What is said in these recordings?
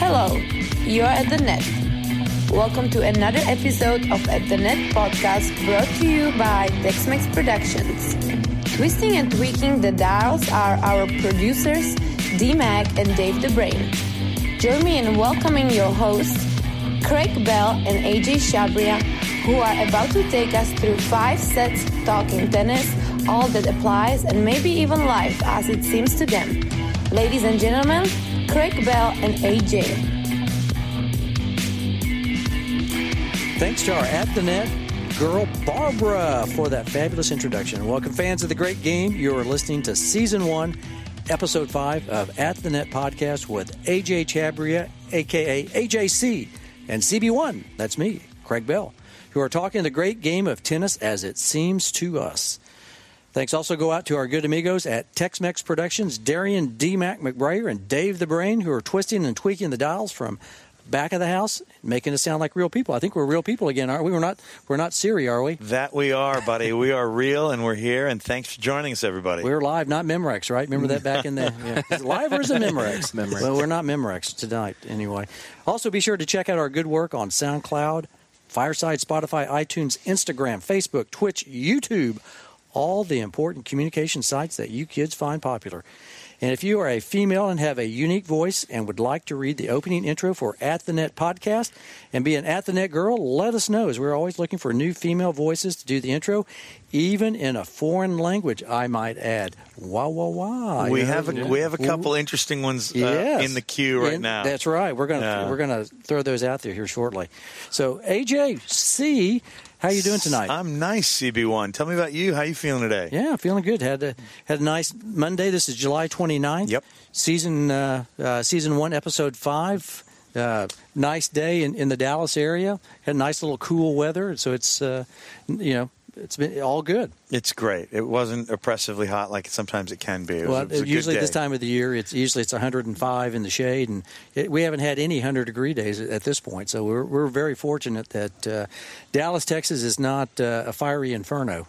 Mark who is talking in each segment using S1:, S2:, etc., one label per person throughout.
S1: Hello, you're at the net. Welcome to another episode of At the Net podcast brought to you by Dexmex Productions. Twisting and tweaking the dials are our producers, D Mac and Dave the Brain. Join me in welcoming your hosts, Craig Bell and AJ Shabria, who are about to take us through five sets talking tennis, all that applies, and maybe even life as it seems to them. Ladies and gentlemen, Craig Bell and AJ.
S2: Thanks to our At the Net girl, Barbara, for that fabulous introduction. Welcome, fans of the great game. You are listening to Season 1, Episode 5 of At the Net Podcast with AJ Chabria, a.k.a. AJC, and CB1, that's me, Craig Bell, who are talking the great game of tennis as it seems to us. Thanks also go out to our good amigos at Tex-Mex Productions, Darian D. Mac McBrayer and Dave the Brain, who are twisting and tweaking the dials from back of the house, making us sound like real people. I think we're real people again, aren't we? We're not we're not Siri, are we?
S3: That we are, buddy. We are real and we're here, and thanks for joining us, everybody.
S2: We're live, not Memorex, right? Remember that back in the Is it live or is it Memorex?
S4: Memorex.
S2: Well, we're not Memorex tonight, anyway. Also, be sure to check out our good work on SoundCloud, Fireside, Spotify, iTunes, Instagram, Facebook, Twitch, YouTube, all the important communication sites that you kids find popular. And if you are a female and have a unique voice and would like to read the opening intro for At the Net podcast and be an At the Net girl, let us know as we're always looking for new female voices to do the intro, even in a foreign language, I might add. Wow, wow, wow.
S3: we
S2: You know,
S3: have a,
S2: yeah.
S3: we have a couple
S2: Ooh,
S3: interesting ones uh,
S2: yes.
S3: in the queue right
S2: In-
S3: now.
S2: That's right. We're gonna
S3: Yeah.
S2: we're gonna throw those out there here shortly. So AJ C, how you doing tonight?
S3: I'm nice, CB1. Tell me about you. How you feeling today?
S2: Yeah, feeling good. Had a had a nice Monday. This is July 29th.
S3: Yep.
S2: Season uh, uh, season one, episode five. Uh, nice day in, in the Dallas area. Had nice little cool weather. So it's uh, n- you know it's been all good.
S3: It's great. It wasn't oppressively hot like sometimes it can be. It was,
S2: well,
S3: it was a good
S2: usually
S3: day.
S2: this time of the year, it's usually it's 105 in the shade, and it, we haven't had any 100 degree days at, at this point. So we're we're very fortunate that uh, Dallas, Texas, is not uh, a fiery inferno.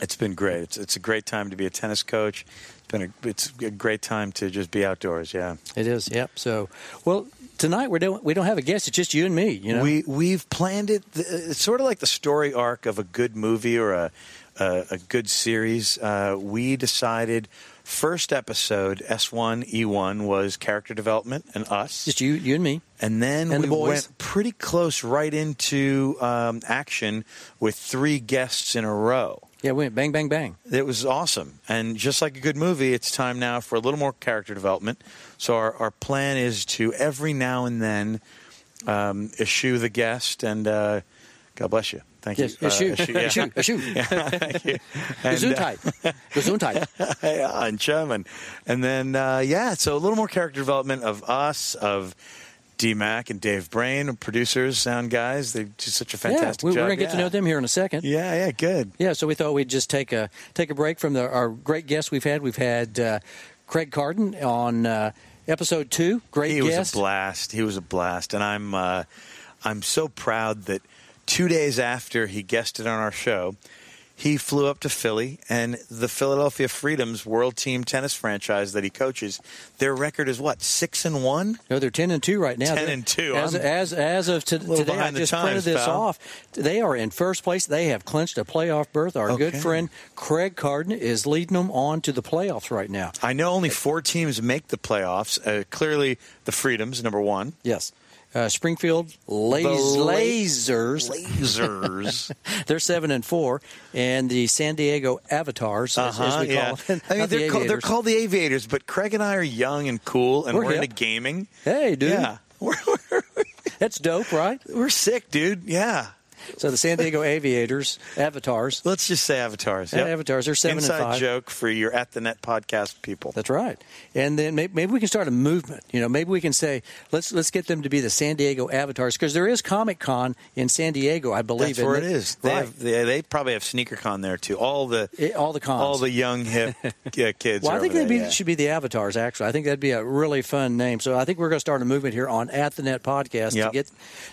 S3: It's been great. It's, it's a great time to be a tennis coach. It's been a, it's a great time to just be outdoors. Yeah.
S2: It is, yep. So, well, tonight we don't we don't have a guest. It's just you and me. You know,
S3: We we've planned it. th- uh, It's sort of like the story arc of a good movie or a a, a good series. Uh, we decided first episode S one E one was character development and us,
S2: just you you and me.
S3: and then
S2: and the
S3: we
S2: boys.
S3: went pretty close right into um, action with three guests in a row.
S2: Yeah, we went bang bang bang.
S3: It was awesome. And just like a good movie, it's time now for a little more character development. So our, our plan is to every now and then um, eschew the guest and uh, God bless you. Uh, Thank
S2: Yes,
S3: you.
S2: a shoe,
S3: eschew,
S2: a shoe, a shoe.
S3: Thank you. uh,
S2: Gesundheit, Gesundheit.
S3: yeah, in German. And then, uh, yeah, so a little more character development of us, of D Mac and Dave Brain, producers, sound guys. They do such a
S2: Yeah,
S3: fantastic
S2: we, we're
S3: job.
S2: gonna get to
S3: Yeah.
S2: know them here in a second.
S3: Yeah, yeah, good.
S2: Yeah, so we thought we'd just take a take a break from the, our great guests we've had. We've had uh, Craig Carden on uh, episode two. Great
S3: He was
S2: guest.
S3: a blast. He was a blast, and I'm uh, I'm so proud that two days after he guested on our show, he flew up to Philly, and the Philadelphia Freedom's World Team Tennis franchise that he coaches, their record is what six and one.
S2: no, they're ten and two right now.
S3: 10 and 2.
S2: As
S3: I'm
S2: as, as of to,
S3: little
S2: today, I
S3: behind the
S2: just
S3: times,
S2: printed this
S3: pal.
S2: off. They are in first place. They have clinched a playoff berth. Our good
S3: Okay.
S2: friend Craig Carden is leading them on to the playoffs right now.
S3: I know only four teams make the playoffs. Uh, clearly, the Freedoms number one.
S2: Yes. Uh, Springfield Laz-
S3: The La-
S2: Lasers.
S3: Lasers.
S2: They're seven and four, and the San Diego Avatars, as, as we call them.
S3: Uh-huh, I mean,
S2: not the
S3: they're, called, they're
S2: Aviators.
S3: called the Aviators, but Craig and I are young and cool, and
S2: We're
S3: we're, into
S2: hip.
S3: gaming.
S2: Hey, dude,
S3: Yeah, we're, we're,
S2: that's dope, right?
S3: we're sick, dude. Yeah.
S2: So the San Diego Aviators, Avatars.
S3: Let's just say avatars.
S2: Yeah, avatars. They're seven and
S3: Inside
S2: five.
S3: joke for your at the net podcast people.
S2: That's right. And then maybe, maybe we can start a movement. You know, maybe we can say let's let's get them to be the San Diego Avatars because there is Comic Con in San Diego, I believe.
S3: That's where it
S2: isn't
S3: is. They,
S2: right.
S3: have, they, they probably have sneaker con there too. All the
S2: It- all the cons.
S3: all the young hip yeah, kids.
S2: Well,
S3: are
S2: I think
S3: over
S2: they be,
S3: there, yeah.
S2: should be the avatars. Actually, I think that'd be a really fun name. So I think we're going to start a movement here on At the Net Podcast to
S3: Yep.
S2: get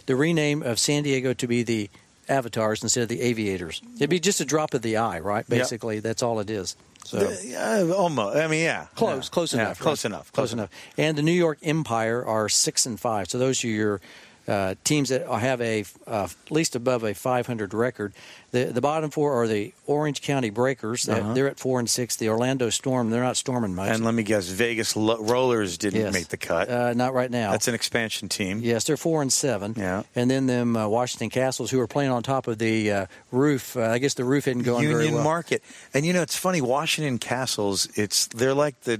S2: the rename of San Diego to be the Avatars instead of the Aviators. It'd be just a drop of the eye, right? Basically, that's all it is. So
S3: Uh, almost. I mean, yeah.
S2: close,
S3: Yeah.
S2: close
S3: Yeah,
S2: enough. right?
S3: Close enough.
S2: Close enough. And the New York Empire are six and five. So those are your uh, teams that have a uh, at least above a 500 record. The the bottom four are the Orange County Breakers. They're- They're at four and six. The Orlando Storm. They're not storming much.
S3: Uh-huh. And let me guess, Vegas Lo- Rollers didn't
S2: Yes.
S3: make the cut.
S2: Uh, not right now.
S3: That's an expansion team.
S2: Yes, they're four and seven.
S3: Yeah.
S2: and then them uh, Washington Castles who are playing on top of the uh, roof. Uh, I guess the roof isn't going very
S3: Union
S2: well.
S3: Market. And you know, it's funny. Washington Castles. It's they're like the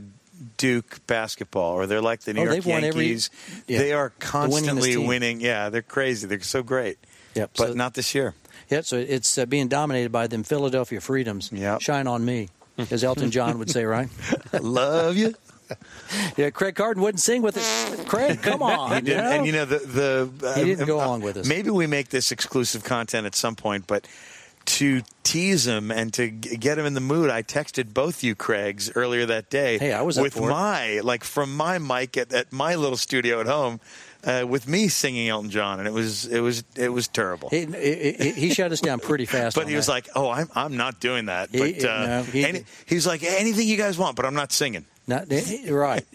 S3: Duke basketball, or they're like the New
S2: Oh,
S3: York
S2: they've won every-
S3: Yankees.
S2: yeah.
S3: They are
S2: The winningest
S3: constantly
S2: team.
S3: winning. Yeah, they're crazy. They're so great.
S2: Yep,
S3: But
S2: so-
S3: not this year.
S2: Yeah, so it's uh, being dominated by them Philadelphia Freedoms.
S3: Yeah.
S2: shine on me, as Elton John would say, right?
S3: Love you.
S2: Yeah, Craig Carden wouldn't sing with it. Craig, come on.
S3: He did,
S2: you know?
S3: and you know the the
S2: He didn't go along with us.
S3: Maybe we make this exclusive content at some point, but to tease him and to g- get him in the mood, I texted both you Craigs earlier that day.
S2: Hey, I was up
S3: with
S2: for it.
S3: my like from my mic at, at my little studio at home uh, with me singing Elton John, and it was it was it was terrible.
S2: He, he, he- he shut us down pretty fast.
S3: but
S2: on
S3: he was
S2: that.
S3: like, "Oh, I'm I'm not doing that."
S2: He-
S3: but uh,
S2: no, he-
S3: any, he's like, "Anything you guys want, but I'm not singing."
S2: Not- eh, eh, right.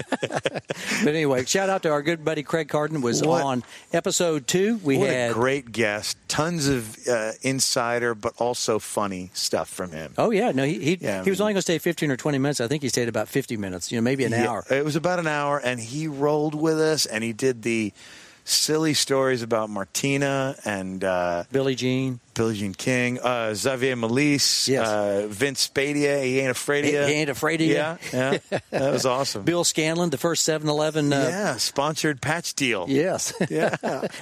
S2: but anyway, shout out to our good buddy Craig Carden was
S3: What-
S2: on episode two. We
S3: What
S2: had
S3: a great guest! Tons of uh, insider, but also funny stuff from him.
S2: Oh yeah, no, he he,
S3: Yeah, I
S2: he was
S3: mean-
S2: only going to stay fifteen or twenty minutes. I think he stayed about fifty minutes. You know, maybe an
S3: Yeah,
S2: hour.
S3: It was about an hour, and he rolled with us, and he did the silly stories about Martina and uh,
S2: Billy Jean,
S3: Billie Jean King, uh, Xavier Malisse,
S2: Yes.
S3: uh, Vince Spadia. He ain't afraid of
S2: He-
S3: ya.
S2: he ain't afraid of ya.
S3: Yeah, yeah. that was awesome.
S2: Bill Scanlon, the first Seven Eleven. Uh,
S3: yeah, sponsored patch deal.
S2: Yes.
S3: Yeah.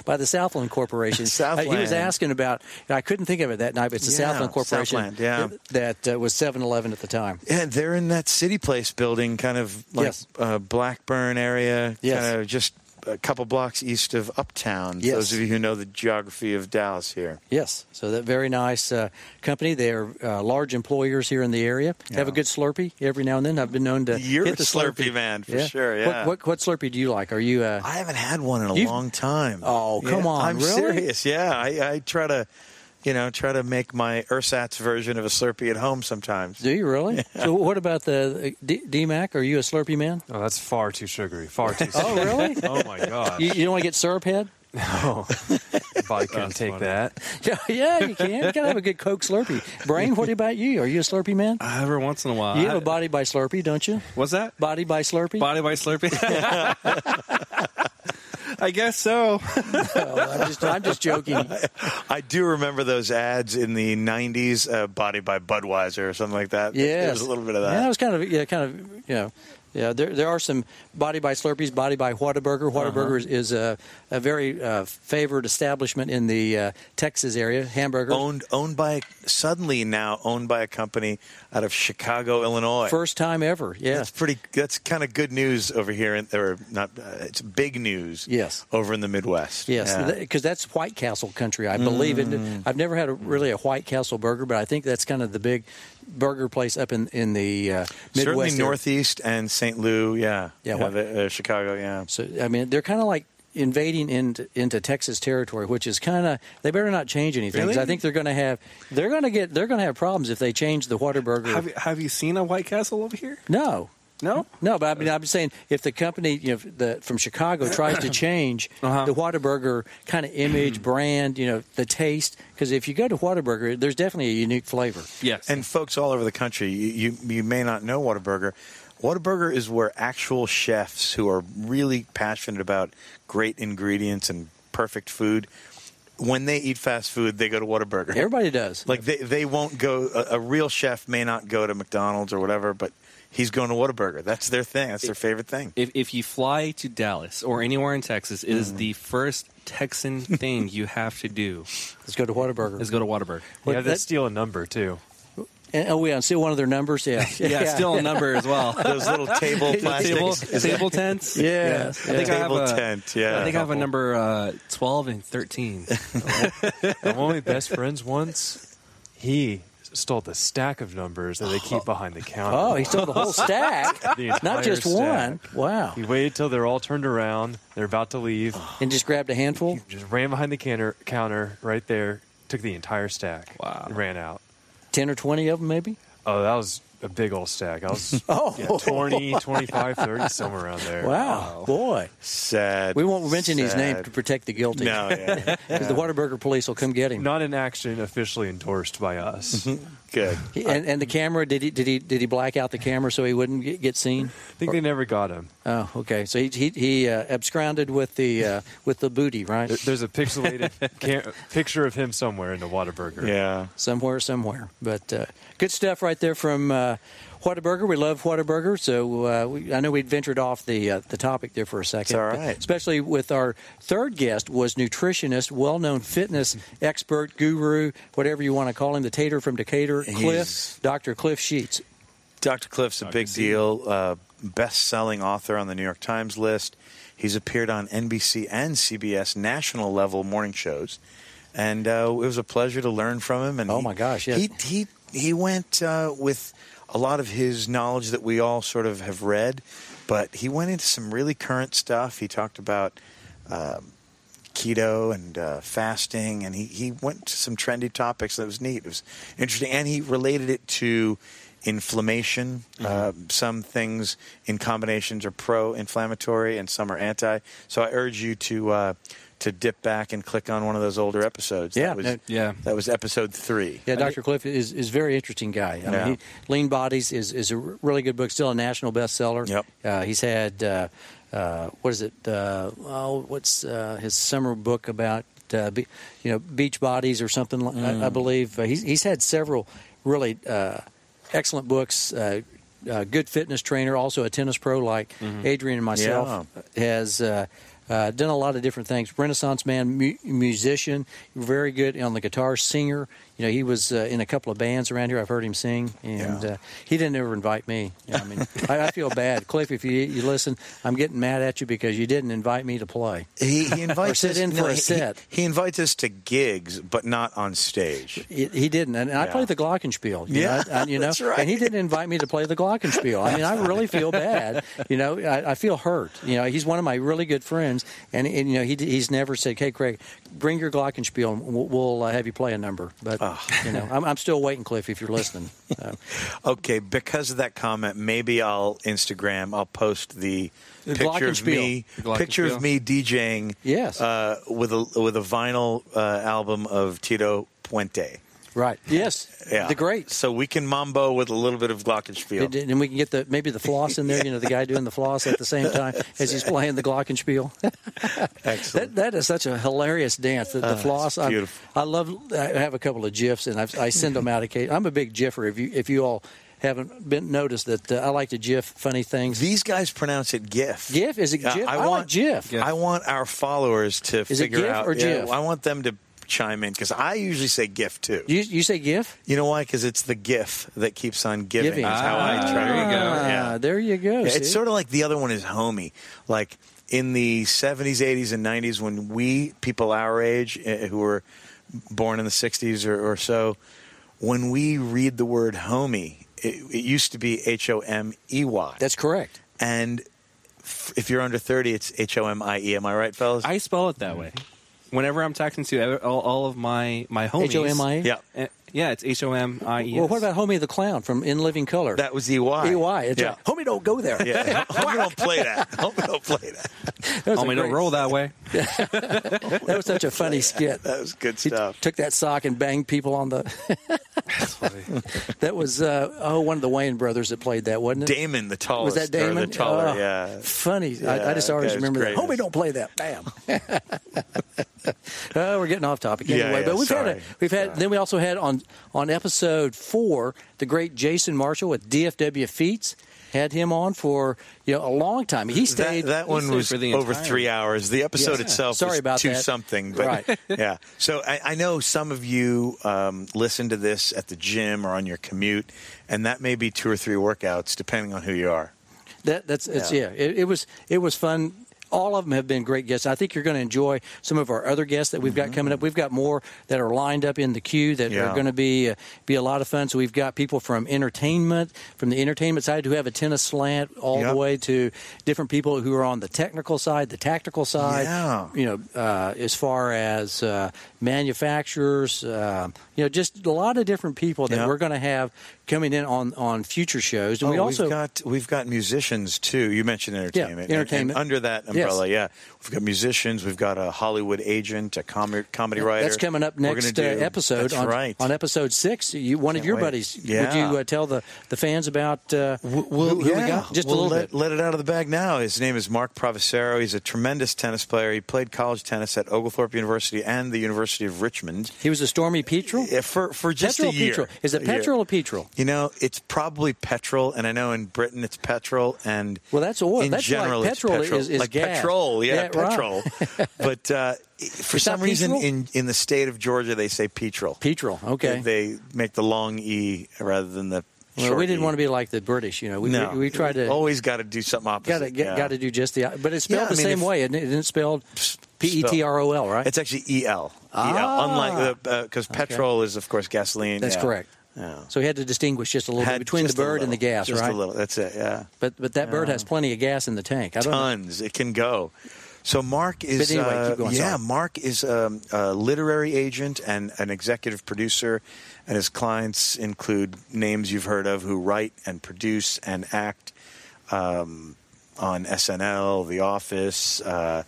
S2: By the Southland Corporation.
S3: Southland.
S2: Uh, he was asking about. I couldn't think of it that night, but it's the
S3: Yeah,
S2: Southland Corporation
S3: Southland, yeah.
S2: that uh, was Seven Eleven at the time.
S3: Yeah, they're in that city place building, kind of like
S2: Yes.
S3: uh, Blackburn area,
S2: Yes.
S3: kind of just a couple blocks east of Uptown.
S2: Yes.
S3: Those of you who know the geography of Dallas here.
S2: Yes, so that very nice uh, company. They are uh, large employers here in the area. Have a
S3: Yeah.
S2: good Slurpee every now and then. I've been known to
S3: You're
S2: hit
S3: a
S2: the
S3: Slurpee man, for sure, yeah.
S2: What, what what Slurpee do you like? Are you? Uh,
S3: I haven't had one in a
S2: You've-
S3: long time.
S2: Oh, come
S3: Yeah,
S2: on,
S3: I'm
S2: really?
S3: serious. Yeah, I, I try to, you know, try to make my ersatz version of a Slurpee at home sometimes.
S2: do you really? So what about the uh, D- DMAC? Are you a Slurpee man?
S4: Oh, that's far too sugary. Far too.
S2: Oh,
S4: sugary.
S2: really?
S4: Oh my god.
S2: You, you don't want to get syrup head?
S4: No. Oh, I couldn't take that.
S2: Yeah, yeah, you can. You gotta have a good Coke Slurpee. Brain, what about you? Are you a Slurpee man?
S5: Uh,
S4: Every once in a while.
S2: You have a body by Slurpee, don't you?
S4: What's that?
S2: Body by Slurpee.
S4: Body by Slurpee. I guess so.
S2: Oh, I'm, just, I'm just joking.
S3: I do remember those ads in the '90s, uh, "Body by Budweiser" or something like that.
S2: Yes,
S3: there was a little bit of
S2: Yeah, it
S3: that.
S2: was kind of yeah, kind of you know, yeah. There there are some body by Slurpees, body by Whataburger. Whataburger
S3: Uh-huh.
S2: is, is a, a very uh, favored establishment in the uh, Texas area. Hamburger.
S3: Owned, owned by suddenly now owned by a company out of Chicago, Illinois.
S2: First time ever. Yeah.
S3: That's pretty. That's kind of good news over here, in, or not? Uh, it's big news.
S2: Yes.
S3: over in the Midwest.
S2: Yes,
S3: Yeah.
S2: because that's White Castle country. I believe it. I've never had a, really a White Castle burger, but I think that's kind of the big burger place up in in the uh, Midwest.
S3: Certainly
S2: area.
S3: Northeast and St. Louis, yeah.
S2: Yeah,
S3: yeah
S2: what-
S3: the, uh, Chicago, yeah.
S2: So I mean, they're kind of like invading into, into Texas territory, which is kind of they better not change anything. 'cause I
S4: Really?
S2: think they're going to have they're going to get they're going to have problems if they change the Whataburger.
S4: Have you, have you seen a White Castle over here?
S2: no,
S4: No.
S2: no, but I mean, I'm saying if the company you know, the, from Chicago tries to change
S4: Uh-huh.
S2: the Whataburger kind of image, brand, you know, the taste, because if you go to Whataburger, there's definitely a unique flavor.
S4: Yes.
S3: And folks all over the country, you, you, you may not know Whataburger. Whataburger is where actual chefs who are really passionate about great ingredients and perfect food, when they eat fast food, they go to Whataburger.
S2: Everybody does.
S3: Like they, they won't go, a, a real chef may not go to McDonald's or whatever, but he's going to Whataburger. That's their thing, that's their favorite thing.
S5: If, if you fly to Dallas or anywhere in Texas, it
S4: Hmm.
S5: is the first Texan thing you have to do
S2: Let's go to Whataburger.
S5: is go to Waterburg.
S4: you
S2: What-
S4: have to
S2: that-
S4: steal a number too.
S2: and, oh, yeah, and see one of their numbers. Yeah,
S5: Yeah, still a number as well.
S3: Those little table plastics.
S5: table, table tents.
S2: Yes,
S5: I think
S3: Table
S5: I have a,
S3: tent, yeah.
S5: I think I have a number uh, twelve and thirteen.
S4: I'm only best friends once. He stole the stack of numbers that they keep behind the counter.
S2: Oh, he stole the whole stack,
S4: The
S2: not
S4: entire
S2: just
S4: stack.
S2: one. Wow.
S4: He waited till they're all turned around. They're about to leave.
S2: and just grabbed a handful.
S4: Just ran behind the counter, counter right there. Took the entire stack.
S5: Wow.
S4: And ran out.
S2: ten or twenty of them, maybe.
S4: Oh, that was a big old stack. I was
S2: Oh.
S4: yeah, 20, 25, 30, somewhere around there.
S2: Wow, boy.
S3: Sad.
S2: We won't mention his
S3: sad.
S2: name to protect the guilty.
S3: No, yeah,
S2: 'Cause the Waterburger police will come get him.
S4: Not an action officially endorsed by us.
S2: Mm-hmm.
S4: I
S3: good.
S2: He- and, and the camera did he did he did he black out the camera so he wouldn't get, get seen?
S4: think they never got him.
S2: Oh, okay. So he he, he uh, absconded with the uh, with the booty, right?
S4: There- There's a pixelated ca- picture of him somewhere in the Whataburger.
S3: Yeah.
S2: somewhere, somewhere. But uh, good stuff right there from uh, Whataburger. We love Whataburger. So uh, we, I know we ventured off the uh, the topic there for a second.
S3: It's all
S2: but
S3: right.
S2: Especially with our third guest was nutritionist, well known fitness expert, guru, whatever you want to call him, the tater from Decatur,
S3: He's-
S2: Cliff, Dr. Cliff Sheets.
S3: Dr. Cliff's a big deal, uh, best selling author on the New York Times list. He's appeared on NBC and CBS national level morning shows. And uh, it was a pleasure to learn from him. And
S2: Oh,
S3: he-
S2: my gosh, yeah.
S3: He, he, he went uh, with a lot of his knowledge that we all sort of have read, but he went into some really current stuff. He talked about keto and uh, fasting, and he, he went to some trendy topics that was neat. It was interesting, and he related it to inflammation.
S2: Mm-hmm.
S3: Uh, some things in combinations are pro-inflammatory, and some are anti. So I urge you to uh, to dip back and click on one of those older episodes.
S2: Yeah,
S3: that was,
S2: no-
S5: Yeah.
S3: that was episode three.
S2: Yeah, Dr. Cliff is, is a very interesting guy. I
S3: Yeah.
S2: mean, he, Lean Bodies is, is a r- really good book, still a national bestseller.
S3: Yep.
S2: Uh, he's had, uh, uh, what is it? Uh, oh, what's uh, his summer book about, uh, be, you know, Beach Bodies or something, like I,
S3: Mm.
S2: I believe. Uh, he's, he's had several really uh, excellent books. Uh, uh, good fitness trainer, also a tennis pro like
S3: Mm-hmm.
S2: Adrian and myself, has uh, uh, done a lot of different things. Renaissance man, mu- musician, very good on the guitar, singer. You know, he was uh, in a couple of bands around here. I've heard him sing, and
S3: Yeah.
S2: uh, he didn't ever invite me. You know, I mean, I, I feel bad, Cliff. If you you listen, I'm getting mad at you because you didn't invite me to play.
S3: He, he invites
S2: sit
S3: us,
S2: in for a
S3: he- he-
S2: set.
S3: He, invites us to gigs, but not on stage.
S2: He, he didn't, and, I
S3: Yeah.
S2: played the Glockenspiel. You
S3: Yeah,
S2: know, I- I- you know,
S3: that's right.
S2: and he didn't invite me to play the Glockenspiel. I mean, I really feel bad. You know, I, I feel hurt. You know, he's one of my really good friends, and, and you know, he he's never said, "Hey, Craig, bring your Glockenspiel, and we'll, we'll uh, have you play a number." But you know, I'm, I'm still waiting, Cliff, if you're listening. Uh,
S3: Okay, because of that comment, maybe I'll Instagram. I'll post the,
S2: The
S3: picture of
S2: Glockenspiel.
S3: me,
S5: The Glockenspiel.
S3: picture of me DJing.
S2: Yes.
S3: uh, with a with a vinyl uh, album of Tito Puente.
S2: right? Yes,
S3: Yeah,
S2: the great.
S3: So we can mambo with a little bit of Glockenspiel.
S2: And, and we can get the maybe the floss in there. You know, the guy doing the floss at the same time as he's playing the glockenspiel. That,
S3: Excellent.
S2: that is such a hilarious dance. The, the floss. I-
S3: Oh, beautiful.
S2: I, love. I have a couple of gifs, and I've, I send them out. Occasionally. I'm a big giffer. If you if you all haven't been noticed that uh, I like to gif funny things.
S3: These guys pronounce it GIF.
S2: GIF? Is it
S3: Uh,
S2: GIF?
S3: I,
S2: I like
S3: want
S2: GIF.
S3: I want our followers to
S2: it
S3: figure
S2: GIF
S3: out.
S2: or
S3: yeah,
S2: GIF?
S3: I want them to chime in because I usually say GIF too.
S2: You you say gif?
S3: You know why? Because it's the GIF that keeps on giving.
S2: Giving.
S3: Is how I
S5: Ah,
S3: try.
S5: there you go.
S2: Ah,
S3: Yeah.
S2: There you go.
S3: Yeah, it's
S2: see?
S3: sort of like the other one is homie. Like in the 70s, 80s, and 90s, when we, people our age eh, who were born in the 60s or, or so, when we read the word homie, it, it used to be H O M E Y.
S2: That's correct.
S3: And f- if you're under 30, it's H O M I E. Am I right, fellas?
S5: I spell it that way. Whenever I'm talking to all, all of my my homies,
S2: H O M I. E?
S3: yeah.
S5: Uh, yeah, it's H O M I E.
S2: Well, what about Homie the Clown from In Living Color?
S3: That was EY.
S2: EY. It's
S3: yeah.
S2: a- homie, don't go there.
S3: yeah. Homie don't play that. Homie don't play that.
S2: That was
S5: Oh,
S2: a
S5: we don't
S2: great-
S5: roll that way.
S2: That was such a funny skit.
S3: That was good
S2: He
S3: stuff.
S2: took that sock and banged people on the. that was uh, oh one of the Wayne brothers that played that, wasn't it?
S3: Damon, the tallest.
S2: was that
S3: or
S2: Damon?
S3: The taller,
S2: Oh,
S3: yeah.
S2: Funny. I, I just
S3: Yeah,
S2: always
S3: that was
S2: remember that.
S3: great.
S2: Homie, don't play that. Bam. oh, we're getting off topic
S3: Yeah,
S2: anyway.
S3: yeah,
S2: but we've had a,
S3: sorry.
S2: we've had then we also had on on episode four the great Jason Marshall with DFW Feats. Had him on for you know a long time. He stayed.
S3: That, that one
S5: stayed
S3: was
S5: for the
S3: over
S5: entire-
S3: three hours. The episode
S2: Yeah.
S3: itself
S2: Sorry
S3: was
S2: about
S3: two
S2: that.
S3: something, but
S2: Right.
S3: yeah. So I, I know some of you um, listen to this at the gym or on your commute, and that may be two or three workouts depending on who you are.
S2: That, that's it's yeah.
S3: Yeah.
S2: It, it was it was fun. All of them have been great guests. I think you're going to enjoy some of our other guests that we've got coming up. We've got more that are lined up in the queue that
S3: Mm-hmm. Yeah.
S2: are going to be uh, be a lot of fun. So we've got people from entertainment, from the entertainment side who have a tennis slant, all
S3: Yep.
S2: the way to different people who are on the technical side, the tactical side.
S3: Yeah.
S2: You know, uh, as far as uh, manufacturers, um you know, just a lot of different people that
S3: Yep.
S2: we're going to have coming in on on future shows, and
S3: Oh,
S2: we also
S3: we've got we've got musicians too. You mentioned entertainment, And- and
S2: entertainment.
S3: under that
S2: Yes.
S3: umbrella, yeah, we've got musicians. We've got a Hollywood agent, a com- comedy writer.
S2: that's coming up
S3: We're
S2: next uh,
S3: gonna do-
S2: episode
S3: That's
S2: on,
S3: right.
S2: on episode six. You, one of
S3: Can't
S2: your
S3: wait.
S2: buddies,
S3: Yeah.
S2: would you uh, tell the, the fans about uh,
S3: Well,
S2: who, who
S3: yeah.
S2: we got? Just
S3: Well,
S2: a little
S3: let,
S2: bit.
S3: Let it out of the bag now. His name is Mark Provocero. He's a tremendous tennis player. He played college tennis at Oglethorpe University and the University of Richmond.
S2: He was a stormy petrel.
S3: Yeah, For for just
S2: petrel,
S3: a year.
S2: petrel. Is it
S3: A year.
S2: petrel or petrel?
S3: You know, it's probably petrol, and I know in Britain it's petrol, and
S2: Well, that's oil.
S3: In
S2: That's like
S3: general, it's
S2: petrol is- is
S3: like
S2: gas.
S3: petrol, yeah,
S2: Yeah, right.
S3: petrol. but uh, for
S2: It's
S3: some
S2: not
S3: reason,
S2: petrol?
S3: in in the state of Georgia, they say petrol.
S2: Petrol, okay.
S3: They, they make the long e rather than the.
S2: Well,
S3: short
S2: we didn't
S3: E.
S2: want to be like the British, you know. We,
S3: No,
S2: we, we tried to
S3: always got to do something
S2: got
S3: opposite.
S2: to
S3: yeah.
S2: got to do just the, but it's spelled
S3: Yeah, I
S2: the
S3: mean,
S2: same
S3: if-
S2: way, isn't it? It's spelled P E T R O L, right?
S3: It's actually E L.
S2: Ah.
S3: unlike because petrol is of course gasoline.
S2: That's
S3: yeah.
S2: correct.
S3: Yeah.
S2: So he had to distinguish just a little bit
S3: Had
S2: between the
S3: just a
S2: bird
S3: little,
S2: and the gas,
S3: just
S2: right?
S3: a little. That's it. Yeah.
S2: But but that bird has plenty of gas in the tank. I don't know.
S3: tons. It can go. So Mark is
S2: anyway,
S3: uh,
S2: keep going,
S3: yeah,
S2: sorry.
S3: Mark is um, a literary agent and an executive producer, and his clients include names you've heard of who write and produce and act um, on SNL, The Office, uh,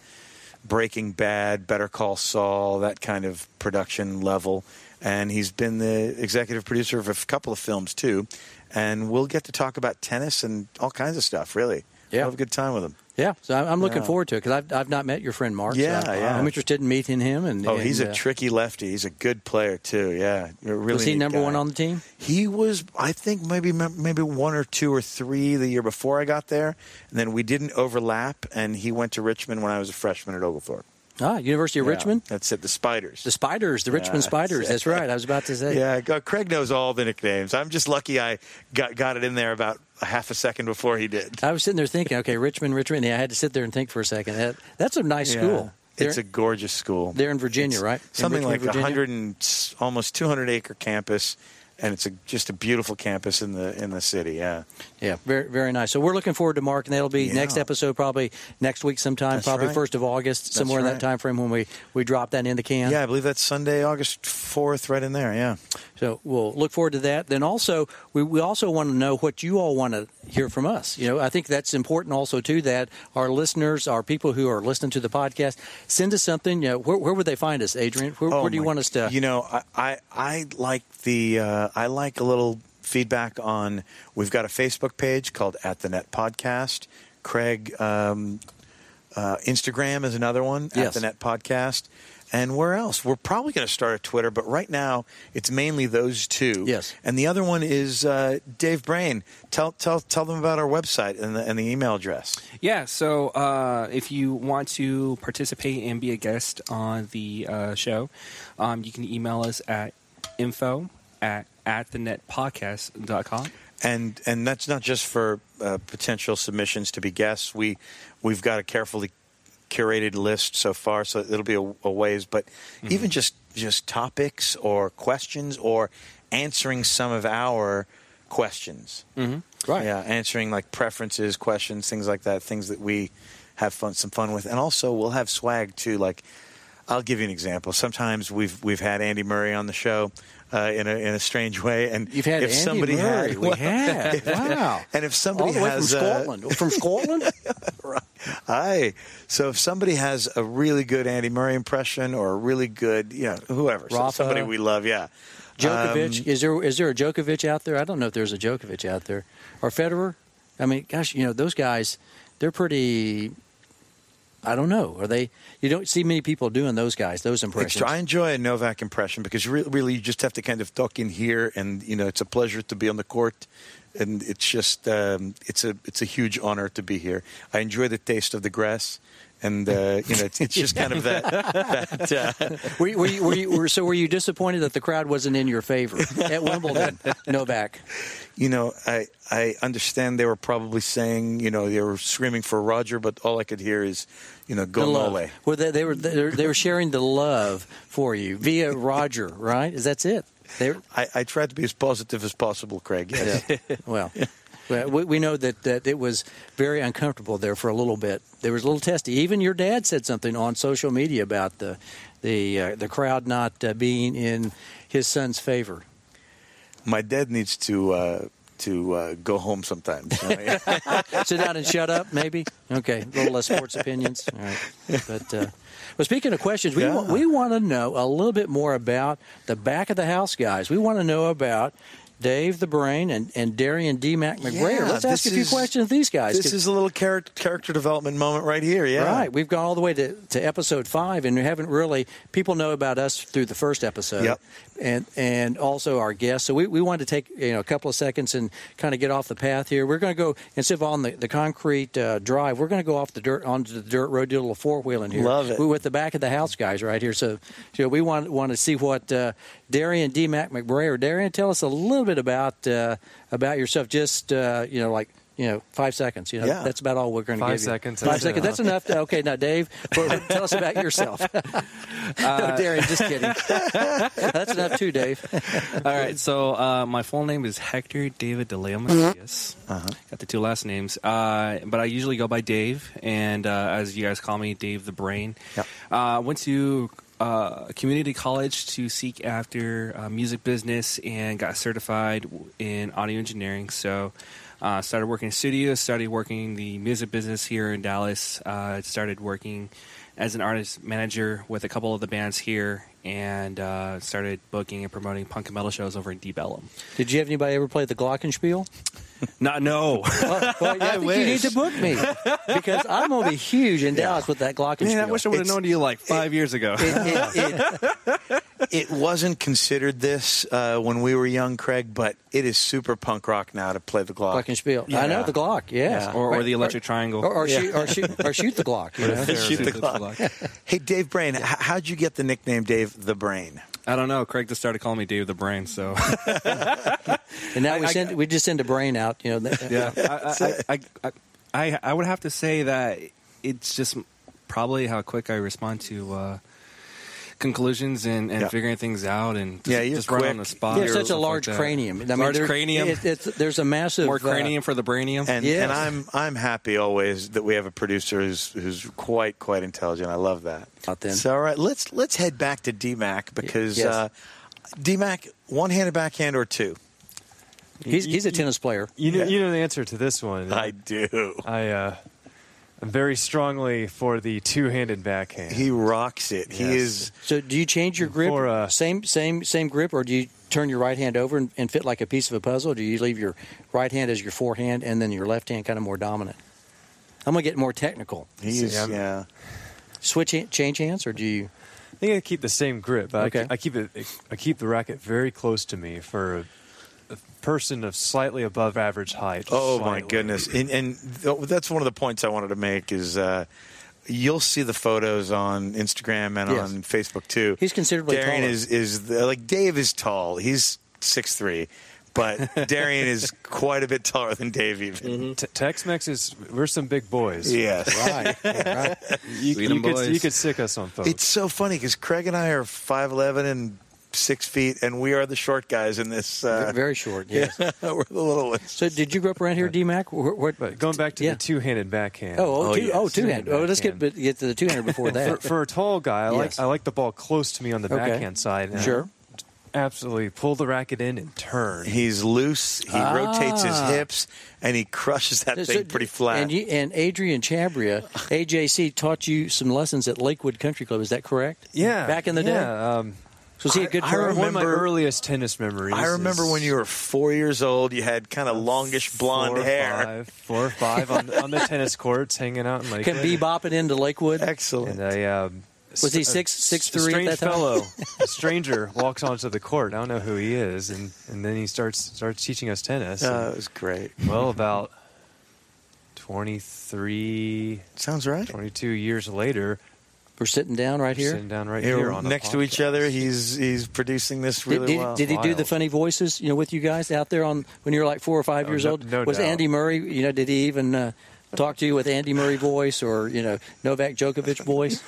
S3: Breaking Bad, Better Call Saul, that kind of production level. And he's been the executive producer of a f- couple of films too. And we'll get to talk about tennis and all kinds of stuff. Really,
S2: Yeah.
S3: We'll have a good time with him.
S2: Yeah, so I'm, I'm looking
S3: Yeah.
S2: forward to it because I've, I've not met your friend Mark.
S3: Yeah,
S2: so I,
S3: yeah.
S2: I'm interested in meeting him. And
S3: Oh, he's
S2: and,
S3: a
S2: uh,
S3: tricky lefty. He's a good player too. Yeah, A really.
S2: Was he
S3: neat
S2: number
S3: guy.
S2: one on the team?
S3: He was, I think, maybe maybe one or two or three the year before I got there, and then we didn't overlap. And he went to Richmond when I was a freshman at Oglethorpe.
S2: Ah, University of
S3: Yeah,
S2: Richmond.
S3: That's it. The Spiders.
S2: The Spiders, the Richmond
S3: that's
S2: Spiders.
S3: it.
S2: That's right. I was about to say.
S3: yeah, G- Craig knows all the nicknames. I'm just lucky I got got it in there about a half a second before he did.
S2: I was sitting there thinking, okay, Richmond, Richmond. Yeah, I had to sit there and think for a second. That, that's a nice school.
S3: Yeah. It's
S2: They're-
S3: a gorgeous school.
S2: they're in Virginia,
S3: It's
S2: right? In
S3: Something
S2: Richmond,
S3: like a
S2: Virginia?
S3: hundred and s- almost two hundred acre campus, and it's a, just a beautiful campus in the in the city. Yeah,
S2: Yeah, very very nice. So we're looking forward to Mark, and that'll be
S3: Yeah.
S2: next episode, probably next week sometime,
S3: That's
S2: probably
S3: right.
S2: first of August, somewhere in that
S3: right.
S2: time frame when we we drop that in the can.
S3: yeah. I believe that's Sunday, August fourth, right in there. Yeah.
S2: So we'll look forward to that. Then also, we, we also want to know what you all want to hear from us. You know, I think that's important also too that our listeners, our people who are listening to the podcast, send us something. You know, where, where would they find us, Adrian? Where,
S3: Oh,
S2: where do you
S3: my-
S2: want us to?
S3: You know, I I, I like the uh, I like a little feedback on. We've got a Facebook page called At the Net Podcast. Craig, um, uh, Instagram is another one. At
S2: Yes.
S3: the Net Podcast. And where else? We're probably going to start a Twitter, but right now it's mainly those two.
S2: Yes.
S3: And the other one is uh, Dave Brain. Tell tell tell them about our website and the, and the email address.
S5: Yeah, so uh, if you want to participate and be a guest on the uh, show, um, you can email us at info at at the net podcast.com.
S3: and and that's not just for uh, potential submissions to be guests. We we've got a carefully curated list so far, so it'll be a, a ways. But
S2: Mm-hmm.
S3: even just just topics or questions or answering some of our questions,
S2: Mm-hmm. right.
S3: yeah, answering like preferences, questions, things like that, things that we have fun, some fun with, and also we'll have swag too. Like, I'll give you an example. Sometimes we've we've had Andy Murray on the show uh, in a in a strange way, and
S2: You've had
S3: if
S2: Andy
S3: somebody
S2: Murray.
S3: had,
S2: we have. wow.
S3: and if somebody
S2: All the way
S3: has
S2: from
S3: uh,
S2: Scotland. from Scotland?
S3: Right. Aye. So if somebody has a really good Andy Murray impression or a really good, you know, whoever, so
S2: Rafa.
S3: somebody we love, yeah.
S2: Djokovic.
S3: Um,
S2: is there is there a Djokovic out there? I don't know if there's a Djokovic out there or Federer. I mean, gosh, you know those guys, they're pretty. I don't know. Are they? You don't see many people doing those guys. Those impressions.
S3: extra- I enjoy a Novak impression because re- really you just have to kind of talk in here, and you know, it's a pleasure to be on the court, and it's just um, it's a it's a huge honor to be here. I enjoy the taste of the grass. And uh, you know, it's, it's just kind of that. that uh,
S2: Were you, were you, were you, were, so were you disappointed that the crowd wasn't in your favor at Wimbledon, Novak?
S3: you know, I I understand they were probably saying, you know, they were screaming for Roger, but all I could hear is, you know,
S2: The
S3: go
S2: love.
S3: Nole.
S2: Well, they, they were they were- they were sharing the love for you via Roger, right? Is that's it? They
S3: I, I tried to be as positive as possible, Craig. Yes.
S2: well, well, we, we know that, that it was very uncomfortable there for a little bit. There was a little testy. Even your dad said something on social media about the the uh, the crowd not uh, being in his son's favor.
S3: my dad needs to uh, to uh, go home sometimes.
S2: Sit down and shut up, maybe. Okay, a little less sports opinions. All right, but uh, but speaking of questions, we
S3: Yeah.
S2: want, we want to know a little bit more about the back of the house guys. We want to know about Dave the Brain and and Darian D Mac McGrayer.
S3: Yeah,
S2: Let's ask
S3: this
S2: a few
S3: is-
S2: questions of these guys.
S3: this
S2: 'cause-
S3: is a little character character development moment right here. Yeah,
S2: Right, we've gone all the way to, to episode five, and we haven't really. People know about us through the first episode,
S3: Yep.
S2: and and also our guests. So we, we wanted to take you know a couple of seconds and kind of get off the path here. We're going to go instead of on the, the concrete uh, drive, we're going to go off the dirt onto the dirt road, do a little four wheeling here.
S3: Love it.
S2: We're with the back of the house guys right here. So, so we want want to see what uh, Darian D Mac McBrayer. Darian, tell us a little bit about uh, about yourself. Just uh, you know like. You know, five seconds. You know,
S3: Yeah.
S2: that's about all we're going to
S4: Five
S2: give you.
S4: seconds,
S2: Five
S4: that's
S2: seconds. That's enough.
S4: enough.
S2: To, okay, now Dave, for, tell us about yourself. no, Darian, just kidding. That's enough too, Dave.
S5: All right, so uh, my full name is Hector David DeLeo Macias. Got the two last names, uh, but I usually go by Dave, and uh, as you guys call me, Dave the Brain.
S3: Yep.
S5: Uh, went to uh, community college to seek after uh, music business and got certified in audio engineering. So uh, started working in studios, started working the music business here in Dallas. Uh, started working as an artist manager with a couple of the bands here and uh, started booking and promoting punk and metal shows over in Debellum.
S2: Did you have anybody ever play the Glockenspiel?
S5: Not no.
S2: Well, well, yeah, I, think you need
S3: wish.
S2: to book me because I'm going to be huge in Dallas with that Glockenspiel.
S5: Man, I wish I would have
S3: It's-
S5: known you like five years ago.
S3: it, it, it, it wasn't considered this uh, when we were young, Craig, but it is super punk rock now to play the Glock.
S2: Glockenspiel. I know
S3: Yeah.
S2: the Glock. Yes,
S3: Yeah.
S5: Or- or the electric triangle.
S2: or, or, shoot, or shoot, or shoot the Glock. You know?
S3: Shoot the Glock. Hey, Dave Brain, h- how'd you get the nickname Dave the Brain?
S5: I don't know. Craig just started calling me Dave the Brain, so
S2: And now we send we just send a brain out. You know, that,
S5: yeah. I, I, I, I, I would have to say that it's just probably how quick I respond to uh, conclusions and, and
S3: Yeah.
S5: figuring things out and just,
S3: Yeah, you're
S5: just right on
S3: quick.
S5: the spot.
S2: You
S5: or
S2: have such a
S5: stuff like
S2: large
S5: that.
S2: cranium. I mean,
S5: large
S2: there-
S5: cranium.
S2: it- it's, there's a massive
S5: More
S2: uh,
S5: cranium for the branium.
S3: And,
S2: Yes.
S3: and I'm I'm happy always that we have a producer who's who's quite quite intelligent. I love that.
S2: Out then.
S3: So all right, let's let's head back to DMAC because
S2: Yes.
S3: uh, DMAC one handed backhand or two.
S2: he's, he's a tennis player.
S4: You know,
S3: Yeah.
S4: you know the answer to this one.
S3: I do.
S4: I uh, I'm very strongly for the two-handed backhand.
S3: He rocks it. He
S4: Yes.
S3: is
S2: So do you change your grip?
S4: Or, uh,
S2: same same same grip, or do you turn your right hand over and, and fit like a piece of a puzzle? do you leave your right hand as your forehand and then your left hand kind of more dominant? I'm gonna get more technical.
S3: he
S4: See,
S3: is
S4: I'm-
S3: yeah.
S2: Switch hand, change hands, or do you?
S4: I think I keep the same grip. but I,
S2: Okay.
S4: ke- I keep it. I keep the racket very close to me for a, a person of slightly above average height.
S3: Oh my
S4: Slightly.
S3: goodness! And, and th- that's one of the points I wanted to make is uh, you'll see the photos on Instagram and
S2: Yes.
S3: on Facebook too.
S2: He's considerably
S3: Darian
S2: taller.
S3: is is the, like Dave is tall. He's six three, but Darian is quite a bit taller than Dave even.
S2: Mm-hmm.
S4: T- Tex-Mex is. We're some big boys.
S3: Yes.
S2: Right, right.
S4: You,
S5: Sweet
S4: you
S5: em
S4: could,
S5: boys.
S4: you could sick us on folks.
S3: It's so funny because Craig and I are five eleven and six feet, and we are the short guys in this. Uh,
S2: Very short. Yes.
S3: we're the little ones.
S2: So did you grow up around here, DMAC? Where, where,
S4: but going back to
S2: yeah.
S4: the two-handed backhand.
S2: Oh, oh,
S3: Oh,
S2: two,
S3: yes.
S2: oh, two hand. Oh, let's get
S4: Backhand.
S2: get to the two hand before
S4: for,
S2: that.
S4: for a tall guy, I
S2: Yes.
S4: like I like the ball close to me on the
S2: Okay.
S4: backhand side. and I
S2: Sure.
S4: absolutely pull the racket in and turn.
S3: He's loose. He rotates his
S2: Ah.
S3: hips, and he crushes that
S2: So-
S3: thing pretty flat.
S2: And, you, and Adrian Chabria, AJC, taught you some lessons at Lakewood Country Club. Is that correct?
S4: yeah,
S2: Back in the
S4: yeah,
S2: day.
S4: Um,
S2: So was he a good
S3: I
S2: player?
S4: one of my
S3: remember-
S4: earliest tennis memories.
S3: I remember
S4: is
S3: when you were four years old, you had
S2: Uh,
S3: kind of longish blonde
S4: four or
S3: hair.
S4: Five, four or five on the, on the tennis courts, hanging out in like.
S2: Can bebop it into Lakewood?
S3: Excellent.
S4: And I, um,
S2: Was he
S4: st-
S2: six- six
S4: a
S2: three at that
S4: Strange
S2: time?
S4: fellow, a stranger walks onto the court. I don't know who he is, and, and then he starts starts teaching us tennis.
S3: Uh,
S4: and,
S3: it was great.
S4: well, about 23,
S3: Sounds right.
S4: 22 years later,
S2: We're sitting down right
S4: we're
S2: here.
S4: sitting down right
S3: Here,
S4: here, on a
S3: next to each
S4: podcast.
S3: other, he's he's producing this
S2: Did,
S3: really
S2: did,
S3: well.
S2: did he do the
S4: Wild.
S2: funny voices? You know, with you guys out there on when you were like four or five
S4: Oh,
S2: years
S4: no-
S2: old.
S4: no
S2: was
S4: doubt.
S2: Andy Murray? You know, did he even uh, talk to you with Andy Murray voice or you know Novak Djokovic voice?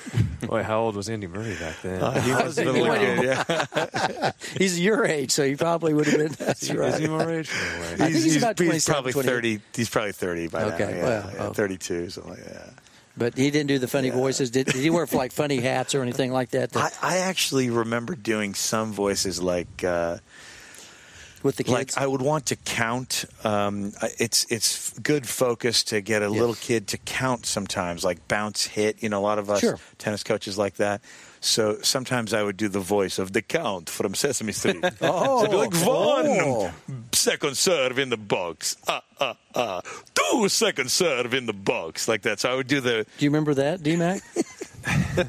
S4: Boy, how old was Andy Murray back then?
S3: Uh, he was the
S2: He
S3: little
S2: wasn't
S3: kid, yeah.
S2: He's your age, so he probably would have been. That's
S4: Is he
S2: right.
S4: more age? No
S2: think
S4: way.
S2: he's about 27,
S3: probably
S2: 28.
S3: thirty. He's probably thirty by
S2: Okay,
S3: now. Yeah,
S2: well,
S3: yeah,
S2: oh.
S3: thirty-two, something like that.
S2: But he didn't do the funny voices. Did, did he wear like funny hats or anything like that?
S3: I, I actually remember doing some voices like uh,
S2: with the kids?
S3: Like I would want to count. Um, I- it's it's good focus to get a little kid to count sometimes, like bounce hit. You know, a lot of us
S2: Sure.
S3: tennis coaches like that. So sometimes I would do the voice of the count from Sesame Street. oh, so I'd be like one
S2: oh.
S3: second serve in the box. Uh, uh, uh. Two second serve in the box, like that. So I would do the.
S2: Do you remember that, DMAC?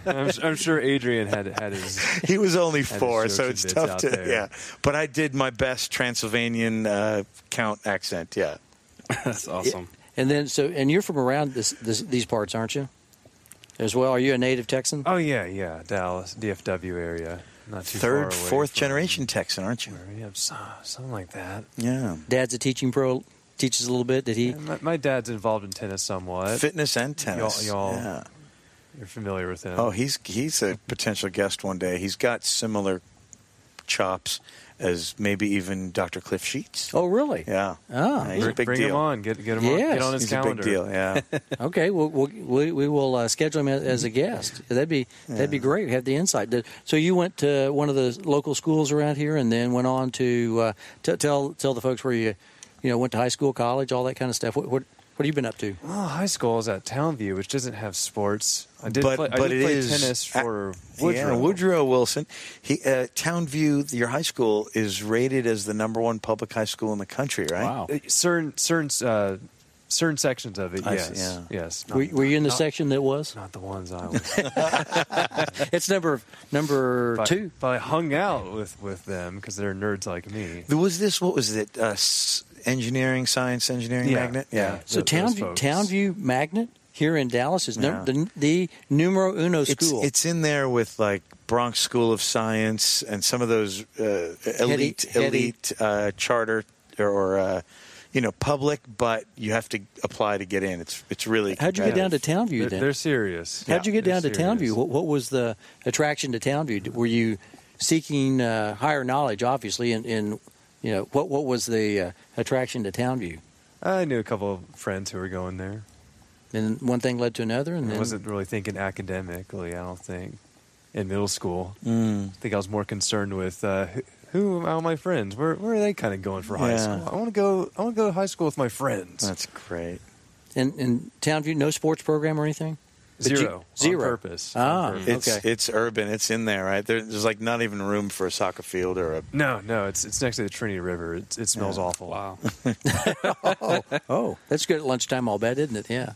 S4: I'm, I'm sure Adrian had had his.
S3: He was only
S4: That is
S3: four,
S4: jokes
S3: so
S4: and
S3: it's
S4: bits
S3: tough
S4: out
S3: to.
S4: there.
S3: Yeah, but I did my best Transylvanian uh, count accent. Yeah.
S5: That's awesome.
S2: and then so and you're from around this, this these parts, aren't you? As well, are you a native Texan?
S4: Oh yeah, yeah, Dallas, DFW area, not too
S3: third,
S4: far away
S3: fourth
S4: from
S3: generation Texan, aren't you?
S4: where we have some- something like that.
S3: Yeah.
S2: Dad's a teaching pro, teaches a little bit. Did he?
S4: And My, my dad's involved in tennis somewhat.
S3: Fitness and tennis.
S4: y'all-
S3: Yeah.
S4: You're familiar with him.
S3: Oh, he's he's a potential guest one day. He's got similar chops as maybe even Dr. Cliff Sheets.
S2: Oh, really?
S3: Yeah.
S2: Oh.
S3: Yeah, he's a
S4: Bring-
S3: big
S4: bring
S3: deal.
S4: him on. Get get him on.
S2: Yes.
S4: Get on his
S3: He's a
S4: calendar.
S3: big deal. Yeah.
S2: Okay, we'll, we'll, we we will uh, schedule him as, as a guest. That'd be that'd be great. Have the insight. Did- So you went to one of the local schools around here, and then went on to uh, t- tell tell the folks where you you know went to high school, college, all that kind of stuff. What what, what have you been up to?
S4: Well, high school is at Townview, which doesn't have sports. I did
S3: but
S4: play,
S3: but
S4: I did
S3: it
S4: play
S3: is-
S4: tennis
S3: uh,
S4: for Woodrow.
S3: Yeah, Woodrow Wilson. He uh, Townview, your high school is rated as the number one public high school in the country, right?
S5: Wow.
S4: Uh, Certain certain uh, certain sections of it.
S3: I
S4: yes,
S3: see, yeah.
S4: yes. Not,
S2: Were, were you in the
S4: not-
S2: section that was?
S4: Not the ones I was.
S2: It's number number
S4: but,
S2: two.
S4: But I hung out with with them because they're nerds like me.
S3: There was this. What was it? Uh, s- engineering, science, engineering
S4: Yeah.
S3: magnet.
S4: Yeah.
S2: So
S4: th- those
S2: Townview
S4: folks.
S2: Townview Magnet here in Dallas is num-
S3: Yeah.
S2: the, the numero uno
S3: It's,
S2: school.
S3: it's in there with like Bronx School of Science and some of those uh, elite,
S2: heady-
S3: elite uh, charter or, or uh, you know public, but you have to apply to get in. It's it's really
S2: How'd you get down to
S3: competitive.
S2: Townview
S4: They're,
S2: then?
S4: they're serious.
S2: How'd you get
S4: They're
S2: down to
S4: serious.
S2: Townview? What, what was the attraction to Townview? Were you seeking uh, higher knowledge, obviously, and in, you know what what was the uh, attraction to Townview?
S4: I knew a couple of friends who were going there.
S2: And one thing led to another, and
S4: I
S2: then
S4: wasn't really thinking academically. I don't think in middle school.
S3: Mm.
S4: I think I was more concerned with uh, who, who are my friends. Where where are they kind of going for high
S3: Yeah.
S4: school? I want to go. I want to go to high school with my friends.
S3: That's great.
S2: and, and Townview no sports program or anything. But you-
S4: zero.
S2: zero.
S4: On purpose.
S2: Ah.
S4: On purpose.
S3: It's
S2: Okay.
S3: it's urban. It's in there, right? There, there's like not even room for a soccer field or a.
S4: No, no. It's it's next to the Trinity River. It, it smells
S3: Yeah.
S4: awful.
S5: Wow.
S2: Oh, oh, that's good at lunchtime. I'll bet, isn't it? Yeah,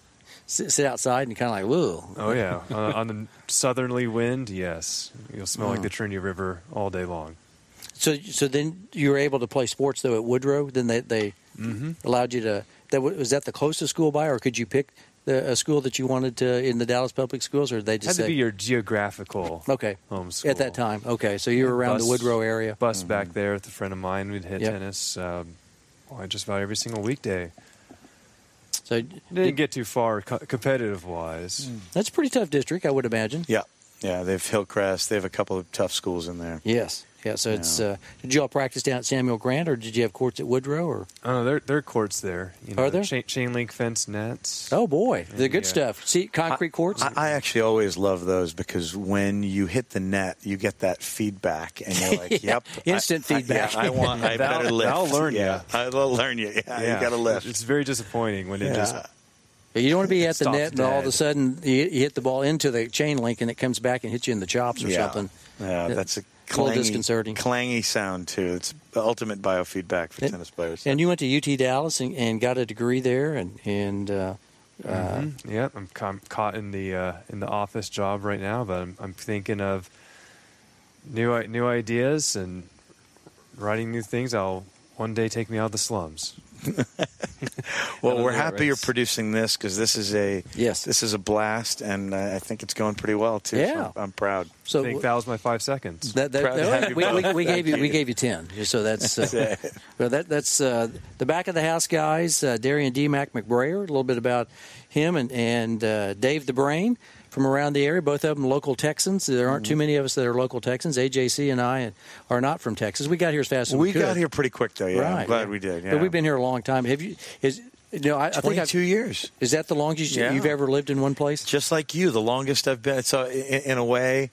S2: sit, sit outside and kind of like whoa.
S4: Oh yeah. uh, on the southerly wind, yes, you'll smell like the Trinity River all day long.
S2: So so then you were able to play sports though at Woodrow. Then they they
S4: Mm-hmm.
S2: allowed you to. That wa- was that the closest school by, or could you pick? The, a school that you wanted to in the Dallas public schools, or did they
S4: Had
S2: just
S4: to
S2: say,
S4: be your geographical
S2: Okay.
S4: home school
S2: At that time. Okay. So you were around the
S4: Bus-
S2: Woodrow area. Mm-hmm.
S4: Bus back there with a friend of mine. We'd hit
S2: Yep.
S4: tennis. Um, well, just about every single weekday.
S2: So
S4: Didn't get too far co- competitive wise.
S2: that's a pretty tough district, I would imagine.
S3: Yeah, yeah. They have Hillcrest. They have a couple of tough schools in there.
S2: Yes. Yeah. So it's,
S3: Yeah.
S2: uh, did you all practice down at Samuel Grant or did you have courts at Woodrow or?
S4: Oh, there there are courts there. You know,
S2: Are there?
S4: chain, chain link fence nets?
S2: Oh, boy. The good
S4: Yeah.
S2: stuff. See, concrete courts?
S3: I, I actually always love those because when you hit the net, you get that feedback, and you're like, "Yep,
S2: Instant
S3: I- I-
S2: feedback.
S3: yeah, I want. I
S4: That'll-
S3: better lift.
S4: that'll learn ya.
S3: yeah. I'll learn you. Yeah, you got to
S4: lift.
S3: lift.
S4: It's very disappointing when it just
S3: Yeah.
S2: you don't want to be at the
S4: Stops
S2: net and all of a
S4: dead.
S2: sudden you, you hit the ball into the chain link and it comes back and hits you in the chops or
S3: yeah.
S2: something.
S3: Yeah, that's a
S2: little
S3: clangy,
S2: disconcerting.
S3: clangy sound too. It's the ultimate biofeedback for
S2: And-
S3: tennis players.
S2: And you went to UT Dallas and, and got a degree there and, and, uh, uh,
S4: Yeah, I'm, ca- I'm caught in the uh, in the office job right now, but I'm, I'm thinking of new i- new ideas and writing new things. I'll one day take me out of the slums.
S3: well, we're
S5: Another
S3: happy you're
S5: race.
S3: producing this because this is a
S2: Yes.
S3: this is a blast, and uh, I think it's going pretty well too. so
S2: Yeah.
S3: I'm, I'm proud.
S4: I
S2: so
S4: think that was my five seconds.
S2: That, that,
S3: Proud to
S2: that-
S3: have you
S2: we, we,
S3: both.
S2: we gave
S3: Thank
S2: you we
S3: you.
S2: gave you ten, so that's uh, well, that that's uh, the back of the house guys. Uh, Darian D. Mac McBrayer, a little bit about him, and and uh, Dave the Brain from around the area. Both of them local Texans. There aren't
S3: Mm-hmm.
S2: too many of us that are local Texans. AJC and I are not from Texas. We got here as fast as we,
S3: we
S2: could.
S3: got here pretty quick though. Yeah,
S2: right?
S3: I'm glad we did. Yeah,
S2: But we've been here a long time. Have you? Is you know, I, I think I've,
S3: twenty-two years.
S2: is that the longest you
S3: Yeah.
S2: you've ever lived in one place?
S3: just like you, the longest I've been. So in, in a way,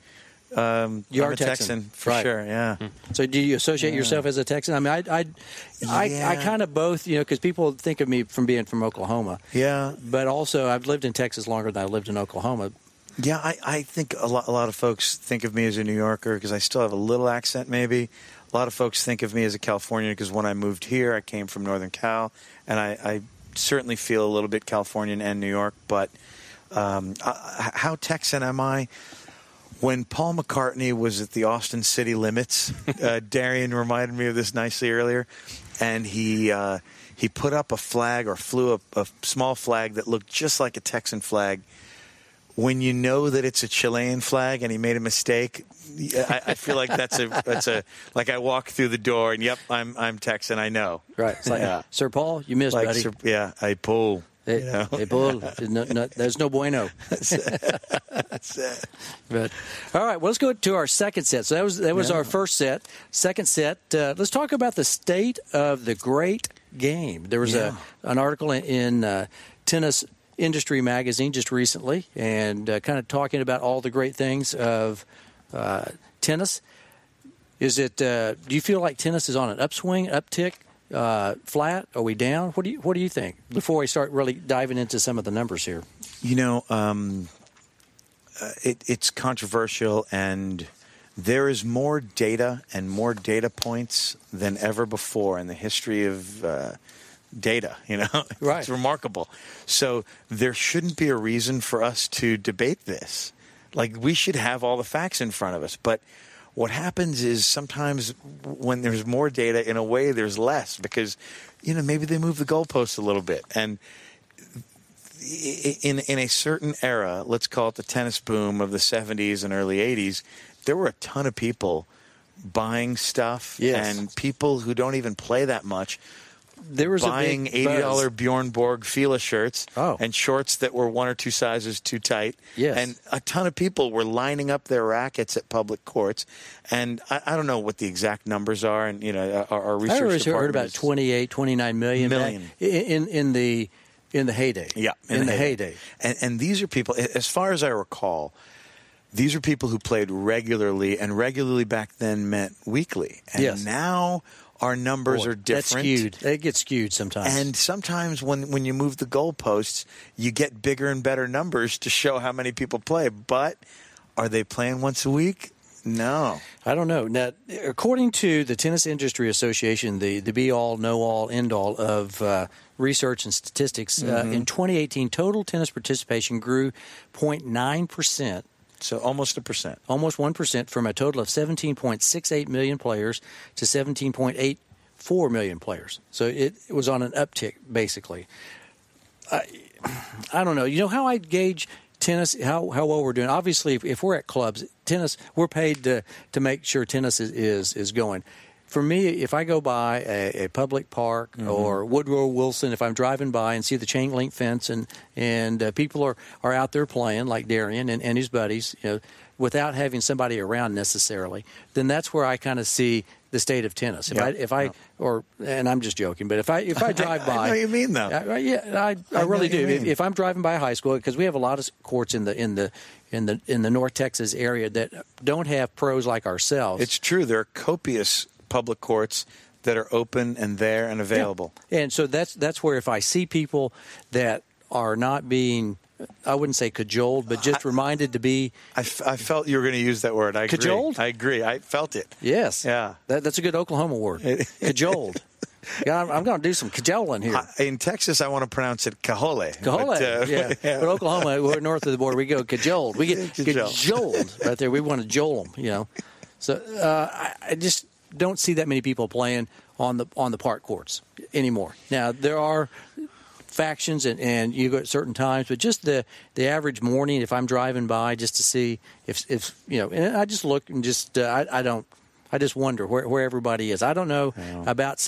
S3: Um,
S2: You
S3: I'm
S2: are
S3: a Texan,
S2: Texan.
S3: for
S2: Right.
S3: sure. Yeah.
S2: So do you associate yourself as a Texan? I mean, I, I, I, I
S3: Yeah.
S2: kind of both, you know, because people think of me from being from Oklahoma.
S3: Yeah.
S2: But also, I've lived in Texas longer than I lived in Oklahoma.
S3: Yeah, I, I think a lot, a lot of folks think of me as a New Yorker because I still have a little accent, maybe. A lot of folks think of me as a Californian because when I moved here, I came from Northern Cal, and I, I certainly feel a little bit Californian and New York. But um, I, I- how Texan am I? When Paul McCartney was at the Austin city limits, uh, Darian reminded me of this nicely earlier, and he uh, he put up a flag or flew up a small flag that looked just like a Texan flag when you know that it's a Chilean flag and he made a mistake, I, I feel like that's a that's a like I walk through the door and yep, I'm I'm Texan. I know.
S2: Right. It's like,
S3: Yeah.
S2: Sir Paul, you missed,
S3: Like
S2: buddy.
S3: sur- yeah, I pull.
S2: Hey,
S3: you know?
S2: hey, Bull, no, no, there's no bueno. But all right, well, let's go to our second set. So that was that was our first set. Second set. Uh, let's talk about the state of the great game. There was a an article in, in uh, tennis industry magazine just recently, and uh, kind of talking about all the great things of uh, tennis. Is it? Uh, do you feel like tennis is on an upswing, uptick, uh, flat? Are we down? What do you What do you think? Before we start really diving into some of the numbers here,
S3: You know, um, uh, it, it's controversial, and there is more data and more data points than ever before in the history of uh, data. You know,
S2: Right.
S3: it's remarkable. So there shouldn't be a reason for us to debate this. Like we should have all the facts in front of us, but. What happens is sometimes when there's more data, in a way, there's less because, you know, maybe they move the goalposts a little bit. And in in a certain era, let's call it the tennis boom of the 70s and early 80s, there were a ton of people buying stuff
S2: Yes.
S3: and people who don't even play that much
S2: there was
S3: buying
S2: a big buzz.
S3: eighty dollar Bjorn Borg Fila shirts
S2: Oh.
S3: and shorts that were one or two sizes too tight.
S2: Yes.
S3: and a ton of people were lining up their rackets at public courts. And I, I don't know what the exact numbers are, and you know our, our research.
S2: I always heard
S3: department
S2: about
S3: is-
S2: 28, 29 million,
S3: Million.
S2: back in in the in the heyday.
S3: Yeah,
S2: in, the heyday.
S3: And, and these are people, as far as I recall, these are people who played regularly, and regularly back then meant weekly. And
S2: Yes.
S3: now our numbers are
S2: That's
S3: different.
S2: skewed. It gets skewed sometimes.
S3: And sometimes when, when you move the goalposts, you get bigger and better numbers to show how many people play. But are they playing once a week? No.
S2: I don't know. Now, according to the Tennis Industry Association, the, the be all, know all, end all of uh, research and statistics,
S3: Mm-hmm.
S2: uh, in 2018, total tennis participation grew 0.9%,
S3: So almost a percent.
S2: almost 1%, from a total of 17.68 million players to 17.84 million players. So it, it was on an uptick, basically. I don't know. You know how I gauge tennis how how well we're doing. Obviously, if, if we're at clubs, tennis we're paid to to make sure tennis is is, is going. For me, if I go by a, a public park
S3: Mm-hmm.
S2: or Woodrow Wilson, if I'm driving by and see the chain link fence and and uh, people are, are out there playing like Darian and, and his buddies, you know, without having somebody around necessarily, then that's where I kind of see the state of tennis. If I
S3: Yeah.
S2: if I or and I'm just joking, but if I if I drive
S3: I
S2: by,
S3: know what you mean, though.
S2: I- I- yeah, I, I,
S3: I know
S2: really
S3: what you
S2: do. If,
S3: mean.
S2: if I'm driving by a high school, because we have a lot of courts in the in the in the in the North Texas area that don't have pros like ourselves.
S3: It's true. There are copious public courts that are open and there and available.
S2: and so that's that's where if I see people that are not being, I wouldn't say cajoled, but just reminded to be.
S3: I, f- I felt you were going to use that word. I agree.
S2: Cajoled?
S3: I agree. I felt it.
S2: Yes.
S3: Yeah.
S2: That, that's a good Oklahoma word. cajoled. Yeah, I'm, I'm going to do some cajoling here.
S3: I- in Texas, I want to pronounce it cajole.
S2: Cajole.
S3: But, uh,
S2: yeah. But Oklahoma, we're north of the border. We go cajoled. We get
S3: Cajoled.
S2: cajoled right there. We want to jole them, you know. So uh, I, I just don't see that many people playing on the on the park courts anymore. Now there are factions and, and you go at certain times, but just the, the average morning, if I'm driving by just to see if, if you know, and I just look and just, uh, I, I don't, I just wonder where, where everybody is. I don't know about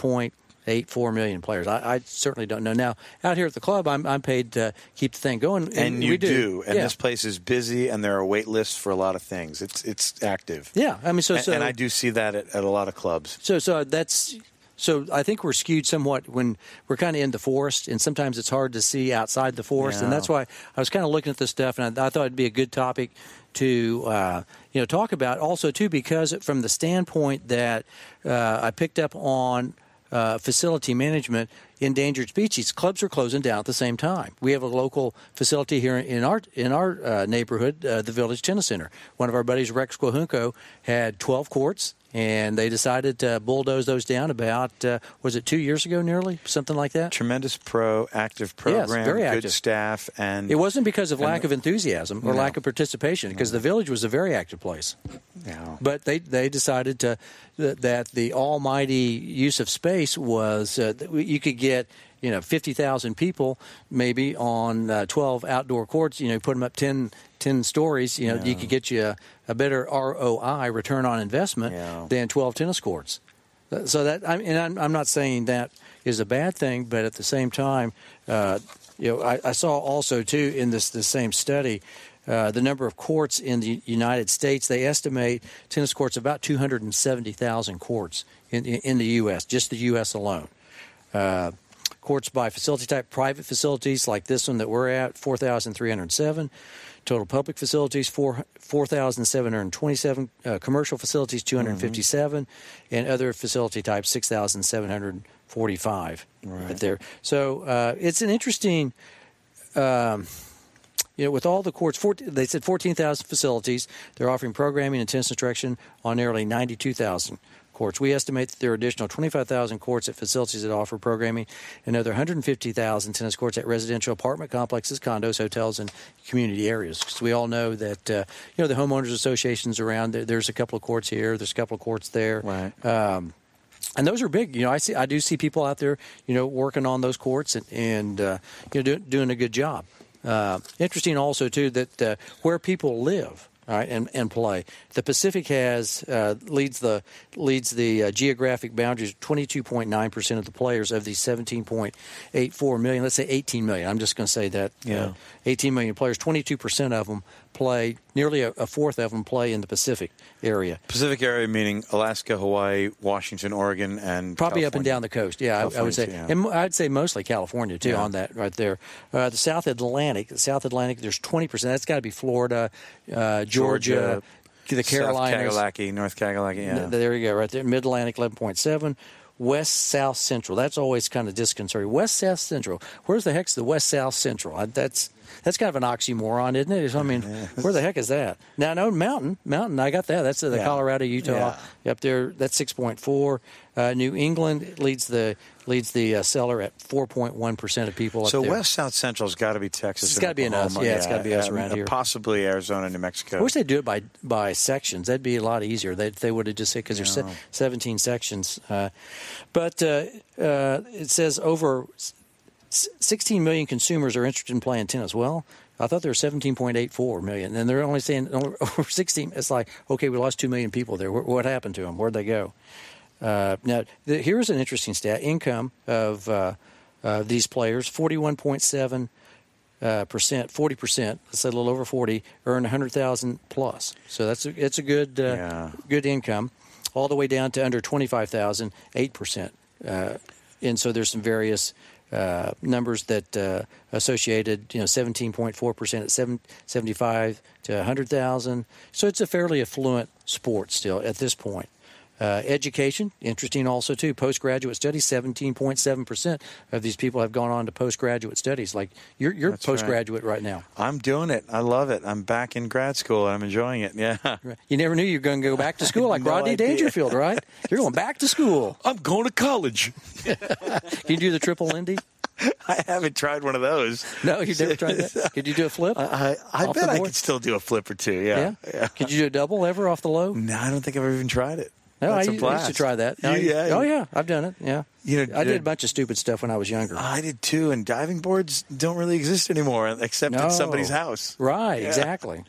S2: 17.84 million players. I, I certainly don't know. Now, out here at the club, I'm, I'm paid to keep the thing going. And,
S3: and you
S2: we
S3: do.
S2: do.
S3: And
S2: yeah.
S3: this place is busy, and there are wait lists for a lot of things. It's it's active.
S2: yeah. I mean, so,
S3: and,
S2: so
S3: and I do see that at, at a lot of clubs.
S2: So, so that's so. I think we're skewed somewhat when we're kind of in the forest, and sometimes it's hard to see outside the forest, and
S3: Yeah.
S2: that's why I was kind of looking at this stuff, and I, I thought it'd be a good topic to uh, you know talk about also too because from the standpoint that uh, I picked up on uh, facility management endangered species clubs are closing down at the same time we have a local facility here in our in our uh, neighborhood uh, the village tennis center one of our buddies rex quahunko had 12 courts and they decided to bulldoze those down about uh, was it two years ago nearly something like that
S3: Tremendous pro, active program,
S2: very
S3: good
S2: active.
S3: staff, and
S2: it wasn't because of lack of enthusiasm or
S3: No.
S2: lack of participation because the village was a very active place
S3: Yeah.
S2: But they, they decided to that, that the almighty use of space was uh, that you could get you know fifty thousand people maybe on uh, twelve outdoor courts. You know, put them up 10, 10 stories. You know, you could get you a, a better ROI return on investment
S3: Yeah.
S2: than twelve tennis courts. Uh, So that I mean, and I'm, I'm not saying that is a bad thing, but at the same time, uh, you know, I, I saw also too in this the same study. Uh, the number of courts in the United States, they estimate tennis courts about 270,000 courts in, in, in the U.S., just the U.S. alone. Uh, courts by facility type, private facilities like this one that we're at, 4,307. Total public facilities, four- 4,727. uh, commercial facilities, 257. And other facility types, 6,745. Right there. So uh, it's an interesting you know, with all the courts, 14, they said 14,000 facilities. They're offering programming and tennis instruction on nearly 92,000 courts. We estimate that there are additional 25,000 courts at facilities that offer programming, another 150,000 tennis courts at residential apartment complexes, condos, hotels, and community areas. 'Cause we all know that, uh, you know, the homeowners associations around, there, there's a couple of courts here, there's a couple of courts there.
S3: Right.
S2: Um, and those are big. You know, I see, I do see people out there, you know, working on those courts and, and uh, you know, do, doing a good job. Uh, interesting, also too, that uh, where people live, all right, and, and play. The Pacific has uh, leads the leads the uh, geographic boundaries. Twenty two point nine percent of the players of the seventeen point eight four million. Let's say eighteen million. I'm just going to say that. uh,
S3: Yeah.
S2: 18 million players. Twenty two percent of them play. Nearly a, a fourth of them play in the Pacific area.
S3: Pacific area meaning Alaska, Hawaii, Washington, Oregon, and
S2: Probably up and
S3: California.
S2: down the coast. Yeah, I, I would say,
S3: California, yeah.
S2: and mo- I'd say mostly California too
S3: Yeah.
S2: on that right there. Uh, the South Atlantic, the South Atlantic. There's 20 percent. That's got to be Florida, uh, Georgia,
S3: Georgia,
S2: the Carolinas.
S3: South Kagalaki, North Kagalaki. Yeah.
S2: Th- There you go, right there. Mid Atlantic, 11.7. West South Central. That's always kind of disconcerting. West South Central. Where's the heck's the West South Central? I, that's that's kind of an oxymoron, isn't it? I mean, where the heck is that? Now, no mountain, mountain. I got that. That's the
S3: Yeah.
S2: Colorado, Utah, up there. That's six point four. Uh, New England leads the leads the uh, seller at four point one percent of people. Up
S3: so
S2: there.
S3: West South Central's got to be Texas.
S2: It's
S3: and
S2: gotta be in us.
S3: Oklahoma.
S2: Yeah, it's gotta be us
S3: and
S2: around here.
S3: Possibly Arizona, New Mexico.
S2: I wish they'd do it by by sections. That'd be a lot easier. They they would have just said because there's se- 17 sections. Uh, but uh, uh, it says over s- 16 million consumers are interested in playing tennis. Well, I thought there were 17.84 million, and they're only saying over 16. It's like okay, we lost two million people there. What, what happened to them? Where'd they go? Uh, now, the, here's an interesting stat: income of uh, uh, these players, 41.7 uh, percent, forty percent, let's say a little over forty, earn a hundred thousand plus. So that's a, it's a good uh,
S3: Yeah.
S2: good income, all the way down to under twenty five thousand, eight percent. Uh, And so there's some various uh, numbers that uh, associated, you know, seventeen point four percent at seven, 75 to hundred thousand. So it's a fairly affluent sport still at this point. Uh, education, interesting also too. Postgraduate studies, seventeen point seven percent of these people have gone on to postgraduate studies. Like you're, you're
S3: That's right.
S2: postgraduate right, now.
S3: I'm doing it. I love it. I'm back in grad school. and I'm enjoying it. Yeah.
S2: You never knew you were going to go back to school like
S3: No
S2: Rodney
S3: idea.
S2: Dangerfield, right? You're going back to school.
S3: I'm going to college.
S2: Can you do the triple Lindy?
S3: I haven't tried one of those.
S2: No, you never tried that. Could you do a flip?
S3: I, I
S2: Off
S3: bet
S2: the
S3: I
S2: board?
S3: could still do a flip or two. Yeah.
S2: yeah. Could you do a double ever off the low?
S3: No, I don't think I've ever even tried it.
S2: No, I
S3: That's a
S2: u- I used to
S3: blast.
S2: try that.
S3: You-
S2: I-
S3: yeah.
S2: oh yeah, I've done it. Yeah,
S3: You know,
S2: I did
S3: did-
S2: a bunch of stupid stuff when I was younger.
S3: I did too, and diving boards don't really exist anymore, except
S2: No.
S3: at somebody's house.
S2: Right, exactly.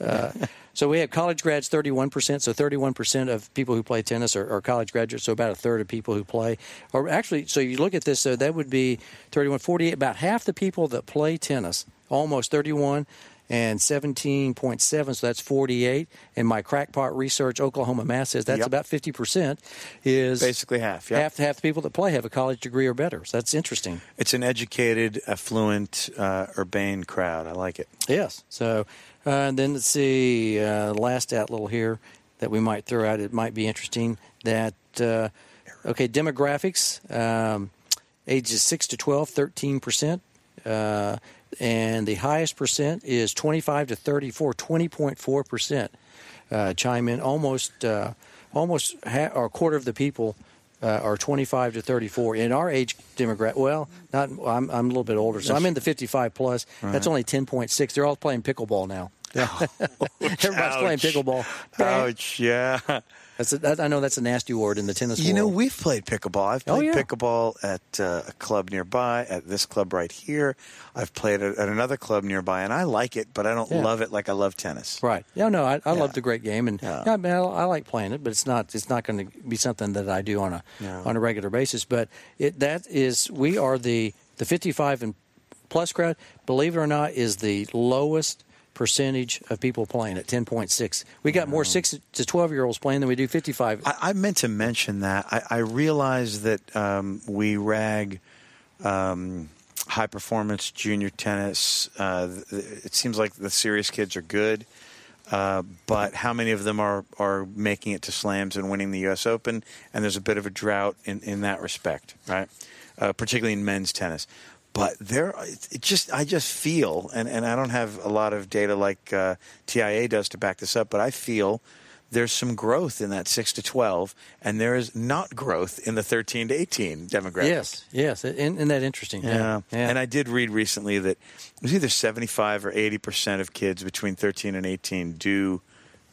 S2: Uh, so we have college grads, 31%. So 31% of people who play tennis are, are college graduates. So about a third of people who play, or actually, so you look at this, so that would be 31, 48, about half the people that play tennis, almost 31 and 17.7, so that's 48. And my crackpot research, Oklahoma Math says that's
S3: Yep.
S2: about 50% is
S3: Basically half, yep.
S2: half. Half the people that play have a college degree or better. So that's interesting.
S3: It's an educated, affluent, uh, urbane crowd. I like it.
S2: Yes. So, uh, and then let's see, uh, last at little here that we might throw out. It might be interesting that, uh, okay, demographics, um, ages 6 to 12, 13%. Uh, and the highest percent is 25 to 34, 20.4% uh, chime in. Almost, uh, almost ha- or a quarter of the people uh, are 25 to 34 in our age demographic. Well, not I'm, I'm a little bit older, so I'm in the 55 plus. That's only 10.6. They're all playing pickleball now. Everybody's playing
S3: Ouch.
S2: pickleball.
S3: Ouch, yeah.
S2: That's a, that, I know that's a nasty word in the tennis
S3: You know,
S2: world.
S3: we've played pickleball. I've
S2: Oh,
S3: played
S2: yeah.
S3: pickleball at uh, a club nearby, at this club right here. I've played at, at another club nearby, and I like it, but I don't
S2: Yeah.
S3: love it like I love tennis.
S2: Right. No, no, I, I
S3: Yeah.
S2: love the great game, and
S3: Yeah.
S2: yeah, I, mean, I, I like playing it, but it's not it's not going to be something that I do on a
S3: No.
S2: on a regular basis. But it that is we are the the 55 and plus crowd. Believe it or not, is the lowest percentage of people playing at 10.6. We got more six to 12 year olds playing than we do 55.
S3: I, I meant to mention that. I, I realize that um, we rag um, high performance junior tennis. Uh, th- th- it seems like the serious kids are good, uh, but how many of them are, are making it to slams and winning the U.S. Open? And there's a bit of a drought in, in that respect, right? Uh, particularly in men's tennis. But there, it it just I just feel, and, and I don't have a lot of data like uh, TIA does to back this up, but I feel there's some growth in that 6 to 12 and there is not growth in the 13 to 18 demographic
S2: yes, yes, isn't, isn't that interesting?
S3: yeah.
S2: yeah.
S3: and i did read recently that it was either 75 or 80 percent of kids between 13 and 18 do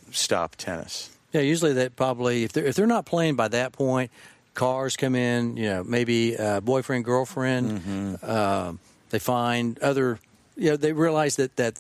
S3: stop tennis
S2: Yeah, usually that probably if they're if they're not playing by that point, cars come in. You know, maybe uh, boyfriend girlfriend. um, they find other. You know, they realize that that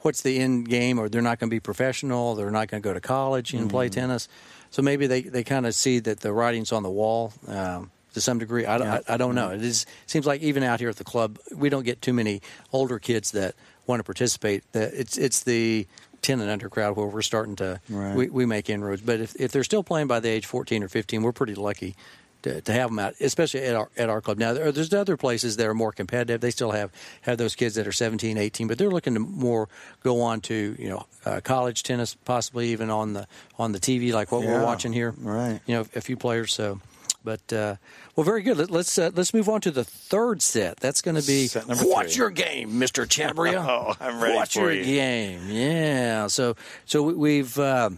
S2: what's the end game, or they're not going to be professional. They're not going to go to college and play tennis. So maybe they they kind of see that the writing's on the wall. Um, to some degree, I, don't- I, I don't know. It is, seems like even out here at the club, we don't get too many older kids that want to participate. That it's it's the ten and under crowd where we're starting to
S3: Right.
S2: we, we make inroads. But if, if they're still playing by the age 14 or 15, we're pretty lucky to, to have them out, especially at our, at our club. Now, there, there's other places that are more competitive. They still have, have those kids that are 17, 18, but they're looking to more go on to, you know, uh, college tennis, possibly even on the on the TV like what we're
S3: Yeah,
S2: watching here.
S3: right.
S2: You know, a few players. So, but, uh, well, very good. Let, let's uh, let's move on to the third set. That's going to be
S3: Set number
S2: What's
S3: three.
S2: Your Game, Mr. Chabria?
S3: Oh, I'm ready
S2: What's Your
S3: for you.
S2: Game? Yeah. So, so we, we've. Uh,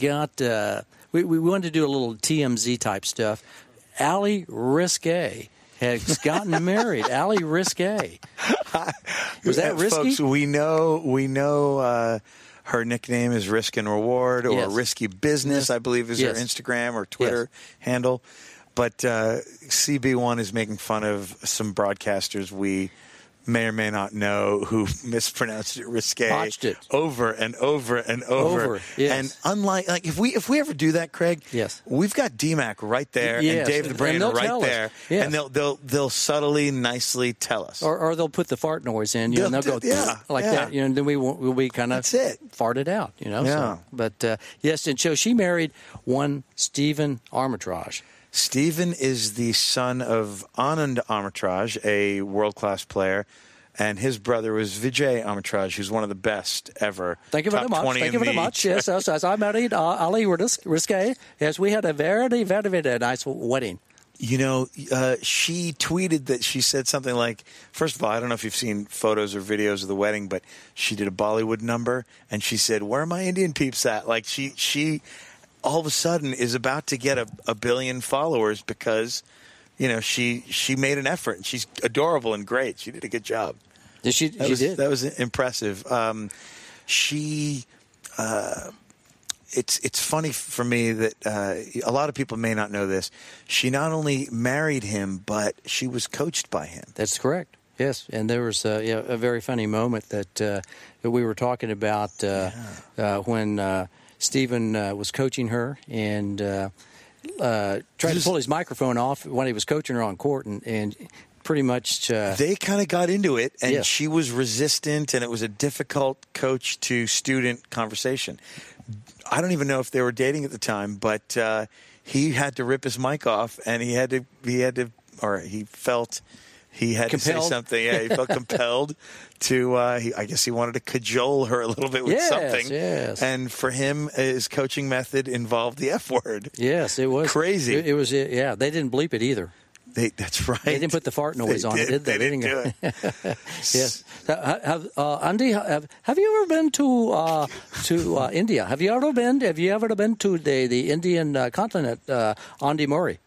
S2: got uh, we, we wanted to do a little TMZ type stuff. Ali Risque has gotten married. Ali Risque. Was that
S3: Uh,
S2: risky?
S3: folks we know we know uh her nickname is Risk and Reward or
S2: Yes.
S3: Risky Business, I believe is
S2: Yes.
S3: her Instagram or Twitter handle. But uh, CB1 is making fun of some broadcasters we may or may not know who mispronounced it risque
S2: Botched it.
S3: over and over and over.
S2: Over, yes.
S3: And unlike like if we if we ever do that, Craig,
S2: Yes.
S3: we've got DMAC right there
S2: Yes,
S3: and Dave the
S2: and
S3: Brain
S2: they'll
S3: right
S2: tell us.
S3: there.
S2: Yes.
S3: And they'll they'll they'll subtly, nicely tell us.
S2: Or, or they'll put the fart noise in, you know, and
S3: They'll
S2: they'll go
S3: do- yeah,
S2: like
S3: yeah.
S2: that, you know, and then we won't, we'll be kind of
S3: That's it.
S2: farted out, you know. so-
S3: Yeah.
S2: but uh, yes, and so she married one Stephen Armitage.
S3: Stephen is the son of Anand Armitage, a world class player, and his brother was Vijay Armitage, who's one of the best ever.
S2: Thank you very
S3: Top
S2: much.
S3: 20
S2: Thank you
S3: in
S2: very
S3: the-
S2: much. Yes, yes, yes. I married uh, Ali Ris- Risque. Yes, we had a very, very, very nice wedding.
S3: You know, uh, she tweeted that she said something like, first of all, I don't know if you've seen photos or videos of the wedding, but she did a Bollywood number and she said, Where are my Indian peeps at? Like, she, she all of a sudden is about to get a, a billion followers because, you know, she, she made an effort and she's adorable and great. She did a good job.
S2: She,
S3: That
S2: she
S3: was,
S2: did.
S3: That was impressive. Um, she, uh, it's it's funny for me that uh, a lot of people may not know this. She not only married him, but she was coached by him.
S2: That's correct. Yes, and there was uh, yeah, a very funny moment that uh, that we were talking about uh, uh, when uh, Stephen uh, was coaching her and uh, uh, tried to pull his microphone off when he was coaching her on court, and, and pretty much. Uh,
S3: they kind of got into it and
S2: Yeah.
S3: she was resistant and it was a difficult coach to student conversation i don't even know if they were dating at the time but uh, he had to rip his mic off and he had to he had to or he felt he had to say
S2: Compelled.
S3: something yeah he felt compelled to uh, he, i guess he wanted to cajole her a little bit with
S2: Yes,
S3: something
S2: yes.
S3: and for him his coaching method involved the f word
S2: yes, it was
S3: Crazy.
S2: It, it was. Yeah, they didn't bleep it either.
S3: they, that's right
S2: They didn't put the fart noise on it, did they?
S3: they didn't do it
S2: Yes. Uh, Have, uh, Andy, have, have you ever been to uh, to uh, India? Have you ever been? Have you ever been to the the Indian uh, continent, uh, Andy Murray?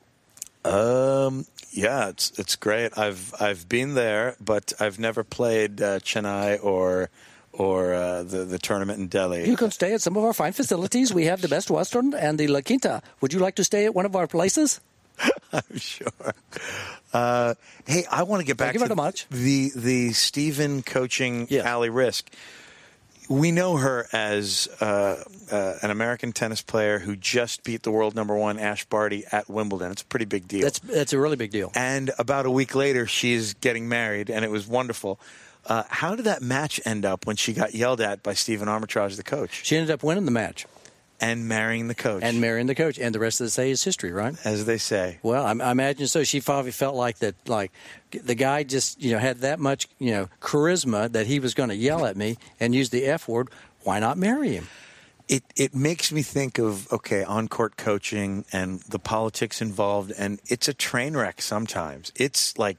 S3: Um, yeah, it's it's great. I've I've been there, but I've never played uh, Chennai or or uh, the the tournament in Delhi.
S2: You can stay at some of our fine facilities. We have the best Western and the La Quinta. Would you like to stay at one of our places?
S3: I'm sure. Uh, hey, I want to get back
S2: Thank you
S3: to
S2: very much.
S3: the the Stephen coaching
S2: Yes.
S3: Allie Risk. We know her as uh, uh, an American tennis player who just beat the world number one Ash Barty at Wimbledon. It's a pretty big deal.
S2: That's that's a really big deal.
S3: and about a week later she's getting married and it was wonderful uh, how did that match end up when she got yelled at by stephen armitage the coach
S2: She ended up winning the match
S3: and marrying the coach
S2: and marrying the coach, and the rest of the day is history, right?
S3: as they say
S2: Well, I, I imagine so. She probably felt like that, like the guy just you know had that much you know charisma that he was going to yell at me and use the f word. Why not marry him?
S3: it, it makes me think of okay on court coaching and the politics involved and it's a train wreck sometimes it's like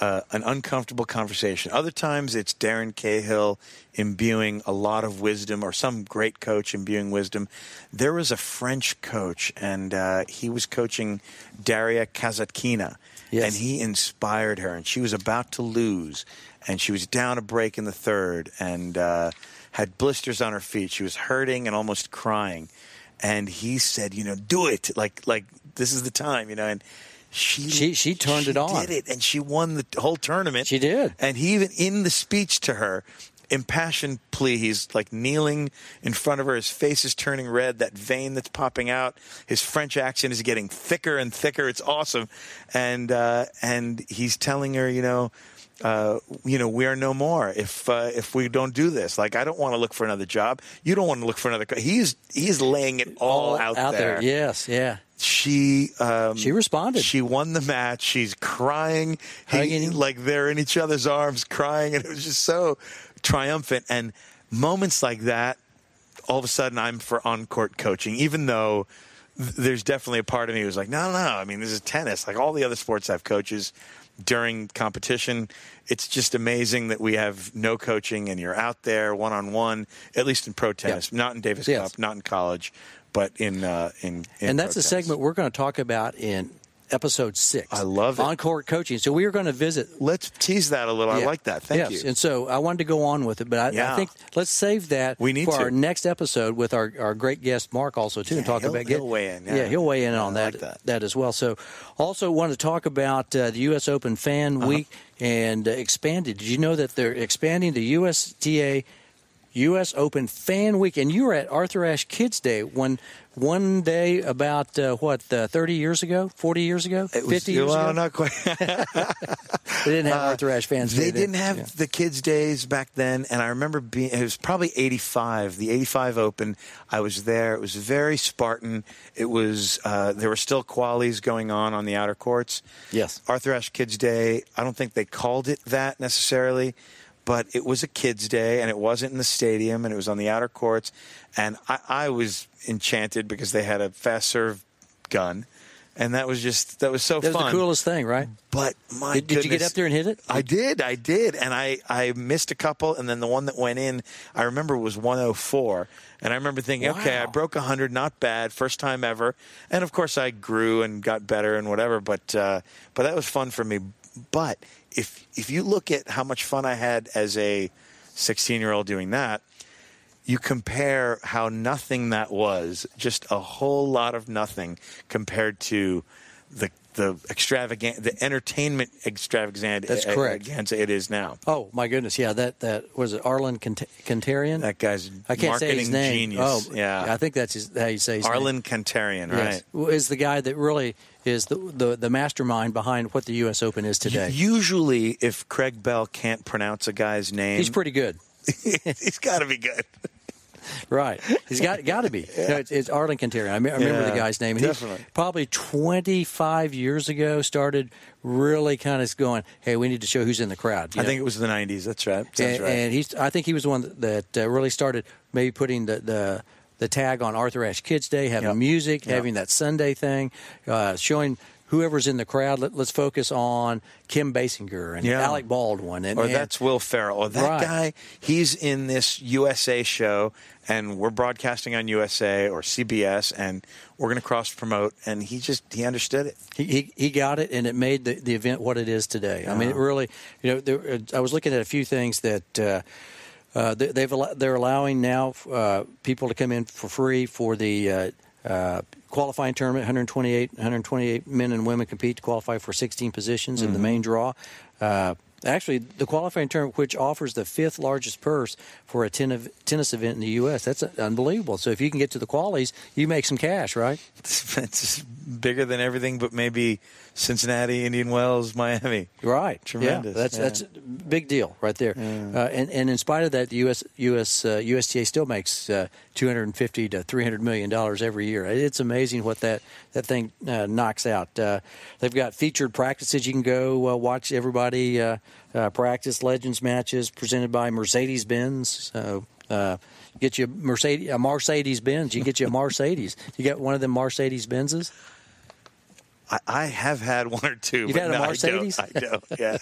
S3: uh, an uncomfortable conversation other times it's darren cahill imbuing a lot of wisdom or some great coach imbuing wisdom there was a french coach and uh, he was coaching daria kazatkina
S2: Yes.
S3: and he inspired her and she was about to lose and she was down a break in the third and uh, had blisters on her feet she was hurting and almost crying and he said you know do it like like this is the time you know and she
S2: She- she turned it on.
S3: did it and she won the whole tournament
S2: She did.
S3: and he even in the speech to her impassioned plea he's like kneeling in front of her his face is turning red that vein that's popping out his french accent is getting thicker and thicker it's awesome and uh and he's telling her you know uh, you know, we are no more if uh, if we don't do this. Like, I don't want to look for another job. You don't want to look for another. Co- he's he's laying it all, out, there
S2: Yes, yeah.
S3: she um,
S2: She responded.
S3: She won the match. She's crying, He-
S2: Hugging.
S3: like they're in each other's arms, crying, and it was just so triumphant. And moments like that, all of a sudden, I'm for on court coaching, even though. th- There's definitely a part of me who's like, no, no, no. I mean, this is tennis. Like all the other sports have coaches during competition. It's just amazing that we have no coaching and you're out there one on one, at least in pro tennis, not in Davis
S2: Yes.
S3: Cup, not in college, but in uh, in, in
S2: and that's
S3: pro
S2: a
S3: tennis.
S2: segment we're going to talk about in episode six.
S3: I love it.
S2: on court coaching. So we are going to visit.
S3: Let's tease that a little. I
S2: Yeah.
S3: like that. Thank
S2: yes.
S3: you.
S2: And so I wanted to go on with it, but I, I
S3: Yeah.
S2: think let's save that
S3: We need
S2: for
S3: to.
S2: our next episode with our, our great guest Mark also too, and
S3: Yeah,
S2: talk
S3: he'll-
S2: about
S3: he'll weigh in,
S2: Yeah.
S3: yeah.
S2: he'll weigh in on
S3: I
S2: that,
S3: like
S2: that
S3: that.
S2: as well. So also want to talk about uh, the U.S. Open Fan
S3: Uh-huh.
S2: Week and uh, expanded. Did you know that they're expanding the USTA? U.S. Open Fan Week, and you were at Arthur Ashe Kids Day one one day about uh, what uh, thirty years ago, forty years ago,
S3: It was-
S2: fifty years
S3: well,
S2: ago.
S3: not quite.
S2: they didn't have Arthur Ashe fans.
S3: they
S2: Day then.
S3: didn't have
S2: Yeah.
S3: the kids' days back then, and I remember being. It was probably '85, the '85 Open. I was there. It was very Spartan. It was. Uh, there were still qualies going on on the outer courts.
S2: Yes.
S3: Arthur Ashe Kids Day. I don't think they called it that necessarily, but it was a kids' day, and it wasn't in the stadium, and it was on the outer courts. And I, I was enchanted because they had a fast serve gun, and that was just that was so
S2: That was
S3: fun.
S2: the coolest thing, right?
S3: But my
S2: Did- did you get
S3: goodness.
S2: up there and hit it?
S3: I did, I did, and I I missed a couple, and then the one that went in, I remember was 104, and I remember thinking, okay, I
S2: Wow.
S3: broke 100, not bad, first time ever, and of course I grew and got better and whatever, but uh, but that was fun for me. But if if you look at how much fun I had as a 16 year old doing that, you compare how nothing that was, just a whole lot of nothing compared to the the extravagant the entertainment extravaganza
S2: That's correct.
S3: extravaganza it is now.
S2: Oh my goodness, yeah. That that was it. Arlen Kant- Kantarian.
S3: That guy's
S2: I can't say his
S3: marketing
S2: name.
S3: genius.
S2: Oh,
S3: yeah.
S2: I think that's his, how you say his name.
S3: Arlen Kantarian, right?
S2: Yes. Is the guy that really is the, the, the mastermind behind what the U.S. Open is today.
S3: Usually, if Craig Bell can't pronounce a guy's name,
S2: He's pretty good.
S3: he's got to be good.
S2: Right. He's got got to be. No, it's, it's Arlington Terry. I, me- I remember
S3: Yeah,
S2: the guy's name. And he
S3: definitely.
S2: Probably 25 years ago, started really kind of going, hey, we need to show who's in the crowd. you
S3: I
S2: know?
S3: think it was the '90s. That's right. That's
S2: and,
S3: right.
S2: and he's. I think he was the one that uh, really started maybe putting the. the the tag on Arthur Ashe Kids Day, having
S3: Yep.
S2: music,
S3: Yep.
S2: having that Sunday thing, uh, showing whoever's in the crowd. Let, let's focus on Kim Basinger and
S3: Yeah.
S2: Alec Baldwin, and,
S3: or
S2: and-
S3: that's Will Ferrell. Or that
S2: Right.
S3: guy, he's in this USA show, and we're broadcasting on USA or CBS, and we're going to cross promote. And he just he understood it.
S2: He, he, he got it, and it made the, the event what it is today. I mean, it really, you know, there, uh, I was looking at a few things that uh, uh, they, they've al- they're allowing now uh, people to come in for free for the uh, uh, qualifying tournament. 128, 128 men and women compete to qualify for 16 positions in the main draw. Uh, Actually, the qualifying tournament, which offers the fifth largest purse for a ten of, tennis event in the U.S., that's uh, unbelievable. So, if you can get to the qualies, you make some cash, right?
S3: It's bigger than everything, but maybe Cincinnati, Indian Wells, Miami.
S2: Right, Yeah,
S3: Tremendous.
S2: that's
S3: Yeah.
S2: that's a big deal right there. Uh, and and in spite of that, the U.S. U.S. Uh, USTA still makes uh, 250 to 300 million dollars every year. It's amazing what that that thing uh, knocks out. Uh, they've got featured practices. You can go uh, watch everybody uh, uh, practice legends matches presented by Mercedes Benz. So. Uh, Get you a Mercedes, a Mercedes Benz. You can get you a Mercedes. You got one of them Mercedes Benzes.
S3: I, I have had one or 2
S2: You've
S3: but
S2: had a
S3: no, I
S2: Mercedes?
S3: don't. I don't. Yeah.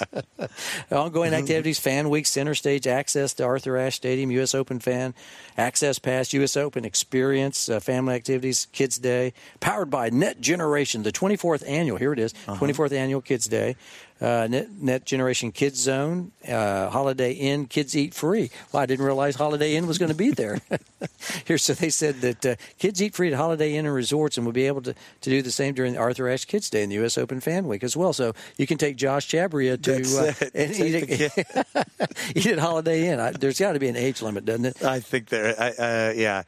S2: Ongoing activities, Fan Week, Center Stage, Access to Arthur Ashe Stadium, U.S. Open Fan, Access Pass, U.S. Open Experience, uh, Family Activities, Kids Day, powered by Net Generation, the 24th annual, here it is, 24th annual Kids Day, uh, Net, Net Generation Kids Zone, uh, Holiday Inn, Kids Eat Free. Well, I didn't realize Holiday Inn was going to be there. here, so they said that uh, Kids Eat Free at Holiday Inn and Resorts and will be able to, to do the same during the Arthur Ashe Kids Day and the U.S. Open Fan Week as well. So you can take Josh Chabria to
S3: That's
S2: uh,
S3: it.
S2: and
S3: Take
S2: eat
S3: the
S2: a- eat at Holiday Inn. I, there's got to be an age limit, doesn't it?
S3: I think there. I, uh, yeah.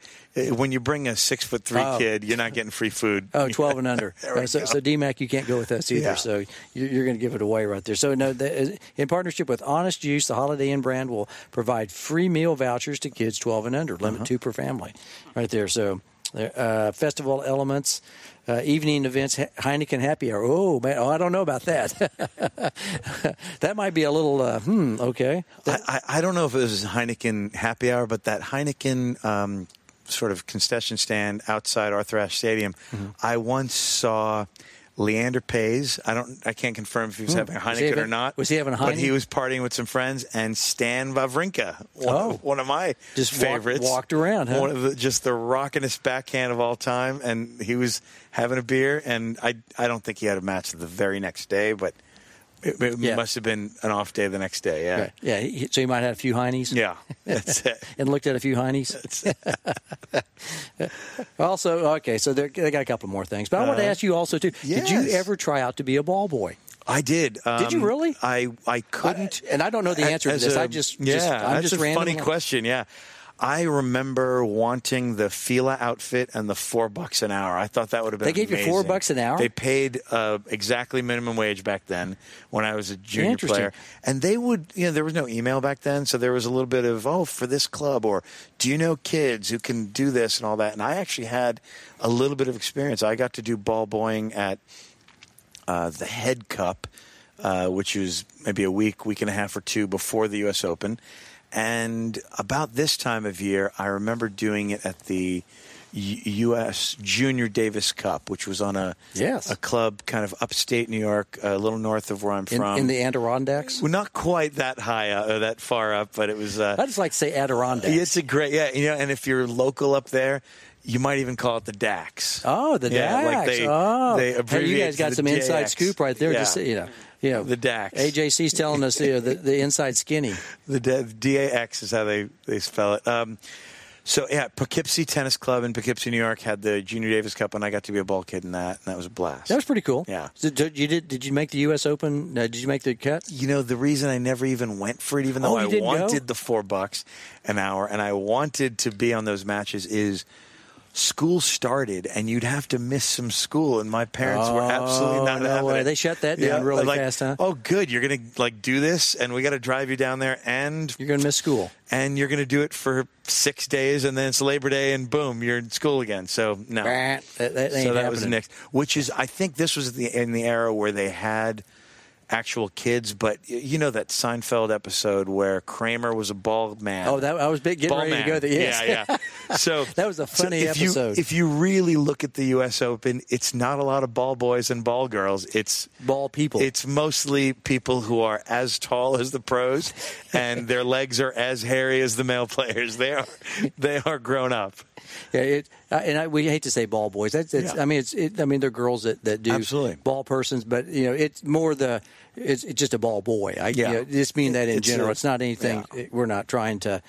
S3: When you bring a six foot three
S2: Oh.
S3: kid, you're not getting free food.
S2: Oh, 12 and under.
S3: There we
S2: Uh, so,
S3: go.
S2: so DMAC, you can't go with us either.
S3: Yeah.
S2: So you- you're going to give it away right there. So no, the, uh, in partnership with Honest Juice, the Holiday Inn brand will provide free meal vouchers to kids 12 and under,
S3: Uh-huh.
S2: limit two per family, right there. So uh, festival elements, uh, evening events, He- Heineken Happy Hour. Oh man, oh, I don't know about that. that might be a little uh, hmm. Okay,
S3: I, I, I don't know if it was Heineken happy hour, but that Heineken um, sort of concession stand outside Arthur Ashe Stadium,
S2: Mm-hmm.
S3: I once saw Leander Pays. I don't, I can't confirm if he was having a
S2: Hmm. Was
S3: Heineken
S2: he having-
S3: or not.
S2: was he having a
S3: But he
S2: Heine-
S3: was partying with some friends and Stan Wawrinka, one
S2: Oh.
S3: of, one of my
S2: Just walked-
S3: favorites,
S2: walked around, huh?
S3: One of the, just the rockinest backhand of all time, and he was having a beer. And I, I don't think he had a match the very next day, but. It, it
S2: Yeah.
S3: must have been an off day the next day, yeah.
S2: yeah. he- so you might have a few Heinies.
S3: Yeah, that's it.
S2: and looked at a few heinies. also, okay, so there- they got a couple more things, but I want to ask you also too: Did you
S3: Uh-huh. yes.
S2: ever try out to be a ball boy?
S3: I did.
S2: Did you
S3: um,
S2: really?
S3: I I couldn't.
S2: I- and I don't know the
S3: a-
S2: answer to
S3: as
S2: this.
S3: a-
S2: I just-
S3: yeah,
S2: just- I'm
S3: that's
S2: just
S3: a funny
S2: randomly-
S3: question. Yeah, I remember wanting the Fila outfit and the four bucks an hour. I thought that would have been.
S2: They gave you four
S3: amazing.
S2: bucks an hour?
S3: They paid uh, exactly minimum wage back then when I was a junior
S2: Interesting.
S3: player, and they would. You know, there was no email back then, so there was a little bit of oh for this club or do you know kids who can do this and all that. And I actually had a little bit of experience. I got to do ball boying at uh, the Head Cup, uh, which is maybe a week, week and a half or two before the U.S. Open. And about this time of year, I remember doing it at the U- U.S. Junior Davis Cup, which was on a
S2: Yes.
S3: a club kind of upstate New York, a little north of where I'm
S2: In,
S3: from.
S2: in the Adirondacks,
S3: well, not quite that high up, or that far up, but it was. Uh,
S2: I just like to say Adirondacks.
S3: it's a great, yeah, you know. And if you're local up there, you might even call it the Dax.
S2: oh, the
S3: yeah,
S2: Dax.
S3: Like they,
S2: oh,
S3: they
S2: Hey, you
S3: abbreviate
S2: guys
S3: to
S2: got
S3: the
S2: some inside
S3: JX.
S2: scoop right there.
S3: Yeah.
S2: Just you know, you know,
S3: The Dax.
S2: AJC's telling us you know, the the inside skinny.
S3: The D- DAX is how they, they spell it. Um, so, yeah, Poughkeepsie Tennis Club in Poughkeepsie, New York had the Junior Davis Cup, and I got to be a ball kid in that, and that was a blast.
S2: That was pretty cool.
S3: Yeah.
S2: So did you did did you make the U.S. Open? Uh, did you make the cut?
S3: you know, the reason I never even went for it, even
S2: Oh,
S3: though
S2: you
S3: I
S2: didn't go?
S3: wanted the four bucks an hour and I wanted to be on those matches, is school started and you'd have to miss some school, and my parents were absolutely not
S2: no
S3: having
S2: way.
S3: it.
S2: They shut that down really
S3: like,
S2: fast, huh?
S3: Oh, good, you're gonna like do this, and we got to drive you down there, and
S2: You're going to miss school.
S3: and you're gonna do it for six days, and then it's Labor Day, and boom, you're in school again. So no,
S2: That, that ain't
S3: Oh. so that was the
S2: happening.
S3: next, which is I think this was the in the era where they had actual kids, but y- you know that Seinfeld episode where Kramer was a bald man.
S2: Oh, that I was big, getting
S3: Bald
S2: ready
S3: man.
S2: to go. There. Yes.
S3: Yeah, yeah. So
S2: That was a
S3: so
S2: funny
S3: if you-
S2: episode.
S3: if you really look at the U.S. Open, it's not a lot of ball boys and ball girls. It's
S2: Ball people.
S3: It's mostly people who are as tall as the pros, and their legs are as hairy as the male players. They are they are grown up.
S2: Yeah, it, I- and I, we hate to say ball boys. That's, that's
S3: Yeah.
S2: I mean, it's, it, I mean, they're girls that, that do
S3: Absolutely.
S2: ball persons, but you know, it's more the it's, it's just a ball boy. I
S3: Yeah.
S2: you know, just mean that in
S3: It's
S2: general.
S3: a-
S2: it's not anything.
S3: yeah.
S2: it- we're not trying to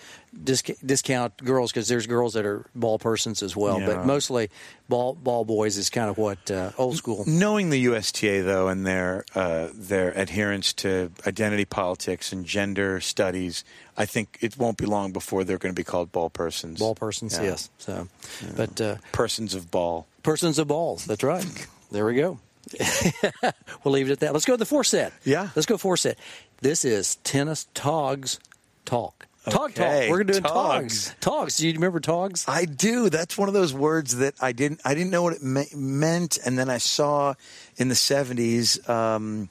S2: disc- discount girls because there's girls that are ball persons as well,
S3: Yeah.
S2: but mostly ball ball boys is kind of what uh, old school.
S3: Knowing the USTA though and their uh, their adherence to identity politics and gender studies, I think it won't be long before they're going to be called ball persons.
S2: Ball persons,
S3: Yeah.
S2: yes. So, but uh,
S3: persons of ball.
S2: persons of balls. That's right. There we go. we'll leave it at that. Let's go to the four set.
S3: Yeah.
S2: Let's go four set. This is tennis togs talk. Tog
S3: Okay,
S2: talk. We're doing
S3: togs.
S2: togs. Togs. Do you remember togs?
S3: I do. That's one of those words that I didn't I didn't know what it me- meant, and then I saw in the seventies. Um,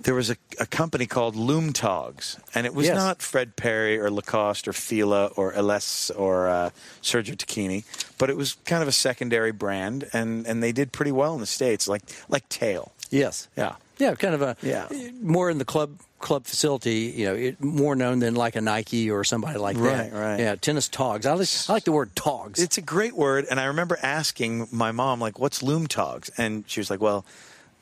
S3: there was a, a company called Loomtogs, and it was
S2: Yes.
S3: not Fred Perry or Lacoste or Fila or Ales or uh, Sergio Tacchini, but it was kind of a secondary brand, and, and they did pretty well in the states, like like Tail.
S2: Yes.
S3: Yeah.
S2: Yeah. Kind of a
S3: Yeah.
S2: More in the club club facility. You know, it, more known than like a Nike or somebody like that.
S3: Right, right.
S2: Yeah. Tennis togs. I like, I like the word togs.
S3: It's a great word, and I remember asking my mom like, "What's loom togs?" And she was like, "Well,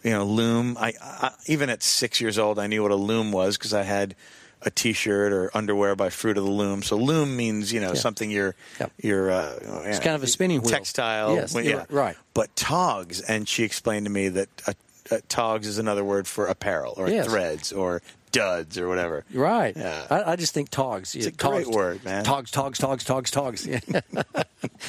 S3: you know, loom." I, I even at six years old, I knew what a loom was because I had a T-shirt or underwear by Fruit of the Loom. So loom means you know
S2: Yeah.
S3: something you're
S2: Yep.
S3: you're uh, it's
S2: kind of a spinning wheel.
S3: textile.
S2: Yes,
S3: well,
S2: you're
S3: yeah,
S2: right.
S3: But togs, and she explained to me that uh uh togs is another word for apparel or
S2: Yes.
S3: threads or duds or whatever.
S2: Right.
S3: Yeah.
S2: I, I just think togs. It's
S3: a great word, man.
S2: Togs, togs, togs, togs, togs. Yeah.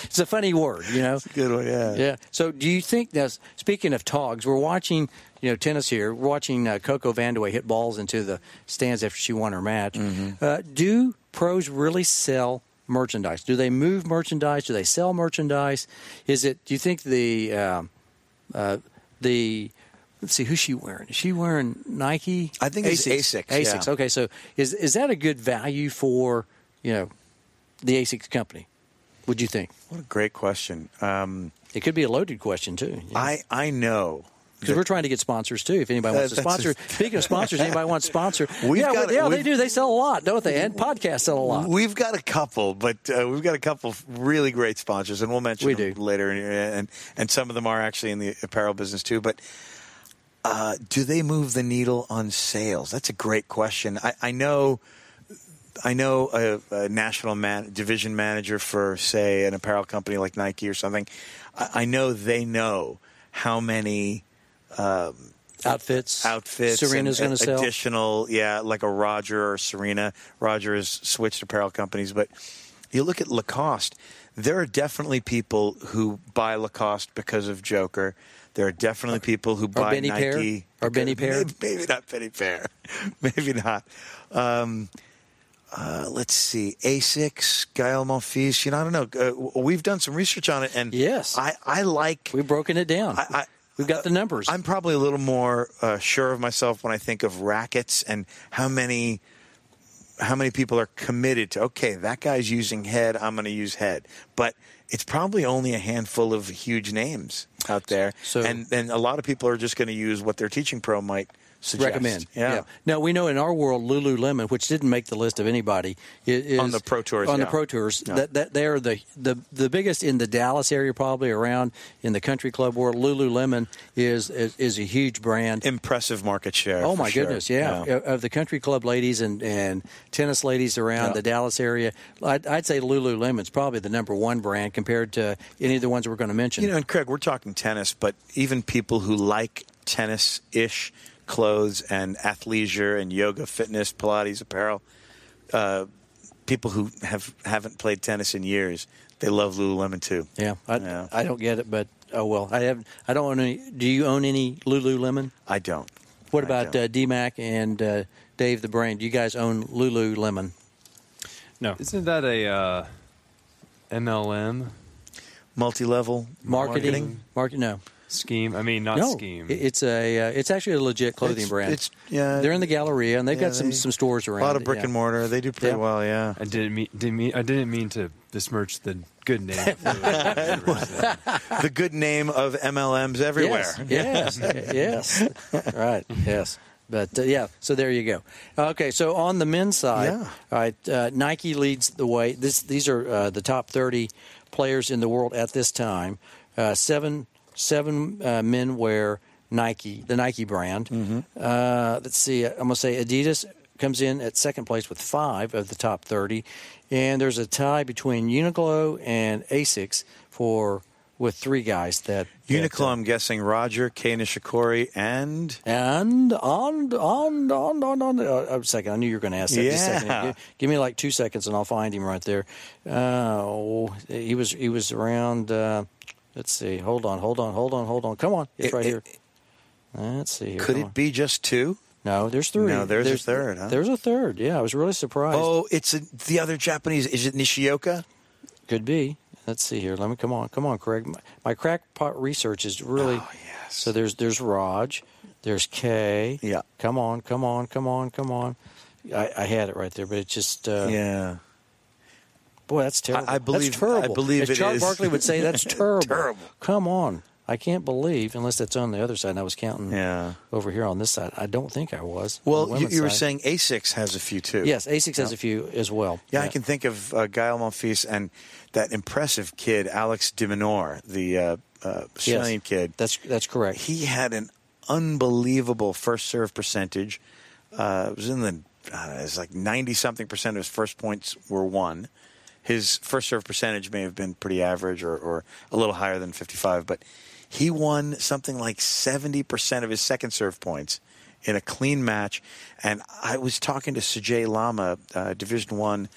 S2: it's a funny word, you know.
S3: Good one. Yeah.
S2: Yeah. So, do you think now? Speaking of togs, we're watching, you know, tennis here. We're watching uh, Coco Vandeweghe hit balls into the stands after she won her match.
S3: Mm-hmm.
S2: Uh, do pros really sell merchandise? Do they move merchandise? Do they sell merchandise? Is it? Do you think the um uh, the Let's see who's she wearing. Is she wearing Nike?
S3: I think it's ASICS,
S2: ASICS.
S3: yeah.
S2: Okay, so is is that a good value for you know the ASICS company? Would you think?
S3: What a great question. Um,
S2: It could be a loaded question too. you know?
S3: I I know
S2: Because we're trying to get sponsors too. If anybody wants to
S3: That- that's
S2: sponsor,
S3: just-
S2: speaking of sponsors, anybody wants to sponsor?
S3: We've
S2: yeah,
S3: got
S2: well,
S3: it.
S2: yeah, they
S3: We've-
S2: do. They sell a lot, don't they? And podcasts sell a lot.
S3: We've got a couple, but uh, we've got a couple of really great sponsors, and we'll mention
S2: We
S3: them
S2: do.
S3: later. And, and and some of them are actually in the apparel business too. But uh, do they move the needle on sales? That's a great question. I, I know. I know a, a national man, division manager for, say, an apparel company like Nike or something. I, I know they know how many
S2: Outfits.
S3: outfits.
S2: Serena's
S3: and
S2: going to sell.
S3: additional, yeah, like a Roger or Serena. Roger has switched apparel companies, but you look at Lacoste. There are definitely people who buy Lacoste because of Joker. There are definitely people who buy
S2: Benny
S3: Nike
S2: Pair? Or
S3: because-
S2: Benny Pair?
S3: Maybe, maybe not Benny Pair. maybe not. Um, uh, let's see, Asics, Gael Monfils. You know, I don't know. Uh, w- we've done some research on it, and
S2: Yes.
S3: I, I like
S2: We've broken it down.
S3: I- I-
S2: We've got the numbers.
S3: I'm probably a little more uh, sure of myself when I think of rackets and how many how many people are committed to. Okay, that guy's using head. I'm going to use head, but it's probably only a handful of huge names out there,
S2: So-
S3: and and a lot of people are just going to use what their teaching pro might suggest.
S2: recommend.
S3: yeah.
S2: Now we know in our world, Lululemon, which didn't make the list of anybody, i- is
S3: On the pro tours,
S2: On
S3: yeah.
S2: the pro tours,
S3: Yeah.
S2: that, that they are the, the the biggest in the Dallas area, probably around in the country club world. Lululemon is is, is a huge brand.
S3: Impressive market share.
S2: Oh
S3: for
S2: my
S3: sure.
S2: goodness, yeah. Of- Of the country club ladies and, and tennis ladies around
S3: Yeah.
S2: the Dallas area, I'd, I'd say Lululemon's probably the number one brand compared to any of the ones we're going to mention.
S3: You know, and Craig, we're talking tennis, but even people who like tennis ish clothes and athleisure and yoga, fitness, Pilates apparel, uh, people who have haven't played tennis in years, They love Lululemon too.
S2: Yeah, I,
S3: Yeah.
S2: I don't get it, but oh well. I have. I don't own any. Do you own any Lululemon?
S3: I don't.
S2: What
S3: I
S2: about
S3: don't.
S2: uh, DMAC and uh, Dave the Brain? Do you guys own Lululemon?
S5: No.
S4: Isn't that a uh, MLM
S3: multi-level
S2: Marketing? Market? No,
S4: scheme? I mean, not
S2: no.
S4: scheme.
S2: It- It's a. Uh, it's actually a legit clothing
S3: It's-
S2: brand.
S3: it's- yeah.
S2: They're in the Galleria, and they've
S3: Yeah,
S2: got some
S3: they-
S2: some stores
S3: A
S2: around.
S3: lot of
S2: it,
S3: brick
S2: yeah.
S3: and mortar. They do pretty
S2: Yeah.
S3: well. Yeah.
S4: I didn't mean, didn't mean. I didn't mean to besmirch the good name. of the-
S3: the good name of MLMs everywhere.
S2: Yes, yes, yes. right, yes. But uh, yeah, so there you go. Okay, so on the men's side,
S3: Yeah.
S2: all right, uh, Nike leads the way. This, these are uh, the top 30 players in the world at this time. Uh, seven seven uh, men wear Nike, the Nike brand.
S3: Mm-hmm.
S2: Uh, let's see, I'm going to say Adidas comes in at second place with five of the top 30. And there's a tie between Uniqlo and ASICS for with three guys that that,
S3: Uniqlo,
S2: uh,
S3: I'm guessing Roger, K. Nishikori, and
S2: and on, on, on, on, on. Uh, a second, I knew you were going to ask that. Just a second.
S3: Yeah.
S2: Gi- Give, me like two seconds, and I'll find him right there. Uh, oh, he was he was around. Uh, let's see. Hold on, hold on, hold on, hold on. Come on, it's
S3: It-
S2: right
S3: it-
S2: here. Let's see. Here.
S3: could
S2: Come
S3: it
S2: on.
S3: be just two?
S2: No, there's three.
S3: No, there's a third, huh?
S2: There's a third. Yeah, I was really surprised.
S3: Oh, it's a, the other Japanese. Is it Nishioka?
S2: Could be. Let's see here. Let me come on, come on, Craig. My, my crackpot research is really.
S3: Oh, yes.
S2: So there's there's Raj, there's Kay.
S3: Yeah.
S2: Come on, come on, come on, come on. I, I had it right there, but it just uh,
S3: Yeah.
S2: boy, that's terrible.
S3: I- I believe-
S2: that's terrible.
S3: I believe
S2: As
S3: it
S2: Charles
S3: is.
S2: Barkley would say, that's terrible.
S3: Terrible.
S2: Come on, I can't believe unless that's on the other side. And I was counting
S3: Yeah.
S2: over here on this side. I don't think I was. on the
S3: Well, you,
S2: women's
S3: you were
S2: side.
S3: saying Asics has a few too.
S2: yes. Asics has a few as well.
S3: Yeah, I can think of uh, Gael Monfils and that impressive kid, Alex Diminor, the uh, uh, Australian kid.
S2: That's that's correct.
S3: he had an unbelievable first serve percentage. Uh, it was in the I don't know, it was like ninety something percent of his first points were won. His first serve percentage may have been pretty average or, or a little higher than fifty five, but he won something like seventy percent of his second serve points in a clean match. And I was talking to Sajay Lama, uh, Division One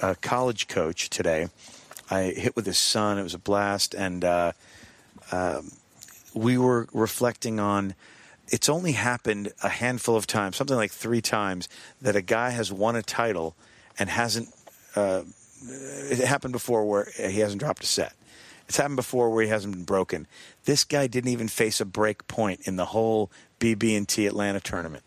S3: uh, college coach today. I hit with his son. It was a blast, and uh, we were reflecting on it's only happened a handful of times, something like three times, that a guy has won a title and hasn't. Uh, it happened before where he hasn't dropped a set. It's happened before where he hasn't been broken. This guy didn't even face a break point in the whole BB and T Atlanta tournament.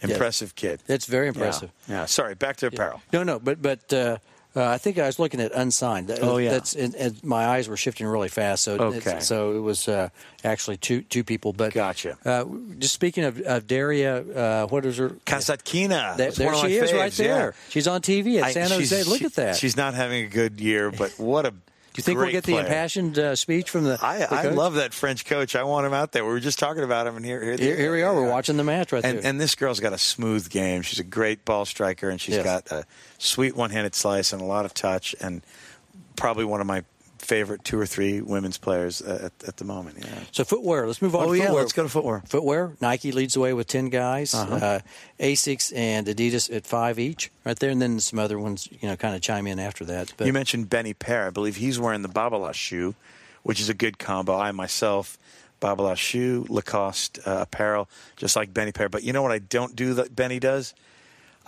S3: Impressive kid.
S2: That's very
S3: Yeah.
S2: impressive.
S3: Yeah. Sorry. Back to apparel.
S2: No, no, but but uh, uh, I think I was looking at unsigned. That-
S3: Oh, yeah.
S2: that's and, and my eyes were shifting really fast. So it's-
S3: Okay.
S2: so it was uh, actually two two people. But
S3: Gotcha.
S2: Uh, just speaking of, of Daria, uh, what is her?
S3: Kasatkina.
S2: There,
S3: It's
S2: there
S3: one of
S2: she
S3: my
S2: is, right
S3: faves, yeah.
S2: there. She's on TV at
S3: I-
S2: San
S3: she's-
S2: Jose. Look
S3: she-
S2: at that.
S3: She's not having a good year, but what a.
S2: Do you think we'll
S3: great
S2: get the
S3: player.
S2: impassioned uh, speech from the?
S3: I,
S2: the
S3: I
S2: coach?
S3: love that French coach. I want him out there. We were just talking about him, and here, here,
S2: Here, here we are. We're watching the match right
S3: And,
S2: there.
S3: and this girl's got a smooth game. She's a great ball striker, and she's
S2: Yes.
S3: got a sweet one-handed slice and a lot of touch, and probably one of my favorite two or three women's players uh, at, at the moment. Yeah.
S2: so footwear. Let's move on.
S3: Oh,
S2: to
S3: yeah,
S2: footwear.
S3: let's go to footwear. Uh-huh.
S2: Footwear. Nike leads the way with ten guys. uh Asics and Adidas at five each, right there, and then some other ones. You know, kind of chime in after that. But
S3: you mentioned Benny Pear. I believe he's wearing the Babala shoe, which is a good combo. I myself, Babala shoe, Lacoste uh, apparel, just like Benny Pear. But you know what I don't do that Benny does?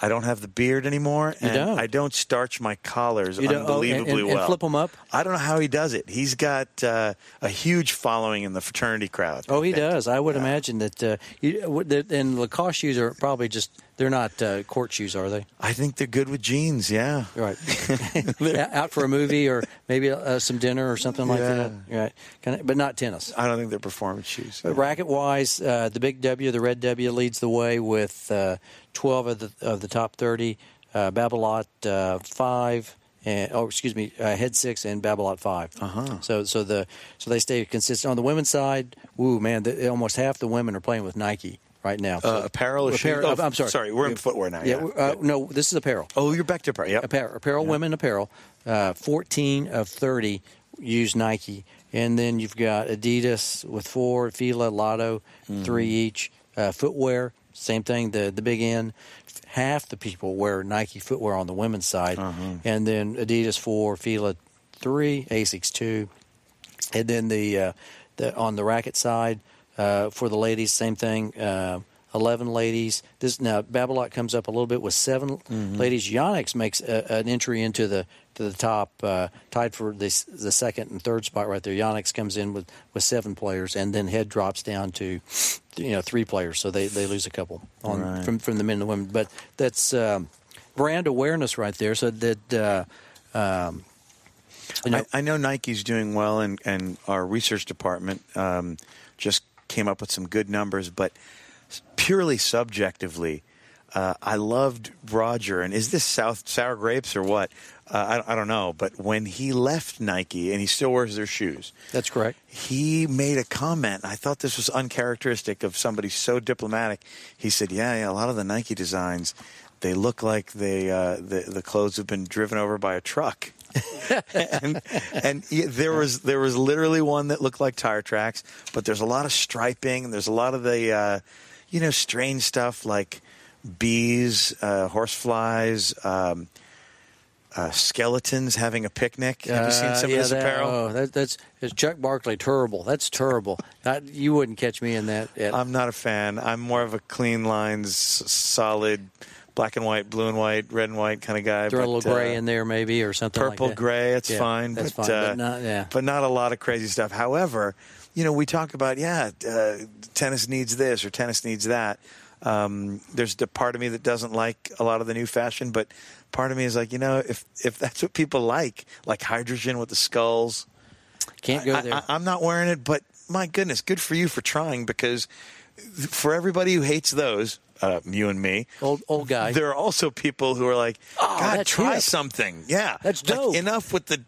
S3: I don't have the beard anymore, and
S2: don't.
S3: I don't starch my collars
S2: You don't- oh, and-
S3: unbelievably
S2: and- and
S3: well.
S2: flip 'em up?
S3: I don't know how he does it. He's got uh, a huge following in the fraternity crowd.
S2: Oh, he does. I would imagine that. Uh, you, w- that- and Lacoste shoes are probably just. They're not uh, court shoes, are they?
S3: I think they're good with jeans. Yeah.
S2: Right. Out for a movie or maybe uh, some dinner or something like
S3: Yeah.
S2: that. Right. Kind of, but not tennis.
S3: I don't think they're performance shoes.
S2: But racket wise, uh, the big W, the red W, leads the way with uh, 12 of the of the top 30. Uh, Babolat uh, five, and, oh excuse me, uh, head six and Babolat five. Uh-huh. So so the so they stay consistent on the women's side. Woo man, the, almost half the women are playing with Nike right now.
S3: Uh, apparel or shoes?
S2: apparel-
S3: Oh,
S2: I'm sorry.
S3: sorry, we're in footwear now, yeah.
S2: we're- uh,
S3: Good.
S2: no, this is apparel.
S3: Oh, you're back to apparel. Yep.
S2: Apparel, apparel women apparel. Uh, 14 of 30 use Nike. And then you've got Adidas with four, Fila, Lotto,
S3: Mm-hmm.
S2: three each. Uh, footwear, same thing, the, the big end.
S3: Uh-huh.
S2: Half the people wear Nike footwear on the women's side. And then Adidas, four, Fila, three, Asics two, and then the uh, the on the racket side uh, for the ladies, same thing. Uh, Eleven ladies. This now Babolat comes up a little bit with 7 ladies. Yonex makes a, an entry into the to the top, uh, tied for the s- the second and third spot right there. Yonex comes in with, with seven players, and then Head drops down to you know three players, so they, they lose a couple on
S3: Right.
S2: from from the men and the women. But that's um, brand awareness right there. So that. Uh, um, you know,
S3: I, I know Nike's doing well, and, and our research department um, just came up with some good numbers, but purely subjectively, uh, I loved Roger. And is this South sour grapes or what? Uh, I, I don't know. But when he left Nike, and he still wears their shoes,
S2: that's correct.
S3: he made a comment. I thought this was uncharacteristic of somebody so diplomatic. He said, "Yeah, yeah, a lot of the Nike designs, they look like they uh, the the clothes have been driven over by a truck." and and yeah, there was there was literally one that looked like tire tracks, but there's a lot of striping and there's a lot of the uh, you know strange stuff like bees, uh, horseflies, um, uh, skeletons having a picnic. Have you seen
S2: Uh,
S3: some
S2: yeah,
S3: of this
S2: that-
S3: apparel?
S2: Oh, that, that's it's Chuck Barkley. Terrible. That's terrible. Not, you wouldn't catch me in that. At,
S3: I'm not a fan. I'm more of a clean lines, s- solid, black and white, blue and white, red and white kind of guy.
S2: throw a
S3: but,
S2: little gray
S3: uh,
S2: in there, maybe, or something. like
S3: purple,
S2: that.
S3: gray. It's
S2: Yeah,
S3: fine.
S2: That's
S3: but,
S2: fine.
S3: uh,
S2: but not, yeah.
S3: but not a lot of crazy stuff. However, you know, we talk about yeah, uh, tennis needs this or tennis needs that. Um, there's the part of me that doesn't like a lot of the new fashion, but part of me is like, you know, if if that's what people like, like hydrogen with the skulls,
S2: Can't go there.
S3: I, I, I'm not wearing it, but my goodness, good for you for trying because for everybody who hates those, uh, you and me,
S2: old old guy.
S3: there are also people who are like, God,
S2: Oh, that's
S3: try
S2: hip.
S3: something. Yeah.
S2: That's
S3: Like,
S2: dope.
S3: enough with the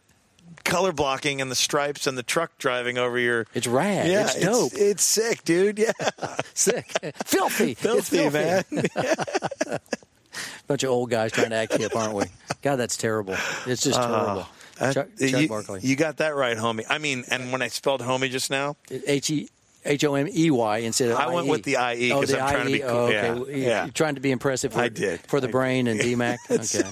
S3: color blocking and the stripes and the truck driving over your.
S2: It's rad.
S3: yeah,
S2: it's dope.
S3: It's, sick, dude. Yeah.
S2: Sick. filthy. It's
S3: Filthy, man.
S2: Bunch of old guys trying to act hip, aren't we? God, that's terrible. It's just terrible.
S3: Uh,
S2: Chuck, Chuck
S3: you,
S2: Barkley.
S3: you got that right, homie. I mean, and when I spelled homie just now,
S2: H E H O M E Y instead of
S3: I went
S2: IE.
S3: with the IE
S2: Oh,
S3: 'cause
S2: the
S3: I'm trying to
S2: IE.
S3: be
S2: Oh,
S3: cool.
S2: okay.
S3: Yeah,
S2: Well, you-
S3: yeah.
S2: You're trying to be impressive. For,
S3: I did.
S2: for the
S3: I-
S2: brain and DMAC. Okay.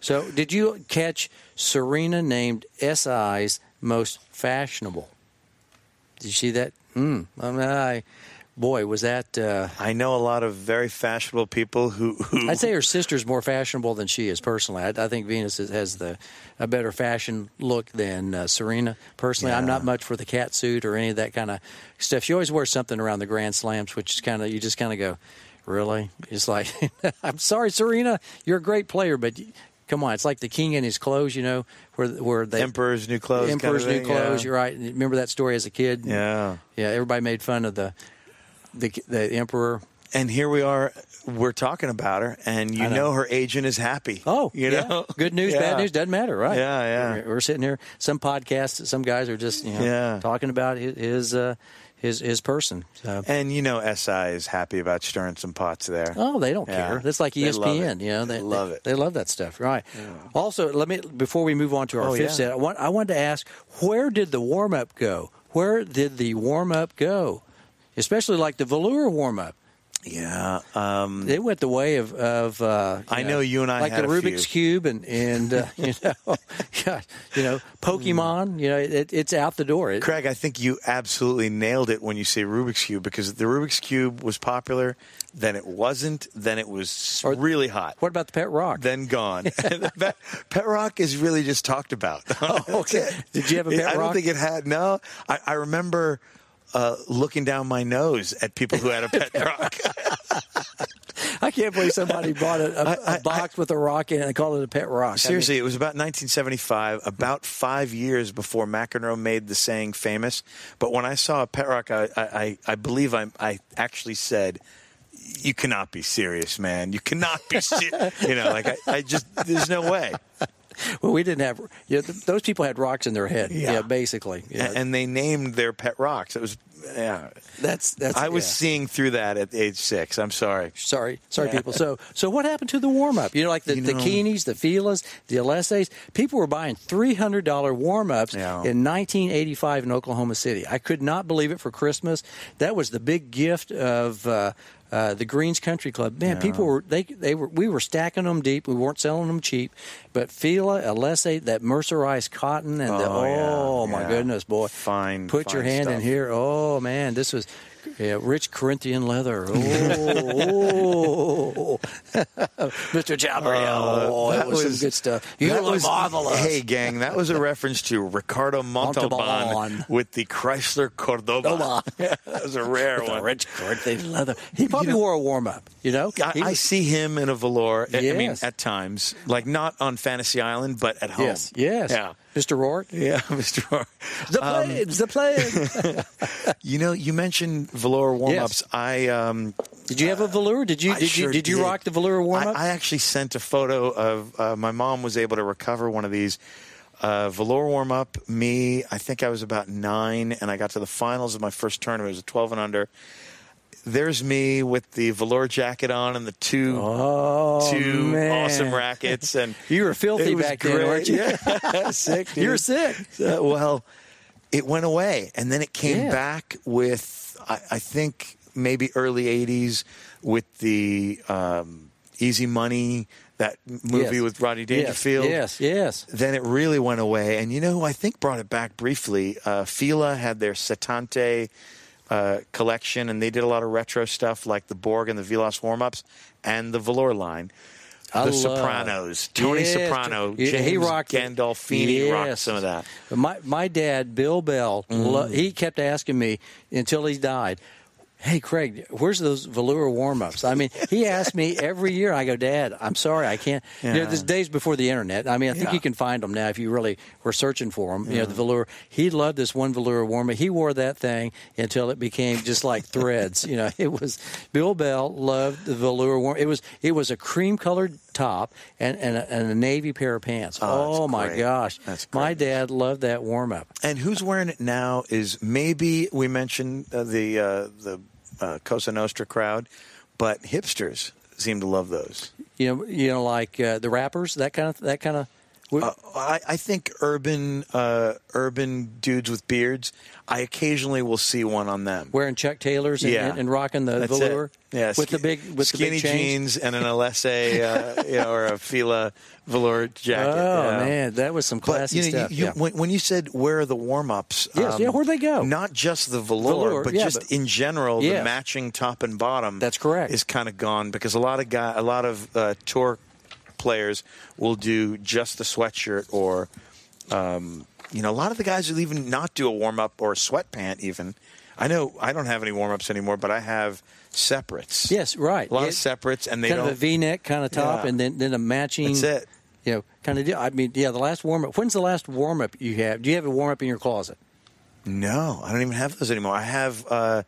S2: So, did you catch Serena named SI's most fashionable? Did you see that? Mm. I mean, I, boy, was that. Uh,
S3: I know a lot of very fashionable people who. who
S2: I'd say her sister's more fashionable than she is personally. I, I think Venus is, has the a better fashion look than uh, Serena. Personally, I'm not much for the cat suit or any of that kind of stuff. She always wears something around the Grand Slams, which is kind of you just kind of go, really? It's like, I'm sorry, Serena, you're a great player, but. y- Come on, it's like the king in his clothes, you know, where where they
S3: Emperor's New Clothes kind of
S2: Emperor's
S3: thing,
S2: New Clothes.
S3: yeah.
S2: You're right. Remember that story as a kid?
S3: Yeah.
S2: yeah. Everybody made fun of the the the emperor.
S3: and here we are we're talking about her and you
S2: I
S3: know.
S2: know.
S3: her agent is happy
S2: Oh,
S3: you
S2: yeah.
S3: know
S2: good news,
S3: Yeah.
S2: bad news doesn't matter, right?
S3: Yeah, yeah.
S2: We're, we're sitting here. Some podcasts, some guys are just you know
S3: Yeah.
S2: talking about his his uh, his, his person. So,
S3: and you know si is happy about stirring some pots there
S2: oh, they don't
S3: Yeah.
S2: care. That's like E
S3: They
S2: ESPN.
S3: love it.
S2: You know,
S3: They love it.
S2: They love that stuff, right? Also, let me before we move on to our
S3: Oh,
S2: fifth
S3: yeah.
S2: set, I want I wanted to ask where did the warm up go? Where did the warm up go? Especially like the velour warm up.
S3: yeah um
S2: They went the way of of uh,
S3: I know you and I
S2: like
S3: had
S2: the
S3: a
S2: Rubik's
S3: few.
S2: cube and and uh, you know God, you know Pokemon you know it, it's out the door. It,
S3: Craig, I think you absolutely nailed it when you say Rubik's Cube because the Rubik's Cube was popular, then it wasn't, then it was
S2: Or-
S3: really hot,
S2: what about the pet rock?
S3: then gone. Pet, Pet Rock is really just talked about.
S2: okay. Oh, Did you have a
S3: Yeah,
S2: Pet
S3: I don't
S2: Rock?
S3: think it had. No, I, I remember uh, looking down my nose at people who had a Pet Rock.
S2: I can't believe somebody bought a, a,
S3: I- I-
S2: a box with a rock in it and called it a pet rock. I mean,
S3: Seriously, it was about 1975, about five years before McEnroe made the saying famous. But when I saw a pet rock, I, I, I- I believe I, I actually said, "You cannot be serious, man. You cannot be serious." you know, like I, I just there's no way.
S2: well, we didn't have you know, th- those people had rocks in their head.
S3: Yeah.
S2: Yeah, basically. Yeah.
S3: And, and they named their pet rocks. It was yeah.
S2: that's that's
S3: I was
S2: yeah.
S3: seeing through that at age six. I'm sorry.
S2: Sorry, sorry, people. So, so what happened to the warm up? You know, like the,
S3: You
S2: the
S3: know-
S2: Keeneys, the Filas, the Alesses. People were buying three hundred dollar warm ups
S3: Yeah.
S2: in nineteen eighty five in Oklahoma City. I could not believe it for Christmas. That was the big gift of uh, uh, the Greens Country Club. Man, people were they they were we were stacking them deep. We weren't selling them cheap, but Fila, Alessi, that mercerized cotton, and the
S3: Oh, yeah,
S2: oh my
S3: yeah.
S2: goodness, boy,
S3: Fine,
S2: Put your
S3: fine
S2: hand in
S3: stuff.
S2: here. Oh man, this was. Yeah, rich Corinthian leather. Oh, oh. Mr. Jabria. Oh, it
S3: Uh, that
S2: was, some good stuff. You
S3: that
S2: look
S3: was-
S2: marvelous.
S3: Hey, gang, that was a reference to Ricardo Montalban,
S2: Montalban.
S3: with the Chrysler Cordoba. that was a rare
S2: the
S3: one.
S2: rich Corinthian leather. He probably wore a warm up. You know,
S3: I,
S2: He
S3: I
S2: was-
S3: see him in a velour. I- I mean,
S2: Yes.
S3: at times, like not on Fantasy Island, but at home.
S2: Yes, yes,
S3: yeah,
S2: Mr. Rourke. Um,
S3: yeah, Mr. Roar.
S2: The plane, the plane.
S3: You know, you mentioned velour warm ups. I um,
S2: did you have a velour? Did you
S3: I
S2: did
S3: sure
S2: you did you rock the velour warm up?
S3: I, I actually sent a photo of uh, my mom was able to recover one of these uh, velour warm up. Me, I think I was about nine, and I got to the finals of my first tournament. It was a twelve and under. There's me with the velour jacket on and the two
S2: Oh,
S3: two
S2: man.
S3: awesome rackets, and
S2: You were filthy
S3: it was
S2: back
S3: great.
S2: then, weren't you?
S3: Yeah, sick.
S2: You were
S3: dude.
S2: sick.
S3: Uh, well, it went away, and then it came
S2: Yeah.
S3: back with I, I think maybe early '80s with the um, Easy Money that movie
S2: Yes.
S3: with Rodney
S2: Yes,
S3: Dangerfield.
S2: Yes, yes.
S3: Then it really went away, and you know who I think brought it back briefly. Uh, Fila had their Setante uh, collection, and they did a lot of retro stuff like the Borg and the Velos warm ups and the Velour line.
S2: I
S3: the
S2: love-
S3: Sopranos, Tony
S2: Yes,
S3: Soprano,
S2: yeah,
S3: James
S2: he rocked it.
S3: Gandolfini rocked
S2: Yes.
S3: some of that.
S2: My my dad, Bill Bell,
S3: Mm.
S2: lo- he kept asking me until he died. Hey Craig, where's those velour warm-ups? I mean, he asked me every year. I go, Dad, I'm sorry, I can't. You know,
S3: Yeah.
S2: this days before the internet. I mean, I think
S3: Yeah.
S2: you can find them now if you really were searching for them. You know, the velour. He loved this one velour warm-up. He wore that thing until it became just like threads. You know, it was Bill Bell loved the velour warm. It was it was a cream-colored top and and a, and a navy pair of pants.
S3: Oh, that's
S2: Oh, my
S3: great.
S2: gosh.
S3: That's
S2: My
S3: great.
S2: dad loved that warm up.
S3: And who's wearing it now is maybe we mentioned uh, the uh, the uh, Cosa Nostra crowd, but hipsters seem to love those.
S2: You know, you know, like uh, the rappers, that kind of that kind of.
S3: Uh, I, I think urban uh, urban dudes with beards. I occasionally will see one on them.
S2: Wearing Chuck Taylors and,
S3: yeah,
S2: and, rocking the
S3: That's it.
S2: velour,
S3: yeah,
S2: with the
S3: ski-
S2: big with the
S3: skinny
S2: big chains.
S3: jeans and an LSA uh, you know, or a Fila velour jacket.
S2: Oh
S3: you know.
S2: man, that was some
S3: But
S2: classy
S3: you know,
S2: stuff.
S3: you, you,
S2: yeah.
S3: when, when you said where are the warm ups?
S2: Yes, yeah, where'd they go?
S3: Not just the velour,
S2: Velour,
S3: but
S2: yeah,
S3: just
S2: but-
S3: in general, the
S2: Yes.
S3: matching top and bottom.
S2: That's correct.
S3: Is kind of gone because a lot of guy, a lot of uh, tour players will do just the sweatshirt, or um, you know, a lot of the guys will even not do a warm up or a sweatpant. Even I know I don't have any warm ups anymore, but I have separates.
S2: yes, right.
S3: a lot
S2: It-
S3: of separates, and they
S2: kind
S3: don't.
S2: of a V-neck kind of top,
S3: Yeah.
S2: and then then a matching.
S3: that's it.
S2: You know, kind of deal. I mean, yeah, the last warm up. When's the last warm up you have? Do you have a warm up in your closet?
S3: No, I don't even have those anymore. I have uh,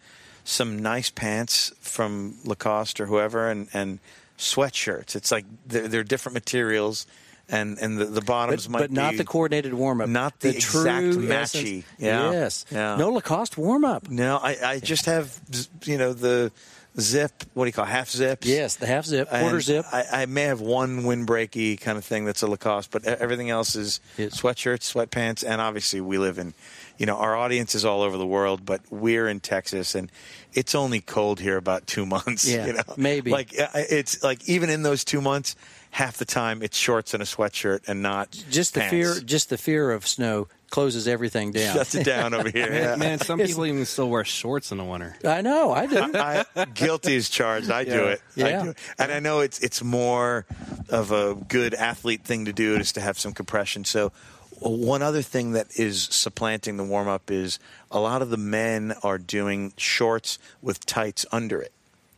S3: some nice pants from Lacoste or whoever, and, and sweatshirts. It's like they're, they're different materials, and and the, the bottoms
S2: but,
S3: might
S2: but not
S3: be-
S2: the coordinated warm up,
S3: not the
S2: true
S3: exact
S2: essence-
S3: matchy. Yeah.
S2: Yes,
S3: Yeah.
S2: no Lacoste warm up.
S3: No, I, I just have you know the zip. What do you call it, half zips?
S2: Yes, the half zip, quarter
S3: And
S2: zip.
S3: I, I may have one windbreaky kind of thing that's a Lacoste, but e- everything else is
S2: It's-
S3: sweatshirts, sweatpants, and obviously we live in, you know, our audience is all over the world, but we're in Texas and it's only cold here about two months.
S2: Yeah,
S3: you know?
S2: maybe.
S3: like I- I- it's like even in those two months, half the time it's shorts and a sweatshirt and not
S2: just the
S3: pants.
S2: fear, just the fear of snow closes everything down.
S3: shuts it down over here.
S5: Man,
S3: Yeah.
S5: man, some people even still wear shorts in the winter.
S2: I know, I do.
S3: I, guilty is charged. I do
S5: Yeah.
S3: it. I
S2: Yeah.
S3: do it. And I know it's it's more of a good athlete thing to do is to have some compression. So one other thing that is supplanting the warm up is a lot of the men are doing shorts with tights under it.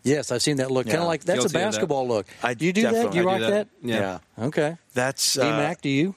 S2: yes, I've seen that look. Kind
S3: Yeah.
S2: of like that's
S5: Guilty
S2: a
S5: of that.
S2: basketball look.
S3: I
S2: do you do that?
S3: definitely-
S2: You
S3: I
S2: rock
S5: do
S2: that?
S5: that. Yeah.
S2: Okay.
S3: That's uh,
S2: D Mac, do you?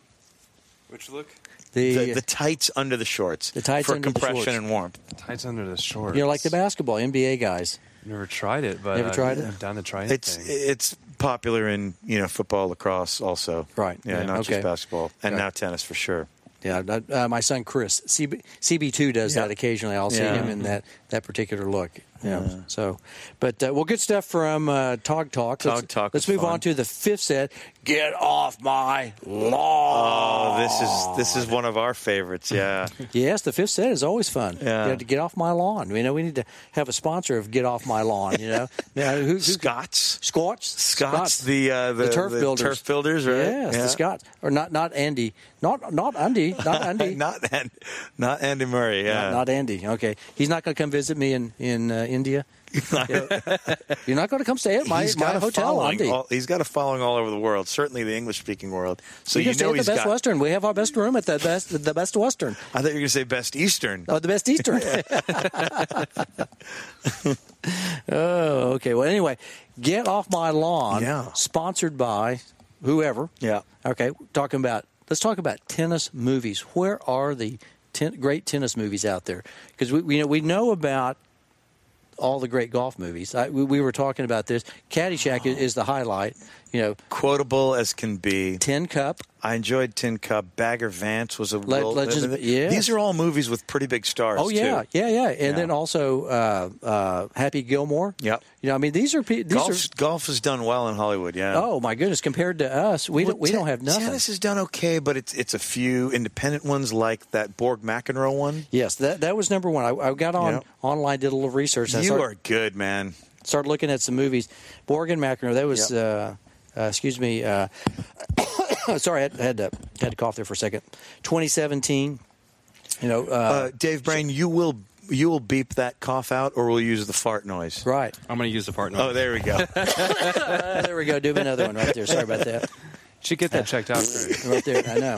S4: Which look?
S2: The,
S3: the, the tights under the shorts.
S2: The tights
S3: for
S2: under the
S3: compression
S2: shorts.
S3: and warmth.
S4: Tights under the shorts.
S2: you know, like the basketball NBA guys.
S4: Never tried it, but
S2: Never
S4: uh,
S2: tried it?
S4: I'm down to try
S3: It's
S4: anything.
S3: it's popular in you know football, lacrosse, also.
S2: Right.
S3: Yeah,
S2: Yeah.
S3: not
S2: Okay.
S3: just basketball, and
S2: Right.
S3: now tennis for sure.
S2: Yeah, I- uh, my uh, son Chris CB, CB2 does
S3: Yeah.
S2: that occasionally. I'll see
S3: Yeah. Mm-hmm.
S2: him in that that particular look. Yeah. So, but uh, well, good stuff from uh, Tog Talk.
S3: Tog
S2: let's,
S3: Talk
S2: Let's
S3: was
S2: move
S3: fun.
S2: on to the fifth set. Get off my lawn.
S3: Oh, this is this is one of our favorites. Yeah,
S2: Yes, the fifth set is always fun.
S3: Yeah.
S2: You have to get off my lawn. You know, we need to have a sponsor of Get Off My Lawn. You know, now, who, who,
S3: Scots.
S2: Scots,
S3: Scots, the, uh, the-
S2: turf
S3: the
S2: builders,
S3: turf builders, right?
S2: Yes,
S3: Yeah.
S2: the Scots, or not not Andy, not not Andy, not Andy,
S3: not and, not Andy Murray. Yeah,
S2: Not- not Andy. Okay, he's not going to come visit me in in uh, India. You're not going to come stay at my,
S3: He's
S2: my
S3: got a
S2: hotel,
S3: following
S2: Andy.
S3: all- he's got a following all over the world, certainly the English speaking world. So
S2: we
S3: you
S2: can stay
S3: know
S2: at the
S3: he's
S2: Best
S3: got.
S2: Western. We have our best room at the best the Best Western.
S3: I thought you were going to say Best Eastern.
S2: Oh, the best Easter. oh, okay. Well, anyway, get off my lawn.
S3: Yeah.
S2: Sponsored by whoever.
S3: Yeah.
S2: Okay. Talking about let's talk about tennis movies. Where are the ten, great tennis movies out there? Because we, we know we know about all the great golf movies. I, we, we were talking about this. Caddyshack is, is the highlight. You know,
S3: Quotable as can be.
S2: Tin Cup.
S3: I enjoyed Tin Cup. Bagger Vance was a
S2: Le-
S3: real.
S2: Legends- yes.
S3: These are all movies with pretty big stars.
S2: Oh yeah,
S3: too.
S2: yeah, yeah, and
S3: Yeah.
S2: then also uh, uh, Happy Gilmore.
S3: Yep.
S2: You know, I mean, these are pe- these are
S3: Golf's, golf has done well in Hollywood. Yeah.
S2: Oh my goodness! Compared to us, we
S3: Well,
S2: don't we
S3: te-
S2: don't have nothing.
S3: Tennis has done okay, but it's it's a few independent ones like that Borg McEnroe one.
S2: yes, that that was number one. I, I got on
S3: Yeah.
S2: online, did a little research, and I
S3: you
S2: started,
S3: are good, man.
S2: started looking at some movies. Morgan McEnroe. That was uh, uh, excuse me. Uh, sorry, I had, had to had to cough there for a second. 2017. You know, uh,
S3: Uh, Dave Brain, you will you will beep that cough out, or we'll use the fart noise.
S2: right.
S5: I'm going to use the partner.
S3: Oh, there we go.
S2: Uh, there we go. Do another one right there. Sorry about that.
S4: Should get that checked out. Craig.
S2: Right there. I know.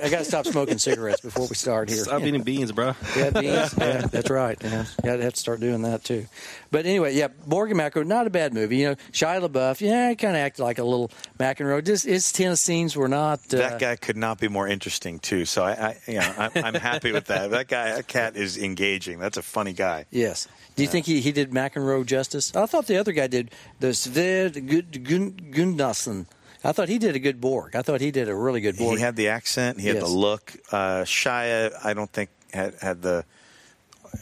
S2: I got to stop smoking cigarettes before we start here.
S5: Stop eating beans, bro.
S2: Yeah, beans. yeah, that's right. Yeah, yeah, I'd have to start doing that too. But anyway, yeah, Morgan McEnroe, not a bad movie. You know, Shia LaBeouf, yeah, he kind of acted like a little McEnroe. Just his tennis scenes were not. Uh,
S3: that guy could not be more interesting too. So I, I you know, I, I'm happy with that. That guy, that cat is engaging. That's a funny guy.
S2: Yes. Do you think he, he did McEnroe justice? I thought the other guy did the Sver Gundason. I thought he did a good Borg. I thought he did a really good Borg.
S3: He had the accent. He had
S2: Yes.
S3: the look. Uh, Shia, I don't think had had the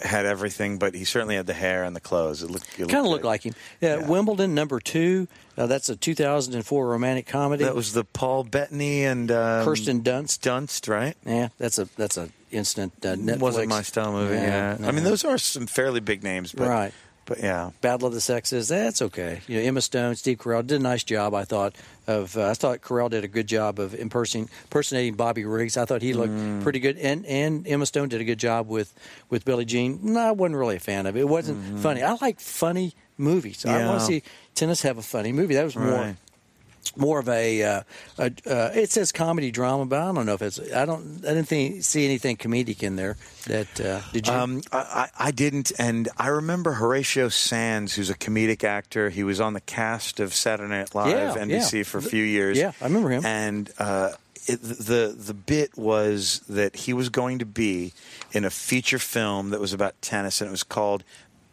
S3: had everything, but he certainly had the hair and the clothes. It looked it
S2: kind of looked
S3: good.
S2: like him. Yeah,
S3: Yeah.
S2: Wimbledon number two. Uh, that's a 2004 romantic comedy.
S3: That was the Paul Bettany and um,
S2: Kirsten Dunst.
S3: Dunst, right?
S2: Yeah, that's a that's a instant uh, Netflix.
S3: Wasn't my style movie. Yeah, I mean
S2: no.
S3: those are some fairly big names, but
S2: Right.
S3: But yeah,
S2: Battle of the Sexes. That's okay. You know, Emma Stone, Steve Carell did a nice job. I thought of. Uh, I thought Carell did a good job of imperson- impersonating Bobby Riggs. I thought he looked
S3: Mm.
S2: pretty good, and and Emma Stone did a good job with with Billie Jean. No, I wasn't really a fan of it. It wasn't funny. I like funny movies. I want
S3: Mm-hmm. Yeah.
S2: to see tennis have a funny movie. That was more.
S3: Right.
S2: More of a, uh, a uh, it says comedy drama, but I don't know if it's. I don't. I didn't think, see anything comedic in there. That uh, did you?
S3: Um, I, I I didn't, and I remember Horatio Sands, who's a comedic actor. He was on the cast of Saturday Night Live,
S2: Yeah,
S3: NBC,
S2: yeah.
S3: for a few years.
S2: Yeah, I remember him.
S3: And uh, it, the the bit was that he was going to be in a feature film that was about tennis, and it was called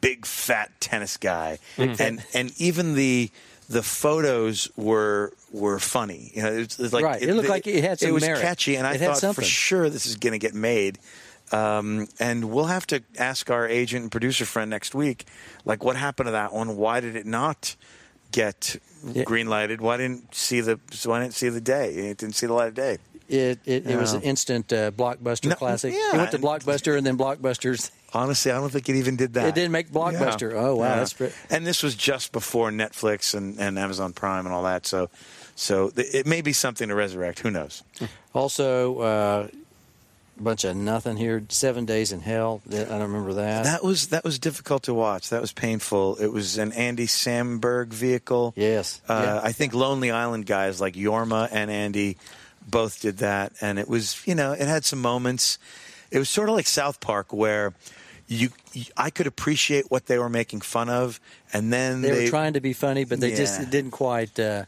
S3: Big Fat Tennis Guy,
S2: Mm-hmm.
S3: and and even the the photos were were funny. You know, it's, it's like
S2: Right. It looked like it had some
S3: It was
S2: merit.
S3: catchy, and I
S2: It had
S3: thought for
S2: something.
S3: sure this is going to get made Um, and we'll have to ask our agent and producer friend next week, like what happened to that one? Why did it not get
S2: Yeah.
S3: green lighted? Why didn't see the why didn't see the day? It didn't see the light of day.
S2: It it, it was an
S3: Yeah.
S2: instant uh, blockbuster
S3: Oh. No,
S2: classic.
S3: yeah,
S2: it went to
S3: and-
S2: blockbuster and then blockbusters.
S3: Honestly, I don't think it even did that.
S2: It didn't make Blockbuster. Oh, wow, that's pre-
S3: and this was just before Netflix and, and Amazon Prime and all that. So, so th- it may be something to resurrect. Who knows?
S2: Also, uh, a bunch of nothing here. Seven Days in Hell. Th- I don't remember that.
S3: That was that was difficult to watch. That was painful. It was an Andy Samberg vehicle.
S2: Yes.
S3: Uh,
S2: Yeah.
S3: I think Lonely Island guys like Yorma and Andy both did that, and it was you know it had some moments. It was sort of like South Park where you, you I could appreciate what they were making fun of, and then
S2: they, were trying to be funny, but they just
S3: Yeah.
S2: it didn't quite. Uh,